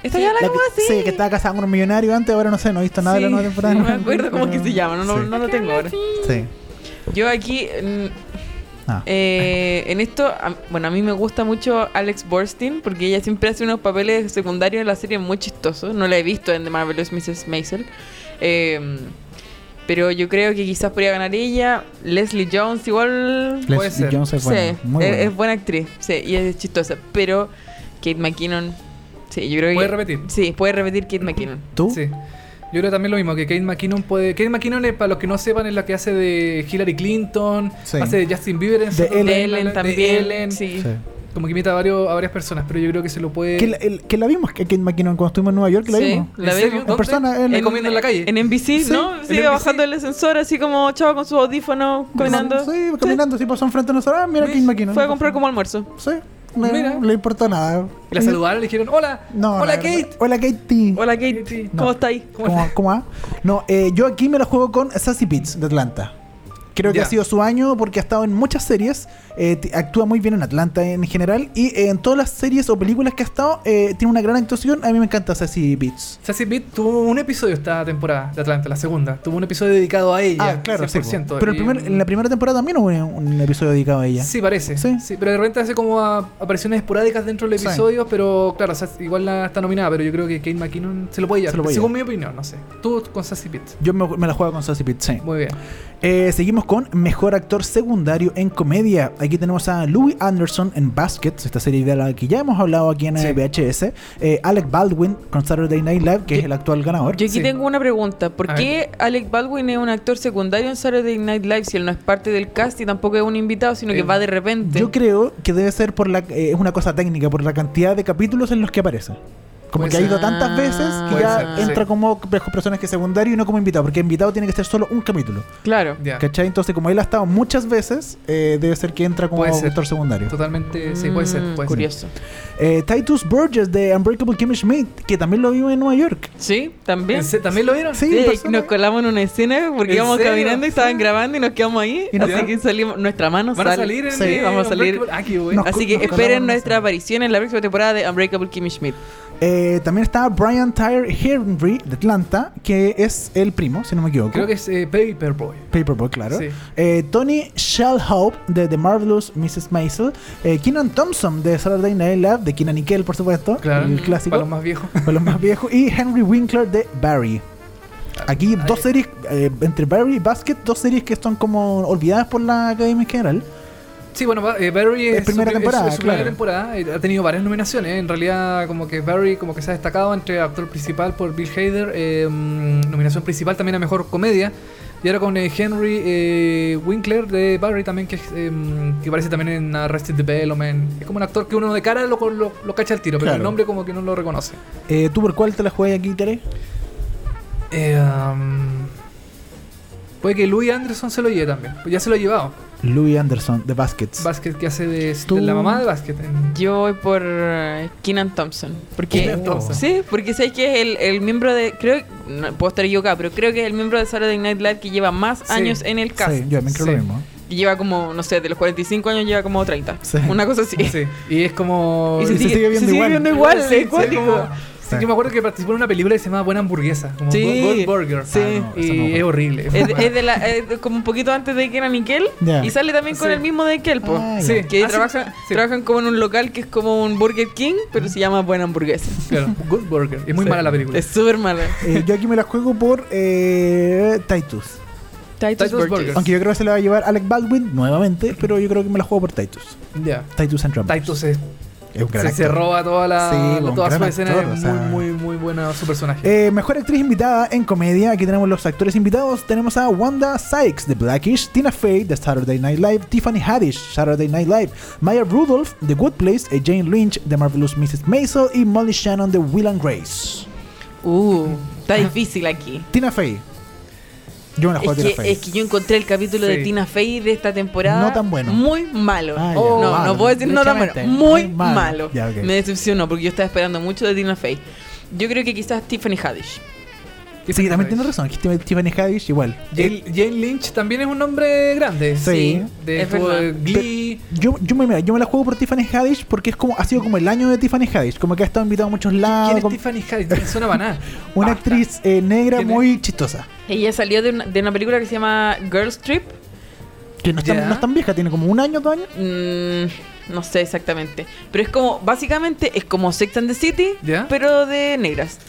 Speaker 4: Esta ya la
Speaker 3: La que-
Speaker 4: como así.
Speaker 3: sí, que estaba casada con un millonario antes, ahora no sé, no he visto nada de la
Speaker 4: Sí,
Speaker 3: nueva temporada.
Speaker 4: No me acuerdo cómo que se llama, no, no,
Speaker 3: Sí.
Speaker 4: no lo tengo ahora.
Speaker 3: Sí.
Speaker 4: Yo aquí. mm,
Speaker 3: Ah.
Speaker 4: eh, en esto, a- bueno, a mí me gusta mucho Alex Borstein porque ella siempre hace unos papeles secundarios en la serie muy chistosos. No la he visto en The Marvelous Mrs. Maisel. Eh, pero yo creo que quizás podría ganar ella. Leslie Jones igual.
Speaker 2: Puede
Speaker 3: Leslie
Speaker 2: ser.
Speaker 3: Jones es
Speaker 4: sí,
Speaker 3: buena, muy
Speaker 4: es,
Speaker 3: buena.
Speaker 4: es buena actriz. Sí, y es chistosa. Pero Kate McKinnon. Sí, yo creo que.
Speaker 2: ¿Puede repetir?
Speaker 4: Sí, puede repetir Kate McKinnon.
Speaker 3: ¿Tú?
Speaker 2: Sí. Yo creo también lo mismo, que Kate McKinnon puede. Kate McKinnon, es, para los que no sepan, es la que hace de Hillary Clinton,
Speaker 3: Sí.
Speaker 2: hace de Justin Bieber en Saturday
Speaker 3: Ellen.
Speaker 4: De
Speaker 2: Night Live,
Speaker 4: Ellen
Speaker 2: de
Speaker 4: también.
Speaker 2: Ellen.
Speaker 4: Sí.
Speaker 3: Sí.
Speaker 2: Como que imita a, varios, a varias personas, pero yo creo que se lo puede.
Speaker 3: Que la, el- que la vimos, que Kate McKinnon, cuando estuvimos en Nueva York, la
Speaker 4: Sí,
Speaker 3: vimos.
Speaker 2: ¿En
Speaker 4: la vimos.
Speaker 2: serio?
Speaker 3: En
Speaker 2: ¿Dónde?
Speaker 3: persona, en-
Speaker 2: ¿La comiendo en la calle?
Speaker 4: En NBC,
Speaker 3: Sí,
Speaker 4: ¿no?
Speaker 2: en
Speaker 4: Sigue
Speaker 2: NBC.
Speaker 4: bajando el ascensor así como chavo con su audífono, caminando.
Speaker 3: Sí, caminando, sí, pasó enfrente de nosotros. Ah, mira Kate McKinnon.
Speaker 4: Fue a comprar como almuerzo.
Speaker 3: Sí, no,
Speaker 2: Mira.
Speaker 3: no le importa nada.
Speaker 2: Y la saludaron, le dijeron: Hola,
Speaker 3: No,
Speaker 2: hola
Speaker 3: la
Speaker 2: Kate.
Speaker 3: verdad. Hola, Katie.
Speaker 4: Hola Kate,
Speaker 2: Katie.
Speaker 4: ¿cómo
Speaker 3: No.
Speaker 4: está ahí?
Speaker 3: ¿Cómo, cómo va? No, eh, yo aquí me la juego con Sassy Pitts de Atlanta. Creo que
Speaker 2: Ya.
Speaker 3: ha sido su año porque ha estado en muchas series, eh, t- actúa muy bien en Atlanta en general y eh, en todas las series o películas que ha estado eh, tiene una gran actuación. A mí me encanta Sassy Pitts.
Speaker 2: Sassy Beat tuvo un episodio esta temporada de Atlanta, la segunda. Tuvo un episodio dedicado a ella.
Speaker 3: ah, claro, sí,
Speaker 2: 100%.
Speaker 3: Pero el
Speaker 2: Y-
Speaker 3: primer- en la primera temporada también hubo un, un episodio dedicado a ella.
Speaker 2: Sí, parece.
Speaker 3: Sí.
Speaker 2: Sí. pero de repente hace como a- apariciones esporádicas dentro del
Speaker 3: Sí.
Speaker 2: episodio, pero claro, o sea, igual la está nominada, pero yo creo que Kate McKinnon se lo puede llevar.
Speaker 3: Se lo puede
Speaker 2: según mi opinión, no sé. Tú con Sassy Pitts.
Speaker 3: Yo me, me la juego con Sassy Pitts, sí.
Speaker 2: Muy bien.
Speaker 3: Eh, seguimos con Mejor Actor Secundario en Comedia. Aquí tenemos a Louis Anderson en Baskets, esta serie de la que ya hemos hablado aquí en
Speaker 2: Sí.
Speaker 3: eh, VHS. Eh, Alec Baldwin con Saturday Night Live, que es el actual ganador.
Speaker 4: Yo aquí
Speaker 2: Sí.
Speaker 4: tengo una pregunta. ¿Por
Speaker 2: A
Speaker 4: qué Alec Baldwin es un actor secundario en Saturday Night Live si él no es parte del cast y tampoco es un invitado, sino que
Speaker 2: Eh,
Speaker 4: va de repente?
Speaker 3: Yo creo que debe ser por la eh, es una cosa técnica, por la cantidad de capítulos en los que aparece. Como
Speaker 2: Puede
Speaker 3: que ha
Speaker 2: ser. Ah,
Speaker 3: ido tantas veces que
Speaker 4: Puede
Speaker 3: ya
Speaker 2: ser,
Speaker 3: entra
Speaker 2: sí.
Speaker 3: como pe- personaje secundario y no como invitado, porque invitado tiene que ser solo un capítulo.
Speaker 4: Claro.
Speaker 2: Ya.
Speaker 3: ¿Cachai? Entonces, como él ha estado muchas veces, eh, debe ser que entra como
Speaker 2: Puede ser.
Speaker 3: actor secundario.
Speaker 2: Totalmente. Sí, puede ser.
Speaker 4: Mm,
Speaker 2: puede ser.
Speaker 4: curioso.
Speaker 3: Eh, Titus Burgess de Unbreakable Kimmy Schmidt, que también lo vimos en Nueva York.
Speaker 4: Sí, también.
Speaker 2: ¿En se- ¿También lo vieron?
Speaker 3: Sí,
Speaker 4: Sí,
Speaker 3: en persona.
Speaker 4: nos colamos en una escena porque
Speaker 2: ¿En
Speaker 4: íbamos
Speaker 2: serio?
Speaker 4: caminando y estaban
Speaker 2: Sí.
Speaker 4: grabando y nos quedamos ahí.
Speaker 3: Y nos-
Speaker 4: así que salimos, nuestra mano
Speaker 2: ¿Van a
Speaker 4: sale.
Speaker 2: salir en
Speaker 4: Sí,
Speaker 2: eh,
Speaker 4: vamos a salir.
Speaker 2: Unbreakable? Ah, qué bueno.
Speaker 3: No. Nos
Speaker 4: Pues, Así
Speaker 3: col-
Speaker 4: que
Speaker 3: nos colamos en
Speaker 4: esperen
Speaker 3: una
Speaker 4: nuestra
Speaker 3: escena.
Speaker 4: aparición en la próxima temporada de Unbreakable Kimmy Schmidt.
Speaker 3: Eh, también está Brian Tyre Henry de Atlanta, que es el primo, si no me equivoco.
Speaker 2: Creo que es eh, Paperboy.
Speaker 3: Paperboy, claro.
Speaker 2: Sí.
Speaker 3: Eh, Tony Shellhope de The Marvelous Mrs. Maisel. Eh, Keenan Thompson de Saturday Night Live, de Keenan y Kel, por supuesto.
Speaker 2: Claro.
Speaker 3: El clásico.
Speaker 2: Para los más viejos.
Speaker 3: para los más viejos. Y Henry Winkler de Barry. Aquí dos series, eh, entre Barry y Basket, dos series que están como olvidadas por la academia en general.
Speaker 2: Sí, bueno, va- eh, Barry
Speaker 3: Es
Speaker 2: es,
Speaker 3: primera
Speaker 2: su, pri- es-
Speaker 3: temporada,
Speaker 2: es su
Speaker 3: claro.
Speaker 2: primera temporada. eh, Ha tenido varias nominaciones. En realidad, como que Barry como que se ha destacado entre actor principal por Bill Hader, eh, mm, nominación principal también a mejor comedia. Y ahora con eh, Henry eh, Winkler de Barry también, que, es, eh, mm, que aparece también en Arrested Development. Es como un actor que uno de cara lo, lo, lo cacha al tiro, pero
Speaker 3: Claro.
Speaker 2: el nombre como que no lo reconoce.
Speaker 3: Eh, ¿Tú por cuál te la juegas aquí, Tere?
Speaker 2: Eh, um, puede que Louis Anderson se lo lleve también. Pues ya se lo ha llevado.
Speaker 3: Louis Anderson de Baskets.
Speaker 2: Basket que hace de,
Speaker 3: Tú-
Speaker 2: de la mamá de Basket. en-
Speaker 4: Yo voy por eh, Keenan Thompson. Porque,
Speaker 3: Keenan Thompson.
Speaker 4: Sí, porque sabes que es el, el miembro de. Creo. No, puedo estar equivocada, pero creo que es el miembro de Saturday Night Live que lleva más
Speaker 2: Sí.
Speaker 4: años en el cast.
Speaker 3: Sí, yo también creo lo
Speaker 2: Sí.
Speaker 3: mismo.
Speaker 4: Y lleva como, no sé, de los 45 años lleva como 30.
Speaker 3: Sí.
Speaker 4: Una cosa así.
Speaker 2: Sí, y es como...
Speaker 4: Y se,
Speaker 3: Y se
Speaker 4: sigue,
Speaker 3: sigue viendo
Speaker 4: se sigue
Speaker 3: igual.
Speaker 4: viendo igual,
Speaker 2: Sí,
Speaker 4: es
Speaker 2: sí,
Speaker 4: cuático.
Speaker 2: como- Sí, yo me acuerdo que participó en una película que se llamaba Buena Hamburguesa, como
Speaker 4: Sí.
Speaker 2: Good Burger.
Speaker 4: Sí.
Speaker 3: Ah, no, esa no
Speaker 2: y
Speaker 3: me
Speaker 2: es
Speaker 3: acuerdo.
Speaker 2: horrible.
Speaker 4: Es, de- es de la, es de- como un poquito antes de que era Nickel.
Speaker 3: Ya.
Speaker 4: Y sale también con
Speaker 2: Sí.
Speaker 4: el mismo de Nickel, po.
Speaker 3: Ah,
Speaker 2: Sí.
Speaker 4: Que
Speaker 2: Ah,
Speaker 4: trabajan,
Speaker 2: sí.
Speaker 4: trabajan como en un local que es como un Burger King, pero se llama Buena Hamburguesa.
Speaker 2: Claro, Good Burger. Es muy
Speaker 4: Sí.
Speaker 2: mala la película.
Speaker 4: Es súper mala.
Speaker 3: Eh, yo aquí me la juego por eh, Titus.
Speaker 4: Titus
Speaker 2: Titus
Speaker 4: Burgers.
Speaker 2: Burgers.
Speaker 3: Aunque yo creo que se la va a llevar Alec Baldwin nuevamente, pero yo creo que me la juego por Titus.
Speaker 2: Ya.
Speaker 3: Titus and Trump.
Speaker 2: Titus se,
Speaker 3: es un gran
Speaker 2: se,
Speaker 3: actor.
Speaker 2: se roba toda la,
Speaker 3: Sí, un
Speaker 2: toda
Speaker 3: gran
Speaker 2: su escena.
Speaker 3: actor,
Speaker 2: es
Speaker 3: o sea.
Speaker 2: muy, muy, muy buena su personaje.
Speaker 3: Eh, mejor actriz invitada en comedia. Aquí tenemos los actores invitados. Tenemos a Wanda Sykes de Blackish, Tina Fey de Saturday Night Live, Tiffany Haddish, Saturday Night Live, Maya Rudolph de Good Place, eh, Jane Lynch de Marvelous Mrs. Maisel y Molly Shannon de Will and Grace.
Speaker 4: Uh, está difícil aquí.
Speaker 3: Tina Fey. Yo me la juego
Speaker 4: Es
Speaker 3: a Tina
Speaker 4: que,
Speaker 3: Fey.
Speaker 4: es que yo encontré el capítulo de
Speaker 2: Sí.
Speaker 4: Tina Fey de esta temporada.
Speaker 3: No tan bueno.
Speaker 4: Muy malo.
Speaker 3: Ah, ya.
Speaker 4: no,
Speaker 3: Malo,
Speaker 4: no puedo decir no tan bueno.
Speaker 3: derechamente.
Speaker 4: Muy
Speaker 3: Muy malo.
Speaker 4: malo.
Speaker 3: Ya, ok.
Speaker 4: Me decepcionó porque yo estaba esperando mucho de Tina Fey. Yo creo que quizás Tiffany Haddish.
Speaker 3: Sí, también tiene razón. Aquí Tim- Tiffany Haddish igual. Eh,
Speaker 2: Jane, Jane Lynch también es un nombre grande.
Speaker 3: Sí.
Speaker 2: De
Speaker 4: Es
Speaker 2: tuvo
Speaker 4: verdad.
Speaker 2: Glee.
Speaker 3: Yo, yo, me, mira, yo me la juego por Tiffany Haddish porque es como, ha sido como el año de Tiffany Haddish. Como que ha estado invitado a muchos
Speaker 2: ¿Quién
Speaker 3: lados.
Speaker 2: es
Speaker 3: como-
Speaker 2: Tiffany Haddish? No suena para nada.
Speaker 3: ah, Una
Speaker 2: Basta.
Speaker 3: actriz eh, negra
Speaker 2: ¿Quién es?
Speaker 3: muy chistosa.
Speaker 4: Ella salió de una, de una película que se llama Girls Trip.
Speaker 3: Que no es, tan,
Speaker 2: Ya.
Speaker 3: no es tan vieja, tiene como un año, dos años.
Speaker 4: Mm, no sé exactamente. Pero es como, básicamente, es como Sex and the City,
Speaker 2: ¿Ya?
Speaker 4: pero de negras.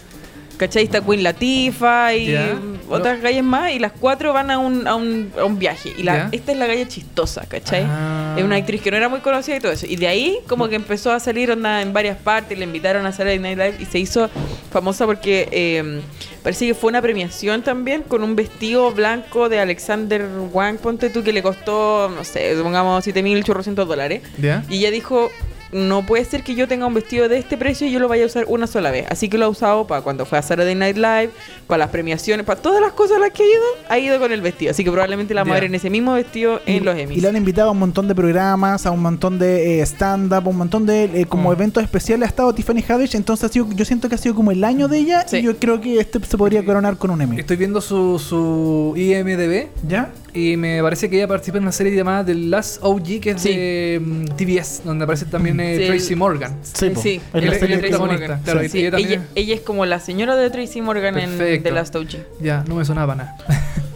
Speaker 4: ¿Cachai? Está Queen Latifa y
Speaker 2: Ya.
Speaker 4: otras gallas más. Y las cuatro van a un, a un, a un viaje. Y la,
Speaker 2: Ya.
Speaker 4: esta es la galla chistosa, ¿cachai?
Speaker 2: Ah.
Speaker 4: Es una actriz que no era muy conocida y todo eso. Y de ahí, como que empezó a salir onda en varias partes. Le invitaron a Saturday Night Live y se hizo famosa porque eh, parece que fue una premiación también con un vestido blanco de Alexander Wang, ponte tú, que le costó, no sé, pongamos 7.800 dólares.
Speaker 2: ¿Ya?
Speaker 4: Y ella dijo, no puede ser que yo tenga un vestido de este precio y yo lo vaya a usar una sola vez. Así que lo ha usado para cuando fue a Saturday Night Live, para las premiaciones, para todas las cosas a las que ha ido, ha ido con el vestido. Así que probablemente la
Speaker 2: Ya.
Speaker 4: madre en ese mismo vestido en los
Speaker 3: Y
Speaker 4: Emmys.
Speaker 3: la han invitado a un montón de programas, a un montón de eh, stand-up, a un montón de eh, como
Speaker 2: Mm.
Speaker 3: eventos especiales. Ha estado Tiffany Haddish, entonces ha sido, yo siento que ha sido como el año de ella.
Speaker 4: Sí.
Speaker 3: Y yo creo que este se podría coronar con un Emmy.
Speaker 2: Estoy viendo su, su IMDB
Speaker 3: ¿Ya?
Speaker 2: y me parece que ella participa en una serie llamada The Last OG, que es
Speaker 4: Sí.
Speaker 2: de mm, TBS, donde aparece también eh,
Speaker 4: Sí,
Speaker 2: Tracy
Speaker 4: el-
Speaker 2: Morgan.
Speaker 3: Eh, Sí, po.
Speaker 4: Sí,
Speaker 3: Es
Speaker 2: Ella-
Speaker 3: la
Speaker 2: ella
Speaker 3: serie
Speaker 2: es
Speaker 4: Tracy
Speaker 3: que-
Speaker 4: Morgan.
Speaker 2: protagonista. Claro,
Speaker 4: Sí,
Speaker 2: y ella también-
Speaker 4: ella, ella es como la señora de Tracy Morgan en
Speaker 2: Perfecto.
Speaker 4: The Last OG.
Speaker 2: Ya, no me sonaba nada.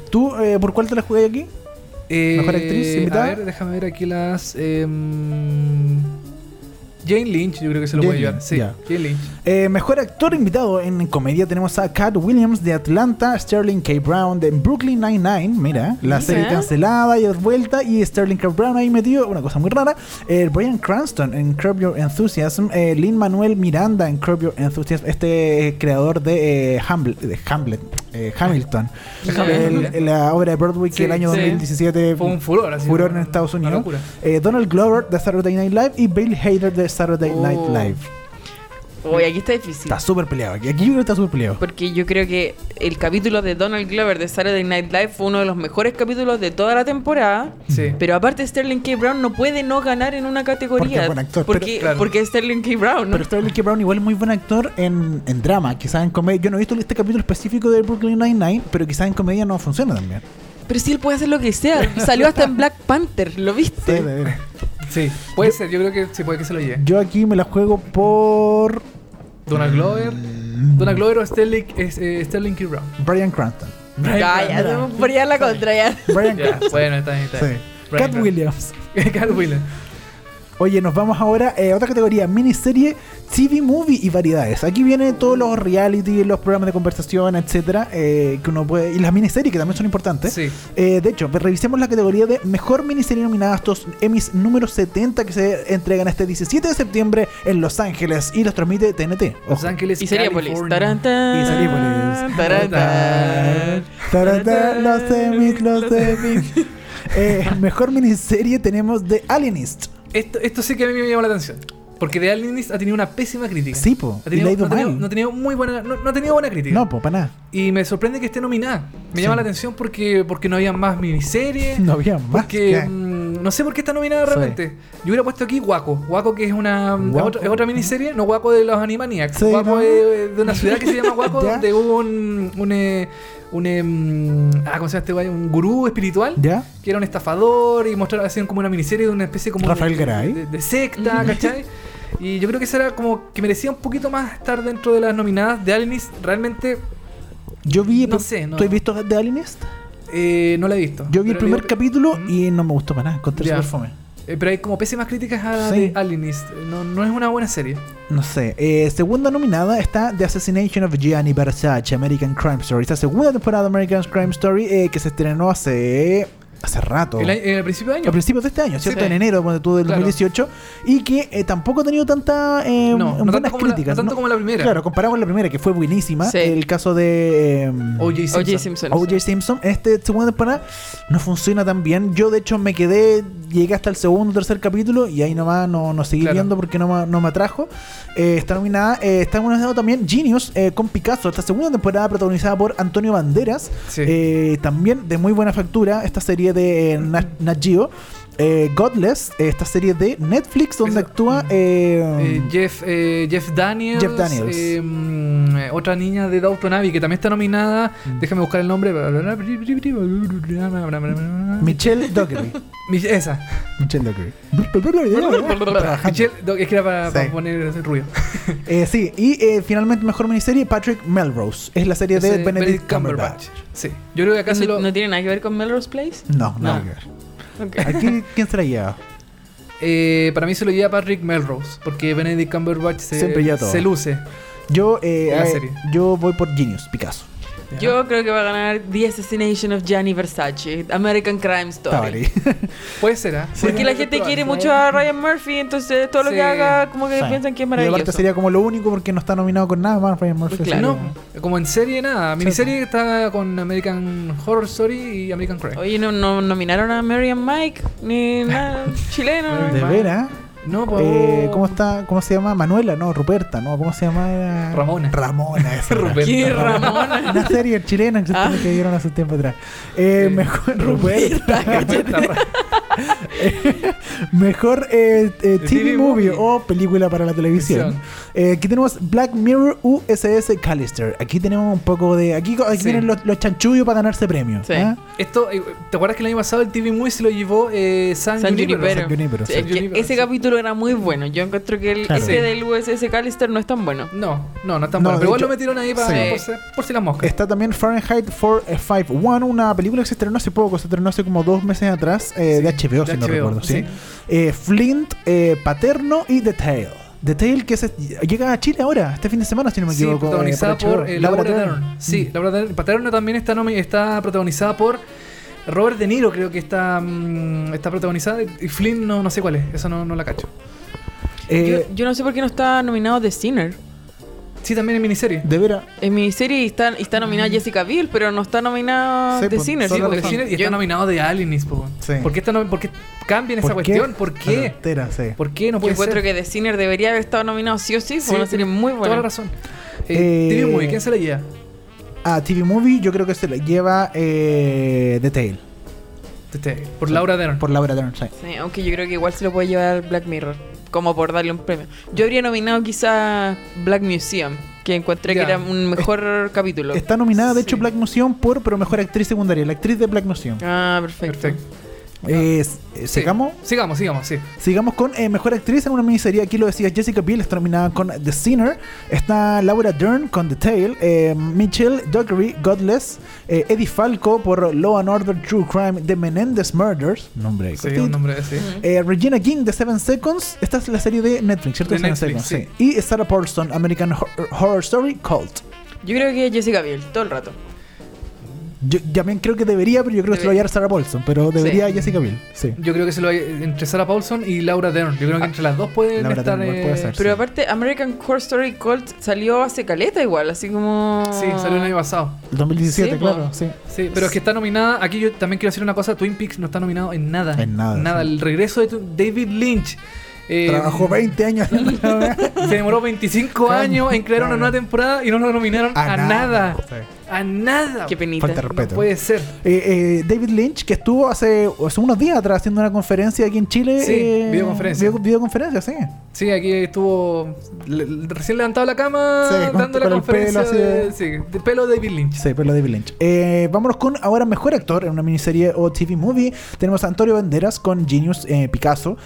Speaker 3: ¿Tú eh, por cuál te la jugué aquí?
Speaker 2: Eh,
Speaker 3: ¿Mejor actriz invitada?
Speaker 2: A ver, déjame ver aquí las. em, Jane Lynch, yo creo que se lo
Speaker 3: Jane
Speaker 2: puede llevar.
Speaker 3: Lynch,
Speaker 2: Sí,
Speaker 3: ya.
Speaker 2: Jane Lynch.
Speaker 3: Eh, mejor actor invitado en comedia tenemos a Cat Williams de Atlanta, Sterling K. Brown de Brooklyn Nine-Nine, mira, la serie cancelada y de vuelta, y Sterling K. Brown ahí metido, una cosa muy rara. Eh, Brian Cranston en Curb Your Enthusiasm, eh, Lin Manuel Miranda en Curb Your Enthusiasm, este eh, creador de, eh, Hamble- de Hamlet, eh, Hamilton,
Speaker 2: Hamilton.
Speaker 3: El- la obra de Broadway que
Speaker 2: Sí,
Speaker 3: el año
Speaker 2: sí.
Speaker 3: 2017
Speaker 2: Fue un furor, así.
Speaker 3: furor en
Speaker 2: una-
Speaker 3: Estados
Speaker 2: una
Speaker 3: Unidos.
Speaker 2: locura.
Speaker 3: Eh, Donald Glover de Saturday Night Live y Bill Hader de Saturday
Speaker 4: Oh.
Speaker 3: Night Live.
Speaker 4: Uy, aquí está difícil.
Speaker 3: Está súper peleado. Aquí, aquí yo creo que está súper peleado.
Speaker 4: Porque yo creo que el capítulo de Donald Glover de Saturday Night Live fue uno de los mejores capítulos de toda la temporada.
Speaker 2: Sí.
Speaker 4: Pero aparte Sterling K. Brown no puede no ganar en una
Speaker 3: Porque es
Speaker 4: categoría.
Speaker 3: buen actor,
Speaker 4: porque,
Speaker 2: pero- claro.
Speaker 4: porque es Sterling K. Brown. ¿no?
Speaker 3: Pero Sterling K. Brown igual es muy buen actor en, en drama, quizás en comedia. Yo no he visto este capítulo específico de Brooklyn Nine-Nine, pero quizás en comedia no funciona también.
Speaker 4: Pero sí él puede hacer lo que sea. Salió hasta en Black Panther, ¿lo viste?
Speaker 2: Sí, puede ser, yo creo que sí, puede que se lo lleve.
Speaker 3: Yo aquí me la juego por
Speaker 2: Donald Glover. Donald Glover o Sterling, es, eh, Sterling K. Brown.
Speaker 3: Brian Cranston.
Speaker 4: Ya, ya,
Speaker 3: Brown.
Speaker 4: no, por allá la contra ya.
Speaker 3: Brian
Speaker 2: Ya,
Speaker 3: Cranston.
Speaker 2: bueno, está bien, está
Speaker 3: Sí.
Speaker 2: bien. Brian
Speaker 3: Cat
Speaker 2: Cranston.
Speaker 3: Williams.
Speaker 2: Cat Williams.
Speaker 3: Oye, nos vamos ahora eh, a otra categoría, miniserie, TV movie y variedades. Aquí vienen todos los reality, los programas de conversación, etcétera, eh, que uno puede. Y las miniseries que también son importantes.
Speaker 2: Sí.
Speaker 3: Eh, de hecho, revisemos la categoría de mejor miniserie nominada a estos Emmys número 70 que se entregan este 17 de septiembre en Los Ángeles y los transmite TNT.
Speaker 2: Los
Speaker 3: Ojo.
Speaker 2: Ángeles,
Speaker 4: Y sería polis.
Speaker 2: California.
Speaker 4: Tarán, tan,
Speaker 3: Y Seriepolis.
Speaker 4: tarán, tan.
Speaker 3: Tarata, Los Emmys, los Emmys. Eh, mejor miniserie tenemos The Alienist.
Speaker 2: Esto, esto sí que a mí me llama la atención. Porque The Alienist ha tenido una pésima crítica.
Speaker 3: Sí, po.
Speaker 2: Ha
Speaker 3: Y le
Speaker 2: tenido,
Speaker 3: ha ido
Speaker 2: no, ha tenido,
Speaker 3: mal.
Speaker 2: no ha tenido muy buena, no, no ha tenido buena crítica.
Speaker 3: No, po, para nada.
Speaker 2: Y me sorprende que esté nominada. Me
Speaker 3: Sí.
Speaker 2: llama la atención porque, porque no había más miniseries.
Speaker 3: No había más.
Speaker 2: Porque
Speaker 3: que-
Speaker 2: mm, no sé por qué está nominada
Speaker 3: Sí.
Speaker 2: realmente. Yo hubiera puesto aquí Waco. Waco que es una es
Speaker 3: Waco.
Speaker 2: otra, es otra miniserie, no Waco de los Animaniacs.
Speaker 3: Sí,
Speaker 2: Waco
Speaker 3: ¿no?
Speaker 2: es de una ciudad que se llama Waco
Speaker 3: ¿Ya?
Speaker 2: donde hubo un un, eh, un, eh, mm, ah, ¿cómo se llama este guay? Un gurú espiritual
Speaker 3: ¿Ya?
Speaker 2: que era un estafador y mostraron hacían como una miniserie de una especie como
Speaker 3: Rafael
Speaker 2: de,
Speaker 3: Garay.
Speaker 2: de- de secta, ¿cachai? Y yo creo que será como que merecía un poquito más estar dentro de las nominadas de Alienist. Realmente
Speaker 3: Yo vi.
Speaker 2: No sé, no.
Speaker 3: ¿Tú has visto The Alienist?
Speaker 2: eh, no la he visto.
Speaker 3: Yo vi el
Speaker 2: Pero
Speaker 3: primer
Speaker 2: digo-
Speaker 3: capítulo
Speaker 2: Mm.
Speaker 3: y no me gustó para nada. Encontré
Speaker 2: Ya.
Speaker 3: super fome.
Speaker 2: Eh, pero hay como pésimas críticas a la
Speaker 3: Sí.
Speaker 2: de Alienist. No, no es una buena serie.
Speaker 3: No sé. Eh, segunda nominada está The Assassination of Gianni Versace, American Crime Story. Esta segunda temporada de American Crime Story eh, que se estrenó hace. hace rato.
Speaker 2: El, año- en el principio de año.
Speaker 3: A principios de este año, ¿cierto?
Speaker 2: Sí.
Speaker 3: En enero bueno, tú del
Speaker 2: Claro.
Speaker 3: 2018. Y que eh, tampoco ha tenido tanta eh,
Speaker 2: No, no tanto
Speaker 3: buenas
Speaker 2: como la-
Speaker 3: críticas.
Speaker 2: no tanto como la primera.
Speaker 3: Claro, comparado con la primera, que fue buenísima.
Speaker 4: Sí.
Speaker 3: El caso de eh,
Speaker 2: O.J. Simpson.
Speaker 4: OJ Simpson.
Speaker 3: OJ Simpson. Este segunda temporada no funciona tan bien. Yo, de hecho, me quedé, llegué hasta el segundo tercer capítulo y ahí nomás no, no seguí
Speaker 2: Claro.
Speaker 3: viendo porque no, ma- no me atrajo. Eh, está nominada, eh, está nominado también Genius eh, con Picasso. Esta segunda temporada protagonizada por Antonio Banderas.
Speaker 2: Sí.
Speaker 3: Eh, también de muy buena factura esta serie de eh, Nat, Nat Geo. Eh, Godless, eh, esta serie de Netflix donde
Speaker 2: Esa-
Speaker 3: actúa eh,
Speaker 2: Eh, Jeff, eh, Jeff Daniels.
Speaker 3: Jeff Daniels.
Speaker 2: eh, mm, eh, otra niña de Downton Abbey que también está nominada.
Speaker 3: Mm.
Speaker 2: Déjame buscar el nombre.
Speaker 3: Michelle Dockery.
Speaker 2: Mich- esa.
Speaker 3: Michelle Dockery.
Speaker 2: Michelle, no, es que era para,
Speaker 3: Sí.
Speaker 2: para poner ruido.
Speaker 3: Eh, sí, y eh, finalmente mejor miniserie, Patrick Melrose. Es la serie de
Speaker 2: Ese,
Speaker 3: Benedict, Cumberbatch.
Speaker 2: Sí. Yo creo que acá se
Speaker 4: ¿No,
Speaker 2: lo.
Speaker 4: no tiene nada que ver con Melrose Place?
Speaker 3: No, nada
Speaker 4: No.
Speaker 3: que ver.
Speaker 4: Ok.
Speaker 3: Aquí, ¿quién se la lleva?
Speaker 2: eh, para mí se lo lleva Patrick Melrose. Porque Benedict Cumberbatch se,
Speaker 3: Siempre lleva todo.
Speaker 2: se luce.
Speaker 3: Yo, eh,
Speaker 2: La
Speaker 3: eh,
Speaker 2: serie.
Speaker 3: yo voy por Genius, Picasso.
Speaker 4: Yo creo que va a ganar The Assassination of Gianni Versace, American Crime Story.
Speaker 3: Tabari.
Speaker 2: Puede ser, ¿ah?
Speaker 4: Porque la gente quiere mucho a Ryan Murphy, entonces todo lo
Speaker 2: Sí.
Speaker 4: que haga, como que
Speaker 3: Sí.
Speaker 4: piensan que es
Speaker 3: Y aparte
Speaker 4: maravilloso.
Speaker 3: sería como lo único porque no está nominado con nada más. Ryan Murphy.
Speaker 4: Claro.
Speaker 3: Así que-
Speaker 2: No, como en serie nada. Miniserie está con American Horror Story y American Crime.
Speaker 4: Oye, no, no nominaron a Mary and Mike, ni nada chileno.
Speaker 3: De veras.
Speaker 2: No, pues, po.
Speaker 3: Eh, ¿Cómo está? ¿Cómo se llama? Manuela, no, Ruperta, no, ¿cómo se llama? Era-
Speaker 2: Ramona.
Speaker 3: Ramona, esa era.
Speaker 2: Ruperta.
Speaker 4: ¡Qué Ramona!
Speaker 3: Una serie chilena que, se
Speaker 4: Ah.
Speaker 3: que dieron hace tiempo atrás. Eh,
Speaker 2: Sí.
Speaker 3: Mejor Ruperta. Mejor eh, eh, TV,
Speaker 2: TV
Speaker 3: movie,
Speaker 2: movie.
Speaker 3: o película para la televisión.
Speaker 2: Televisión.
Speaker 3: Eh, aquí tenemos Black Mirror USS Callister. Aquí tenemos un poco de. Aquí, aquí
Speaker 2: Sí.
Speaker 3: tienen los, los chanchullos para ganarse premios.
Speaker 4: Sí.
Speaker 3: ¿ah?
Speaker 2: Esto, eh, ¿te acuerdas que el año pasado el TV Movie se lo llevó eh, San,
Speaker 4: San
Speaker 2: Junipero?
Speaker 4: Junipero.
Speaker 3: San Junipero,
Speaker 4: Sí,
Speaker 2: San
Speaker 4: es que
Speaker 2: Junipero,
Speaker 4: ese
Speaker 2: sí.
Speaker 4: capítulo era muy bueno. Yo encuentro que el,
Speaker 3: Claro.
Speaker 4: ese
Speaker 2: Sí.
Speaker 4: del USS Callister no es tan bueno.
Speaker 2: No, no, no es tan
Speaker 3: No,
Speaker 2: bueno.
Speaker 3: de
Speaker 2: Pero igual
Speaker 3: hecho-
Speaker 2: lo metieron ahí para,
Speaker 4: Sí.
Speaker 2: por, si, por si las moscas.
Speaker 3: Está también Fahrenheit 451, una película que se estrenó hace poco, se estrenó hace como dos meses atrás, eh, de HBO, si
Speaker 2: de
Speaker 3: no
Speaker 2: HBO,
Speaker 3: recuerdo. ¿sí?
Speaker 2: sí.
Speaker 3: Eh, Flint, eh, Paterno y The Tale. The Tale que se- llega a Chile ahora, este fin de semana, si no me
Speaker 2: Sí,
Speaker 3: equivoco. eh,
Speaker 2: protagonizada
Speaker 3: por HBO.
Speaker 2: por eh, Laura
Speaker 3: Dern. Mm.
Speaker 2: Dern. Sí, Laura Dern. Paterno también está, nomi- está protagonizada por Robert De Niro, creo que está, mm, está protagonizada. Y Flynn, no, no sé cuál es, eso no, no la cacho.
Speaker 3: Eh,
Speaker 4: yo, yo no sé por qué no está nominado The Sinner.
Speaker 2: Sí, también en miniserie.
Speaker 3: de veras,
Speaker 4: En mi serie está, está nominada Jessica Biel, pero no está nominada
Speaker 3: Mm. Sí,
Speaker 4: The
Speaker 3: pues,
Speaker 4: Sinner.
Speaker 2: Sí,
Speaker 3: solo
Speaker 4: por
Speaker 2: porque
Speaker 3: The
Speaker 4: ejemplo.
Speaker 2: Sinner- y
Speaker 4: Yo-
Speaker 2: está nominado de Alienist, po.
Speaker 3: Sí.
Speaker 2: ¿Por qué está nomi- por qué cambian esa
Speaker 3: ¿por qué?
Speaker 2: cuestión? ¿Por qué?
Speaker 3: Tontera, sí.
Speaker 2: ¿Por qué no
Speaker 4: Yo
Speaker 2: puede
Speaker 4: encuentro
Speaker 2: ser?
Speaker 4: que The Sinner debería haber estado nominado sí o sí. Fue
Speaker 2: Sí,
Speaker 4: una serie muy
Speaker 2: Toda
Speaker 4: buena.
Speaker 2: la razón. Eh,
Speaker 3: Eh,
Speaker 2: TV Movie, ¿quién se la lleva?
Speaker 3: A TV Movie yo creo que se la lleva eh, The Tale,
Speaker 2: Este, Por Laura Dern.
Speaker 3: por Laura Dern. sí.
Speaker 4: Sí, aunque yo creo que igual se lo puede llevar Black Mirror, como por darle un premio. Yo habría nominado quizá Black Museum, que encontré
Speaker 2: Ya.
Speaker 4: que era un mejor capítulo.
Speaker 3: Está nominada, de hecho,
Speaker 2: Sí.
Speaker 3: Black Museum por, pero mejor actriz secundaria, la actriz de Black Museum.
Speaker 4: Ah, perfecto.
Speaker 2: Perfecto.
Speaker 3: Eh, s- eh,
Speaker 2: Sí.
Speaker 3: sigamos.
Speaker 2: Sigamos, sigamos, sí.
Speaker 3: Sigamos con eh, Mejor Actriz en una miniserie. Aquí lo decía Jessica Biel, está nominada con The Sinner. Está Laura Dern con The Tale. eh, Michelle Dockery, Godless. eh, Eddie Falco por Law and Order True Crime, The Menendez Murders. Nombre
Speaker 2: Sí,
Speaker 3: cortito.
Speaker 2: un nombre sí.
Speaker 3: Eh, Regina King de Seven Seconds. Esta es la serie de Netflix, ¿cierto?
Speaker 2: De
Speaker 3: Seven
Speaker 2: Netflix,
Speaker 3: Seconds, sí. Y Sarah Paulson, American Hor- Horror Story, Cult.
Speaker 4: Yo creo que Jessica Biel, todo el rato.
Speaker 3: Yo también creo que debería, pero yo creo que se lo va a llevar Sarah Paulson. Pero debería
Speaker 4: Sí.
Speaker 3: Jessica Biel, sí.
Speaker 2: Yo creo que se lo hay entre Sarah Paulson y Laura Dern. Yo creo que entre las dos pueden
Speaker 3: Ah, Laura
Speaker 2: estar.
Speaker 3: Dern igual
Speaker 2: eh,
Speaker 3: puede ser.
Speaker 4: Pero
Speaker 3: Sí.
Speaker 4: aparte, American Horror Story Cult salió hace caleta igual, así como...
Speaker 2: Sí, salió el año pasado.
Speaker 3: El 2017,
Speaker 4: Sí, po.
Speaker 3: claro, sí.
Speaker 2: Sí, pero es que está nominada. Aquí yo también quiero decir una cosa: Twin Peaks no está nominado en nada.
Speaker 3: En nada, sí.
Speaker 2: El regreso de tu- David Lynch. eh,
Speaker 3: Trabajó 20 años haciendo la weá.
Speaker 2: Se demoró 25
Speaker 3: Claro,
Speaker 2: años en crear una
Speaker 3: claro.
Speaker 2: nueva temporada y no lo nominaron a, nada.
Speaker 3: Sí.
Speaker 2: A nada.
Speaker 4: Qué penita.
Speaker 3: Falta
Speaker 2: no
Speaker 3: de respeto.
Speaker 2: puede ser.
Speaker 3: Eh, eh, David Lynch, que estuvo hace, hace unos días atrás haciendo una conferencia aquí en Chile.
Speaker 2: Sí,
Speaker 3: eh,
Speaker 2: videoconferencia.
Speaker 3: video- videoconferencia, sí.
Speaker 2: Sí, aquí estuvo le- recién levantado la cama,
Speaker 3: Sí, con-
Speaker 2: dando la
Speaker 3: con el
Speaker 2: conferencia
Speaker 3: pelo así
Speaker 2: de-
Speaker 3: de-
Speaker 2: sí, de pelo de David Lynch.
Speaker 3: Sí, pero David Lynch. Eh, vámonos con ahora mejor actor en una miniserie o TV movie. Tenemos a Antonio Banderas con Genius eh, Picasso.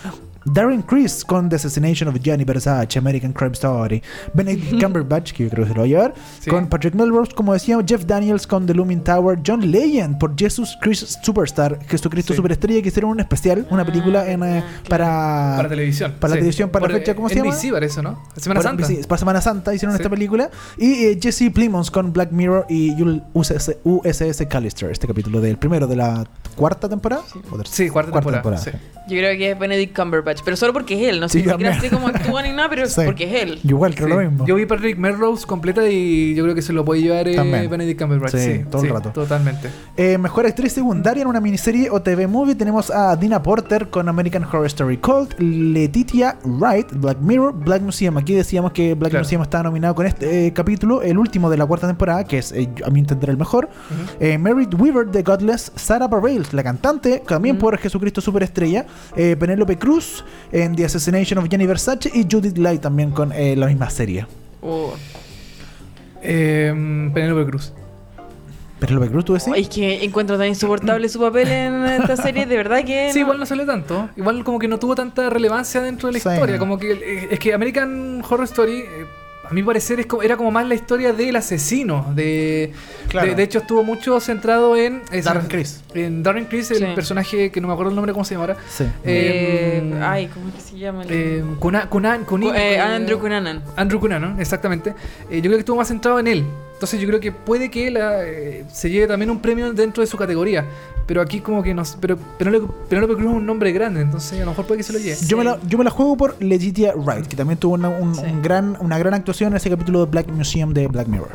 Speaker 3: Darren Criss con The Assassination of Gianni Versace, American Crime Story, Benedict Cumberbatch, que yo creo que se lo va a llevar,
Speaker 2: Sí.
Speaker 3: con Patrick Melrose, como decíamos, Jeff Daniels con The Looming Tower, John Legend por Jesus Christ Superstar, Jesucristo
Speaker 2: Sí. Ah,
Speaker 3: Superestrella, que hicieron un especial, una película en, eh, para,
Speaker 2: Para televisión.
Speaker 3: Para
Speaker 2: sí.
Speaker 3: televisión, para
Speaker 2: Por,
Speaker 3: fecha, ¿cómo se
Speaker 2: en
Speaker 3: llama?
Speaker 2: NBC parece, ¿no? Semana
Speaker 3: Por-
Speaker 2: Santa.
Speaker 3: sí, para Semana Santa hicieron
Speaker 2: Sí.
Speaker 3: esta película. Y eh, Jesse Plimons con Black Mirror y Yul- USS, USS Callister, este capítulo del primero de la cuarta temporada. o tercera?
Speaker 2: Sí, cuarta, temporada.
Speaker 4: Yo creo que es Benedict Cumberbatch, pero solo porque es él. No sé,
Speaker 3: Sí,
Speaker 4: ni
Speaker 3: yo
Speaker 4: siquiera
Speaker 3: también.
Speaker 4: sé cómo actúa ni nada, pero
Speaker 3: Sí.
Speaker 4: Pues porque es él.
Speaker 3: Yo Igual creo
Speaker 2: Sí.
Speaker 3: lo mismo.
Speaker 2: Yo vi Patrick Melrose completa y yo creo que se lo puede llevar eh,
Speaker 3: También.
Speaker 2: Benedict Cumberbatch.
Speaker 3: Sí,
Speaker 2: Sí,
Speaker 3: todo el
Speaker 2: sí,
Speaker 3: rato.
Speaker 2: Totalmente.
Speaker 3: Eh, mejor actriz secundaria en una miniserie o TV movie tenemos a Dina Porter con American Horror Story Cult, Letitia Wright, Black Mirror, Black Museum. Aquí decíamos que Black
Speaker 2: Claro.
Speaker 3: Museum estaba nominado con este eh, capítulo, el último de la cuarta temporada, que es eh, yo- a mi entender el mejor. Eh, Merritt Weaver de Godless, Sarah Bareilles, la cantante, también por Jesucristo Superestrella, eh, Penélope Cruz en The Assassination of Gianni Versace y Judith Light también con eh, la misma serie.
Speaker 4: Oh.
Speaker 2: Eh, Penélope Cruz.
Speaker 3: Penélope Cruz, ¿tú decís?
Speaker 4: Oh, es que encuentro tan insoportable su papel en esta serie, de verdad que.
Speaker 2: Sí,
Speaker 4: no-
Speaker 2: igual no sale tanto. Igual como que no tuvo tanta relevancia dentro de la
Speaker 3: Sí.
Speaker 2: historia. Como que eh, es que American Horror Story, eh, a mi parecer, es como- era como más la historia del asesino. De,
Speaker 3: Claro.
Speaker 2: de, de hecho, estuvo mucho centrado en eh,
Speaker 3: Darren
Speaker 2: se-
Speaker 3: Criss.
Speaker 2: En Darren Criss, el
Speaker 4: Sí.
Speaker 2: personaje que no me acuerdo el nombre cómo se llama ahora.
Speaker 3: Sí.
Speaker 4: Eh,
Speaker 2: Eh,
Speaker 4: ay, ¿cómo es que se llama? el-
Speaker 2: Eh, Cuna- Cunan- Cunin-
Speaker 4: Co- eh,
Speaker 2: Cuna-
Speaker 4: Andrew Cunanan.
Speaker 2: Andrew Cunanan, exactamente. Eh, yo creo que estuvo más centrado en él. Entonces yo creo que puede que él eh, se lleve también un premio dentro de su categoría. Pero aquí como que no... Pero Penélope Penélope Cruz es un nombre grande, entonces a lo mejor puede que se lo lleve.
Speaker 3: Yo, me la, yo me la juego por Letitia Wright, que también tuvo una, un- un gran, una gran actuación en ese capítulo de Black Museum de Black Mirror.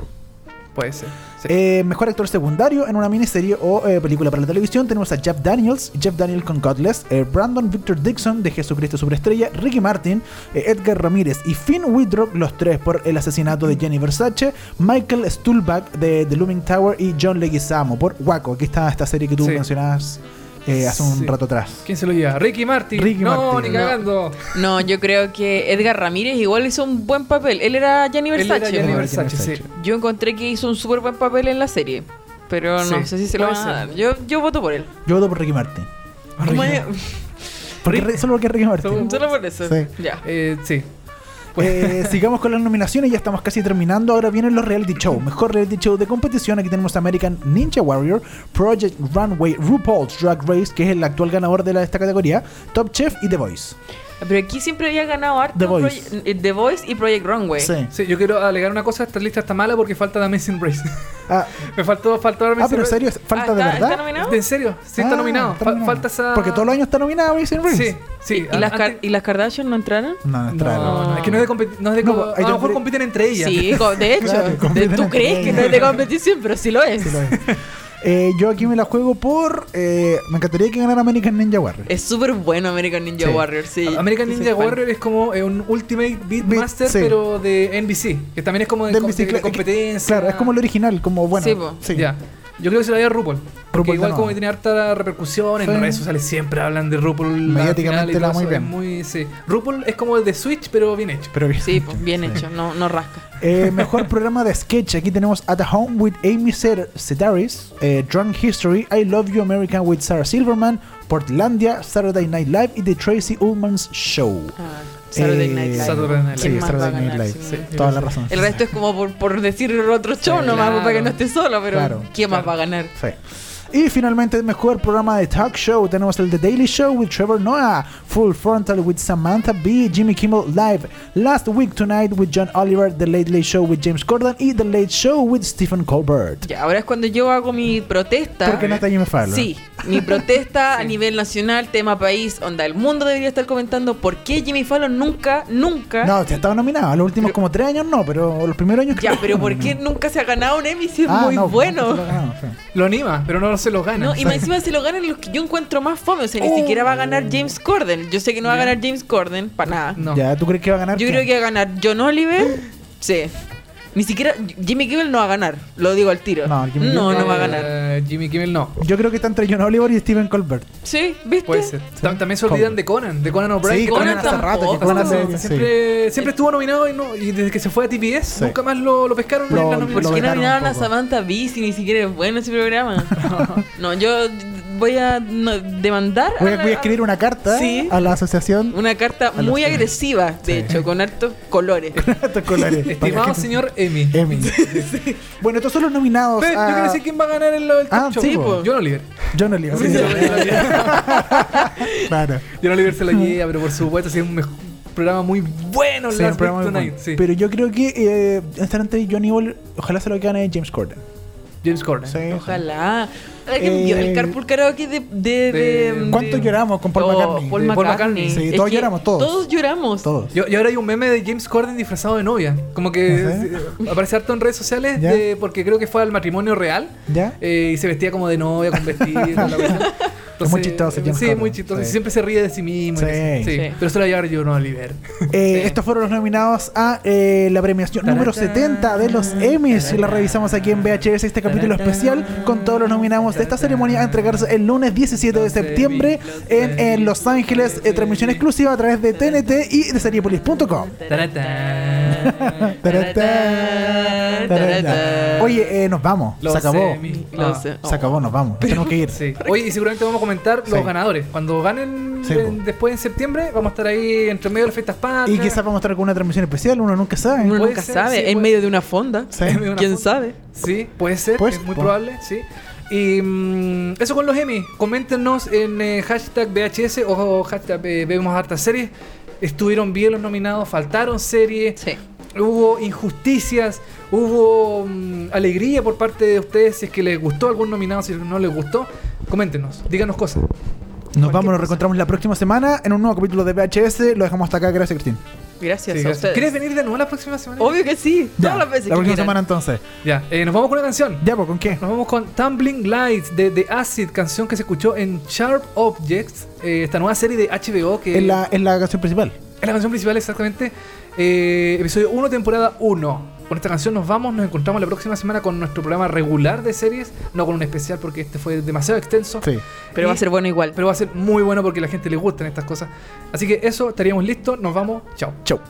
Speaker 2: Puede ser. sí.
Speaker 3: Eh, mejor actor secundario en una miniserie o eh, película para la televisión tenemos a Jeff Daniels, Jeff Daniels con Godless, eh, Brandon Victor Dixon de Jesucristo Superestrella, Ricky Martin, eh, Edgar Ramírez y Finn Wittrock, los tres por el asesinato de Jenny Versace, Michael Stuhlback de The Looming Tower y John Leguizamo por Waco. Aquí está esta serie que tú
Speaker 2: Sí.
Speaker 3: mencionabas eh, hace un
Speaker 2: Sí.
Speaker 3: rato atrás.
Speaker 2: ¿Quién se lo lleva? Ricky Martin.
Speaker 3: Ricky
Speaker 2: no,
Speaker 3: Martin.
Speaker 2: ni cagando.
Speaker 4: No, yo creo que Edgar Ramírez igual hizo un buen papel. Él era Gianni
Speaker 2: Él era
Speaker 4: Versace.
Speaker 2: Gianni
Speaker 3: Era
Speaker 2: Versace,
Speaker 3: Gianni
Speaker 2: sí.
Speaker 4: Yo encontré que hizo un súper buen papel en la serie. Pero no
Speaker 2: Sí,
Speaker 4: sé si se lo
Speaker 2: puede
Speaker 4: van a
Speaker 2: ser.
Speaker 4: dar. Yo, yo voto por él.
Speaker 3: Yo voto por Ricky Martin.
Speaker 4: ¿Cómo
Speaker 2: Ricky
Speaker 4: es?
Speaker 3: Porque re- solo porque es Ricky Martin.
Speaker 4: Solo por eso.
Speaker 3: Sí.
Speaker 4: Ya.
Speaker 2: Eh, sí. Pues,
Speaker 3: Eh, sigamos con las nominaciones, ya estamos casi terminando. Ahora vienen los reality show. Mejor reality show de competición. Aquí tenemos American Ninja Warrior, Project Runway, RuPaul's Drag Race, que es el actual ganador de la- esta categoría, Top Chef y The Voice.
Speaker 4: Pero aquí siempre había ganado harto
Speaker 3: The Voice.
Speaker 4: Proye- eh, The Voice y Project Runway.
Speaker 3: Sí.
Speaker 2: Sí, yo quiero alegar una cosa. Esta lista está mala porque falta The Amazing Race.
Speaker 3: Ah,
Speaker 2: me faltó, faltó The
Speaker 3: ah,
Speaker 2: Amazing
Speaker 3: pero en
Speaker 2: Race.
Speaker 3: serio, falta
Speaker 4: Ah,
Speaker 3: de
Speaker 4: ¿está-
Speaker 3: verdad.
Speaker 4: está nominado?
Speaker 2: ¿En serio? Sí, está
Speaker 3: Ah,
Speaker 2: nominado. Fa-
Speaker 3: nominado.
Speaker 2: falta esa...
Speaker 3: Porque todos los años está nominado Amazing Race.
Speaker 2: Sí, sí.
Speaker 4: ¿Y, y
Speaker 2: Antes-
Speaker 4: las car- ¿Y las Kardashian no entraron?
Speaker 3: No, no entraron.
Speaker 2: No, no, es que no es de competición. No es de
Speaker 3: No,
Speaker 2: co-
Speaker 3: ahí
Speaker 2: a lo mejor
Speaker 3: tendré-
Speaker 2: compiten entre ellas.
Speaker 4: Sí, co- de hecho.
Speaker 3: Claro,
Speaker 4: De-
Speaker 3: compiten
Speaker 4: Tú
Speaker 3: entre
Speaker 4: crees que no es de competición, pero sí lo es.
Speaker 3: Sí lo es. Eh, yo aquí me la juego por. eh, me encantaría que ganara American Ninja
Speaker 2: Eh,
Speaker 3: Warrior.
Speaker 4: Es súper bueno American Ninja
Speaker 3: Sí.
Speaker 4: Warrior, sí.
Speaker 2: American
Speaker 4: Sí, soy
Speaker 2: Ninja
Speaker 4: fan.
Speaker 2: Warrior es como eh, un Ultimate Beatmaster,
Speaker 3: sí.
Speaker 2: pero de NBC. Que también es como de,
Speaker 3: Del
Speaker 2: com- de
Speaker 3: bicicleta-
Speaker 2: competencia.
Speaker 3: Claro, es como el original, como bueno.
Speaker 4: Sí, po.
Speaker 3: sí.
Speaker 2: Ya. Yo creo que se lo haría a RuPaul. Porque
Speaker 3: RuPaul
Speaker 2: igual
Speaker 3: ganó.
Speaker 2: como que tiene harta repercusión, en
Speaker 3: Sí.
Speaker 2: las redes sociales siempre hablan de RuPaul. la
Speaker 3: Mediáticamente
Speaker 2: final y
Speaker 3: la
Speaker 2: todo
Speaker 3: muy
Speaker 2: eso, es
Speaker 3: bien.
Speaker 2: muy- sí. RuPaul es como el de Switch, pero bien hecho.
Speaker 3: Pero bien.
Speaker 4: Sí, pues, bien hecho, no, no rasca.
Speaker 3: Eh, mejor programa de sketch. Aquí tenemos At Home with Amy Sed- Sedaris, eh, Drunk History, I Love You American with Sarah Silverman, Portlandia, Saturday Night Live y The Tracy Ullman's Show.
Speaker 4: Ah, Saturday
Speaker 3: Eh,
Speaker 4: Night Live.
Speaker 2: Saturday Night
Speaker 3: Sí,
Speaker 2: Live.
Speaker 4: ¿Quién más va a
Speaker 3: Saturday Night
Speaker 4: ganar?
Speaker 3: Live.
Speaker 4: Sí.
Speaker 2: Sí.
Speaker 3: Toda la razón.
Speaker 4: El resto es como por, por decir otro show nomás, pues,
Speaker 2: claro.
Speaker 4: para que no esté solo, pero
Speaker 3: Claro.
Speaker 4: ¿quién más va a ganar?
Speaker 3: Sí. Y finalmente, el mejor programa de talk show. Tenemos el The Daily Show with Trevor Noah, Full Frontal with Samantha Bee, Jimmy Kimmel Live, Last Week Tonight with John Oliver, The Late Late Show with James Corden y The Late Show with Stephen Colbert.
Speaker 4: Ya, ahora es cuando yo hago mi protesta.
Speaker 3: Porque no está Jimmy Fallon.
Speaker 4: Sí, mi protesta a nivel nacional, tema país, onda, el mundo debería estar comentando por qué Jimmy Fallon nunca, nunca...
Speaker 3: No, ya estaba nominado. Los últimos
Speaker 4: Pero-
Speaker 3: como tres años no, pero los primeros años.
Speaker 4: Ya,
Speaker 3: creo
Speaker 4: pero
Speaker 3: que
Speaker 4: ¿por
Speaker 3: no.
Speaker 4: qué nunca se ha ganado un Emmy si es
Speaker 3: Ah,
Speaker 4: muy
Speaker 3: no, no,
Speaker 4: bueno?
Speaker 3: no, no, sí.
Speaker 2: Lo anima, pero no se lo gana.
Speaker 4: No, y más encima se lo ganan los que yo encuentro más fome. O sea,
Speaker 3: Oh.
Speaker 4: ni siquiera va a ganar James Corden. Yo sé que no va a
Speaker 2: Ya.
Speaker 4: ganar James Corden, para nada.
Speaker 2: No.
Speaker 3: Ya, ¿tú crees que va a ganar?
Speaker 4: Yo
Speaker 3: ¿Quién?
Speaker 4: creo que va a ganar John Oliver. Sí. Ni siquiera Jimmy Kimmel no va a ganar. Lo digo al tiro.
Speaker 3: No,
Speaker 4: No,
Speaker 3: Jimmy
Speaker 4: no,
Speaker 3: Kimmel-
Speaker 4: va a ganar.
Speaker 2: Eh, Jimmy Kimmel no.
Speaker 3: Yo creo que está entre John Oliver y Steven Colbert.
Speaker 4: Sí, ¿viste?
Speaker 2: Puede ser. Ta- También se olvidan de Conan, de Conan O'Brien.
Speaker 4: Sí, Conan hace
Speaker 2: tampoco.
Speaker 4: rato que
Speaker 3: Conan
Speaker 2: Tampoco.
Speaker 3: hace-
Speaker 2: siempre, siempre estuvo nominado y, no- y desde que se fue a TBS
Speaker 3: Sí.
Speaker 2: nunca más lo, lo pescaron
Speaker 3: Lo-
Speaker 2: en la
Speaker 3: lo
Speaker 4: ¿Por
Speaker 2: nominación.
Speaker 4: qué
Speaker 3: vetaron
Speaker 4: nominaron
Speaker 3: un
Speaker 4: a
Speaker 3: poco.
Speaker 4: Samantha Bee si ni siquiera es bueno ese programa? no, yo voy a no, demandar.
Speaker 3: Voy a,
Speaker 4: la-
Speaker 3: voy a escribir una carta
Speaker 4: Sí.
Speaker 3: a la asociación.
Speaker 4: una carta
Speaker 3: los
Speaker 4: muy
Speaker 3: fines.
Speaker 4: agresiva,
Speaker 3: Sí.
Speaker 4: de hecho, con hartos colores.
Speaker 3: Escolares.
Speaker 2: Estimado señor Emi.
Speaker 3: Emmy. Bueno, estos son los nominados
Speaker 2: Pero yo
Speaker 3: a
Speaker 2: quiero decir quién va a ganar el, el
Speaker 3: Ah,
Speaker 2: Top Show.
Speaker 3: sí,
Speaker 4: po.
Speaker 2: John Oliver.
Speaker 3: John Oliver.
Speaker 2: Sí, John Oliver.
Speaker 3: Claro.
Speaker 2: John Oliver se la lleva, pero por supuesto, sí, es un mej- programa muy bueno.
Speaker 3: Sí,
Speaker 2: Last
Speaker 3: un programa
Speaker 2: Week
Speaker 3: muy
Speaker 2: Tonight,
Speaker 3: bueno.
Speaker 2: sí.
Speaker 3: Pero yo creo que eh, estar entre Johnny Oliver, ojalá se lo gane James Corden.
Speaker 2: James Corden.
Speaker 3: Sí.
Speaker 4: Ojalá. ¿Alguien vio el
Speaker 3: Eh,
Speaker 4: Carpool Karaoke de... de,
Speaker 2: de-
Speaker 4: de-
Speaker 3: ¿Cuánto
Speaker 4: de-
Speaker 3: lloramos con Paul
Speaker 4: Oh,
Speaker 3: McCartney?
Speaker 4: Paul
Speaker 2: De Paul
Speaker 4: McCartney.
Speaker 2: McCartney.
Speaker 3: Sí,
Speaker 4: Es
Speaker 3: todos
Speaker 4: que
Speaker 3: lloramos, todos.
Speaker 4: Todos lloramos.
Speaker 3: Todos.
Speaker 2: Yo- y ahora hay un meme de James Corden disfrazado de novia. Como que
Speaker 3: Ajá.
Speaker 2: eh, aparece harto en redes sociales
Speaker 3: ¿Ya?
Speaker 2: de- porque creo que fue al matrimonio real.
Speaker 3: ¿Ya?
Speaker 2: eh, y se vestía como de novia, con vestido. y toda la cuestión. Entonces,
Speaker 3: muy chistoso, James
Speaker 2: Sí,
Speaker 3: Corden,
Speaker 2: muy chistoso.
Speaker 3: sí.
Speaker 2: Siempre se ríe de sí mismo. y
Speaker 3: Sí.
Speaker 2: eso. Sí,
Speaker 4: Sí.
Speaker 2: Pero se lo va a llevar John Oliver.
Speaker 3: Eh, Estos fueron los nominados a eh, la premiación número 70 de los Emmys. La revisamos aquí en VHS, este capítulo especial con todos los nominados de esta ceremonia a entregarse el lunes 17 de septiembre en, en Los Ángeles. eh, transmisión exclusiva a través de TNT y de seriepolis.com.
Speaker 2: Taratán.
Speaker 3: Taratán, taratán. Oye, eh, nos vamos.
Speaker 2: Los
Speaker 3: se acabó.
Speaker 2: Emmys.
Speaker 4: Lo
Speaker 2: Ah,
Speaker 4: sé.
Speaker 3: Se acabó, nos vamos. Tenemos que ir.
Speaker 2: Sí. Oye, y seguramente vamos a comentar
Speaker 3: Sí.
Speaker 2: los ganadores. Cuando ganen
Speaker 3: Sí,
Speaker 2: en-
Speaker 3: po.
Speaker 2: después en septiembre, vamos a estar ahí entre medio de las fiestas
Speaker 3: Y
Speaker 2: patrias.
Speaker 3: quizás vamos a estar con una transmisión especial, uno nunca sabe.
Speaker 4: Uno
Speaker 2: Puede
Speaker 4: nunca
Speaker 2: ser,
Speaker 4: sabe.
Speaker 2: sí,
Speaker 4: en
Speaker 2: puede-
Speaker 4: medio de una fonda.
Speaker 3: Sí.
Speaker 2: En medio de una
Speaker 4: ¿Quién
Speaker 2: junta.
Speaker 4: sabe?
Speaker 2: Sí, puede ser,
Speaker 3: Pues,
Speaker 2: es muy
Speaker 3: po.
Speaker 2: probable, sí. Y mm, eso con los Emmy. Coméntenos en eh, hashtag VHS o hashtag eh, Vemos Hartas Series. ¿Estuvieron bien los nominados? ¿Faltaron series?
Speaker 4: Sí.
Speaker 2: Hubo injusticias, hubo mm, alegría por parte de ustedes, si es que les gustó algún nominado, si no les gustó, coméntenos, díganos cosas.
Speaker 3: Nos vamos, nos reencontramos la próxima semana en un nuevo capítulo de VHS. Lo dejamos hasta acá. Gracias, Cristín.
Speaker 4: Gracias
Speaker 2: Sí,
Speaker 4: a
Speaker 2: gracias.
Speaker 4: ustedes.
Speaker 2: ¿Quieres venir de nuevo la próxima semana?
Speaker 4: Obvio que sí.
Speaker 3: Ya,
Speaker 4: Todas las veces
Speaker 3: La
Speaker 4: que
Speaker 3: próxima
Speaker 4: quieran.
Speaker 3: semana entonces.
Speaker 2: Ya, eh, nos vamos con una canción.
Speaker 3: Ya, pues, ¿con qué?
Speaker 2: Nos vamos con Tumbling Lights de The Acid, canción que se escuchó en Sharp Objects, eh, esta nueva serie de HBO que
Speaker 3: Es la, es la canción principal.
Speaker 2: es la canción principal exactamente, eh, episodio 1, temporada 1. Con esta canción nos vamos, nos encontramos la próxima semana con nuestro programa regular de series, no con un especial porque este fue demasiado extenso.
Speaker 3: Sí.
Speaker 4: Pero va a
Speaker 2: Y-
Speaker 4: ser bueno igual.
Speaker 2: Pero va a ser muy bueno porque a la gente le gustan estas cosas. Así que eso, estaríamos listos, nos vamos, chao.
Speaker 3: Chau.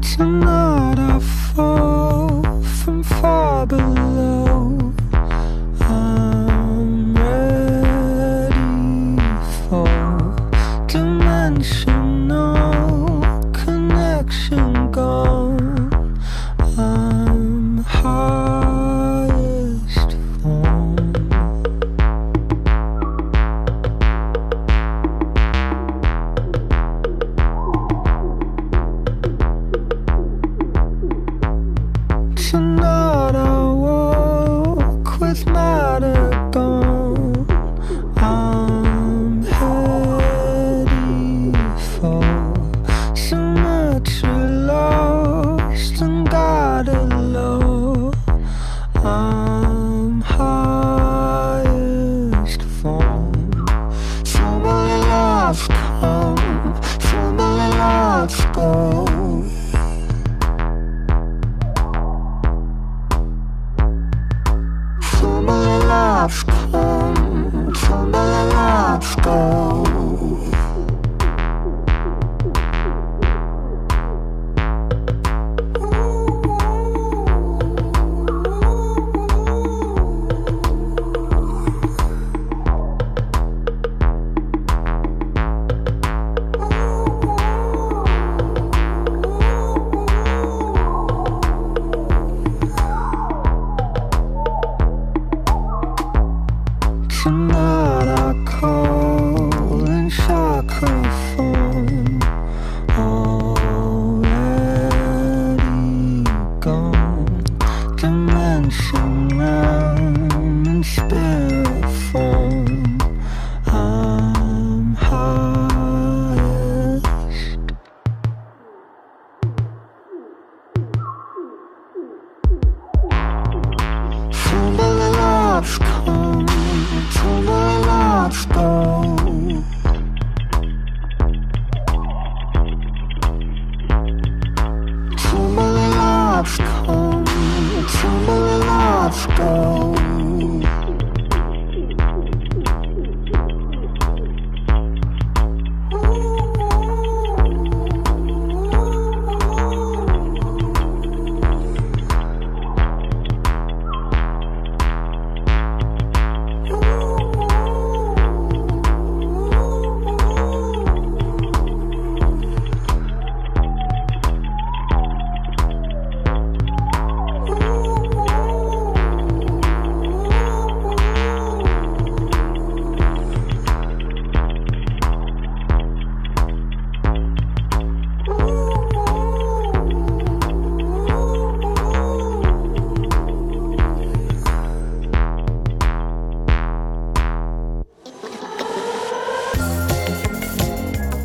Speaker 6: Tonight I fall from far below. I'm dimensional connection gone. I'm highest form. Tonight I walk with matter gone. I'm heady for symmetry lost and guided low. I'm highest form. So many lives come, so many lives go. So many lives come, so many lives go. Tonight I call in chakra form, already gone. Dimension realm in spirit form, I'm highest. So many lives come, so many lives go. So many lives come, so many lives go.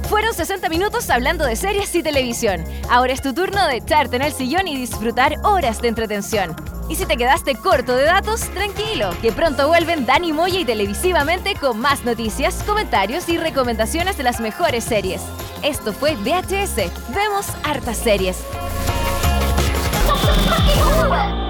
Speaker 1: Fueron 60 minutos hablando de series y televisión. Ahora es tu turno de echarte en el sillón y disfrutar horas de entretención. Y si te quedaste corto de datos, tranquilo, que pronto vuelven Dani Moya y televisivamente con más noticias, comentarios y recomendaciones de las mejores series. Esto fue VHS. Vemos hartas series.
Speaker 7: Fucking over!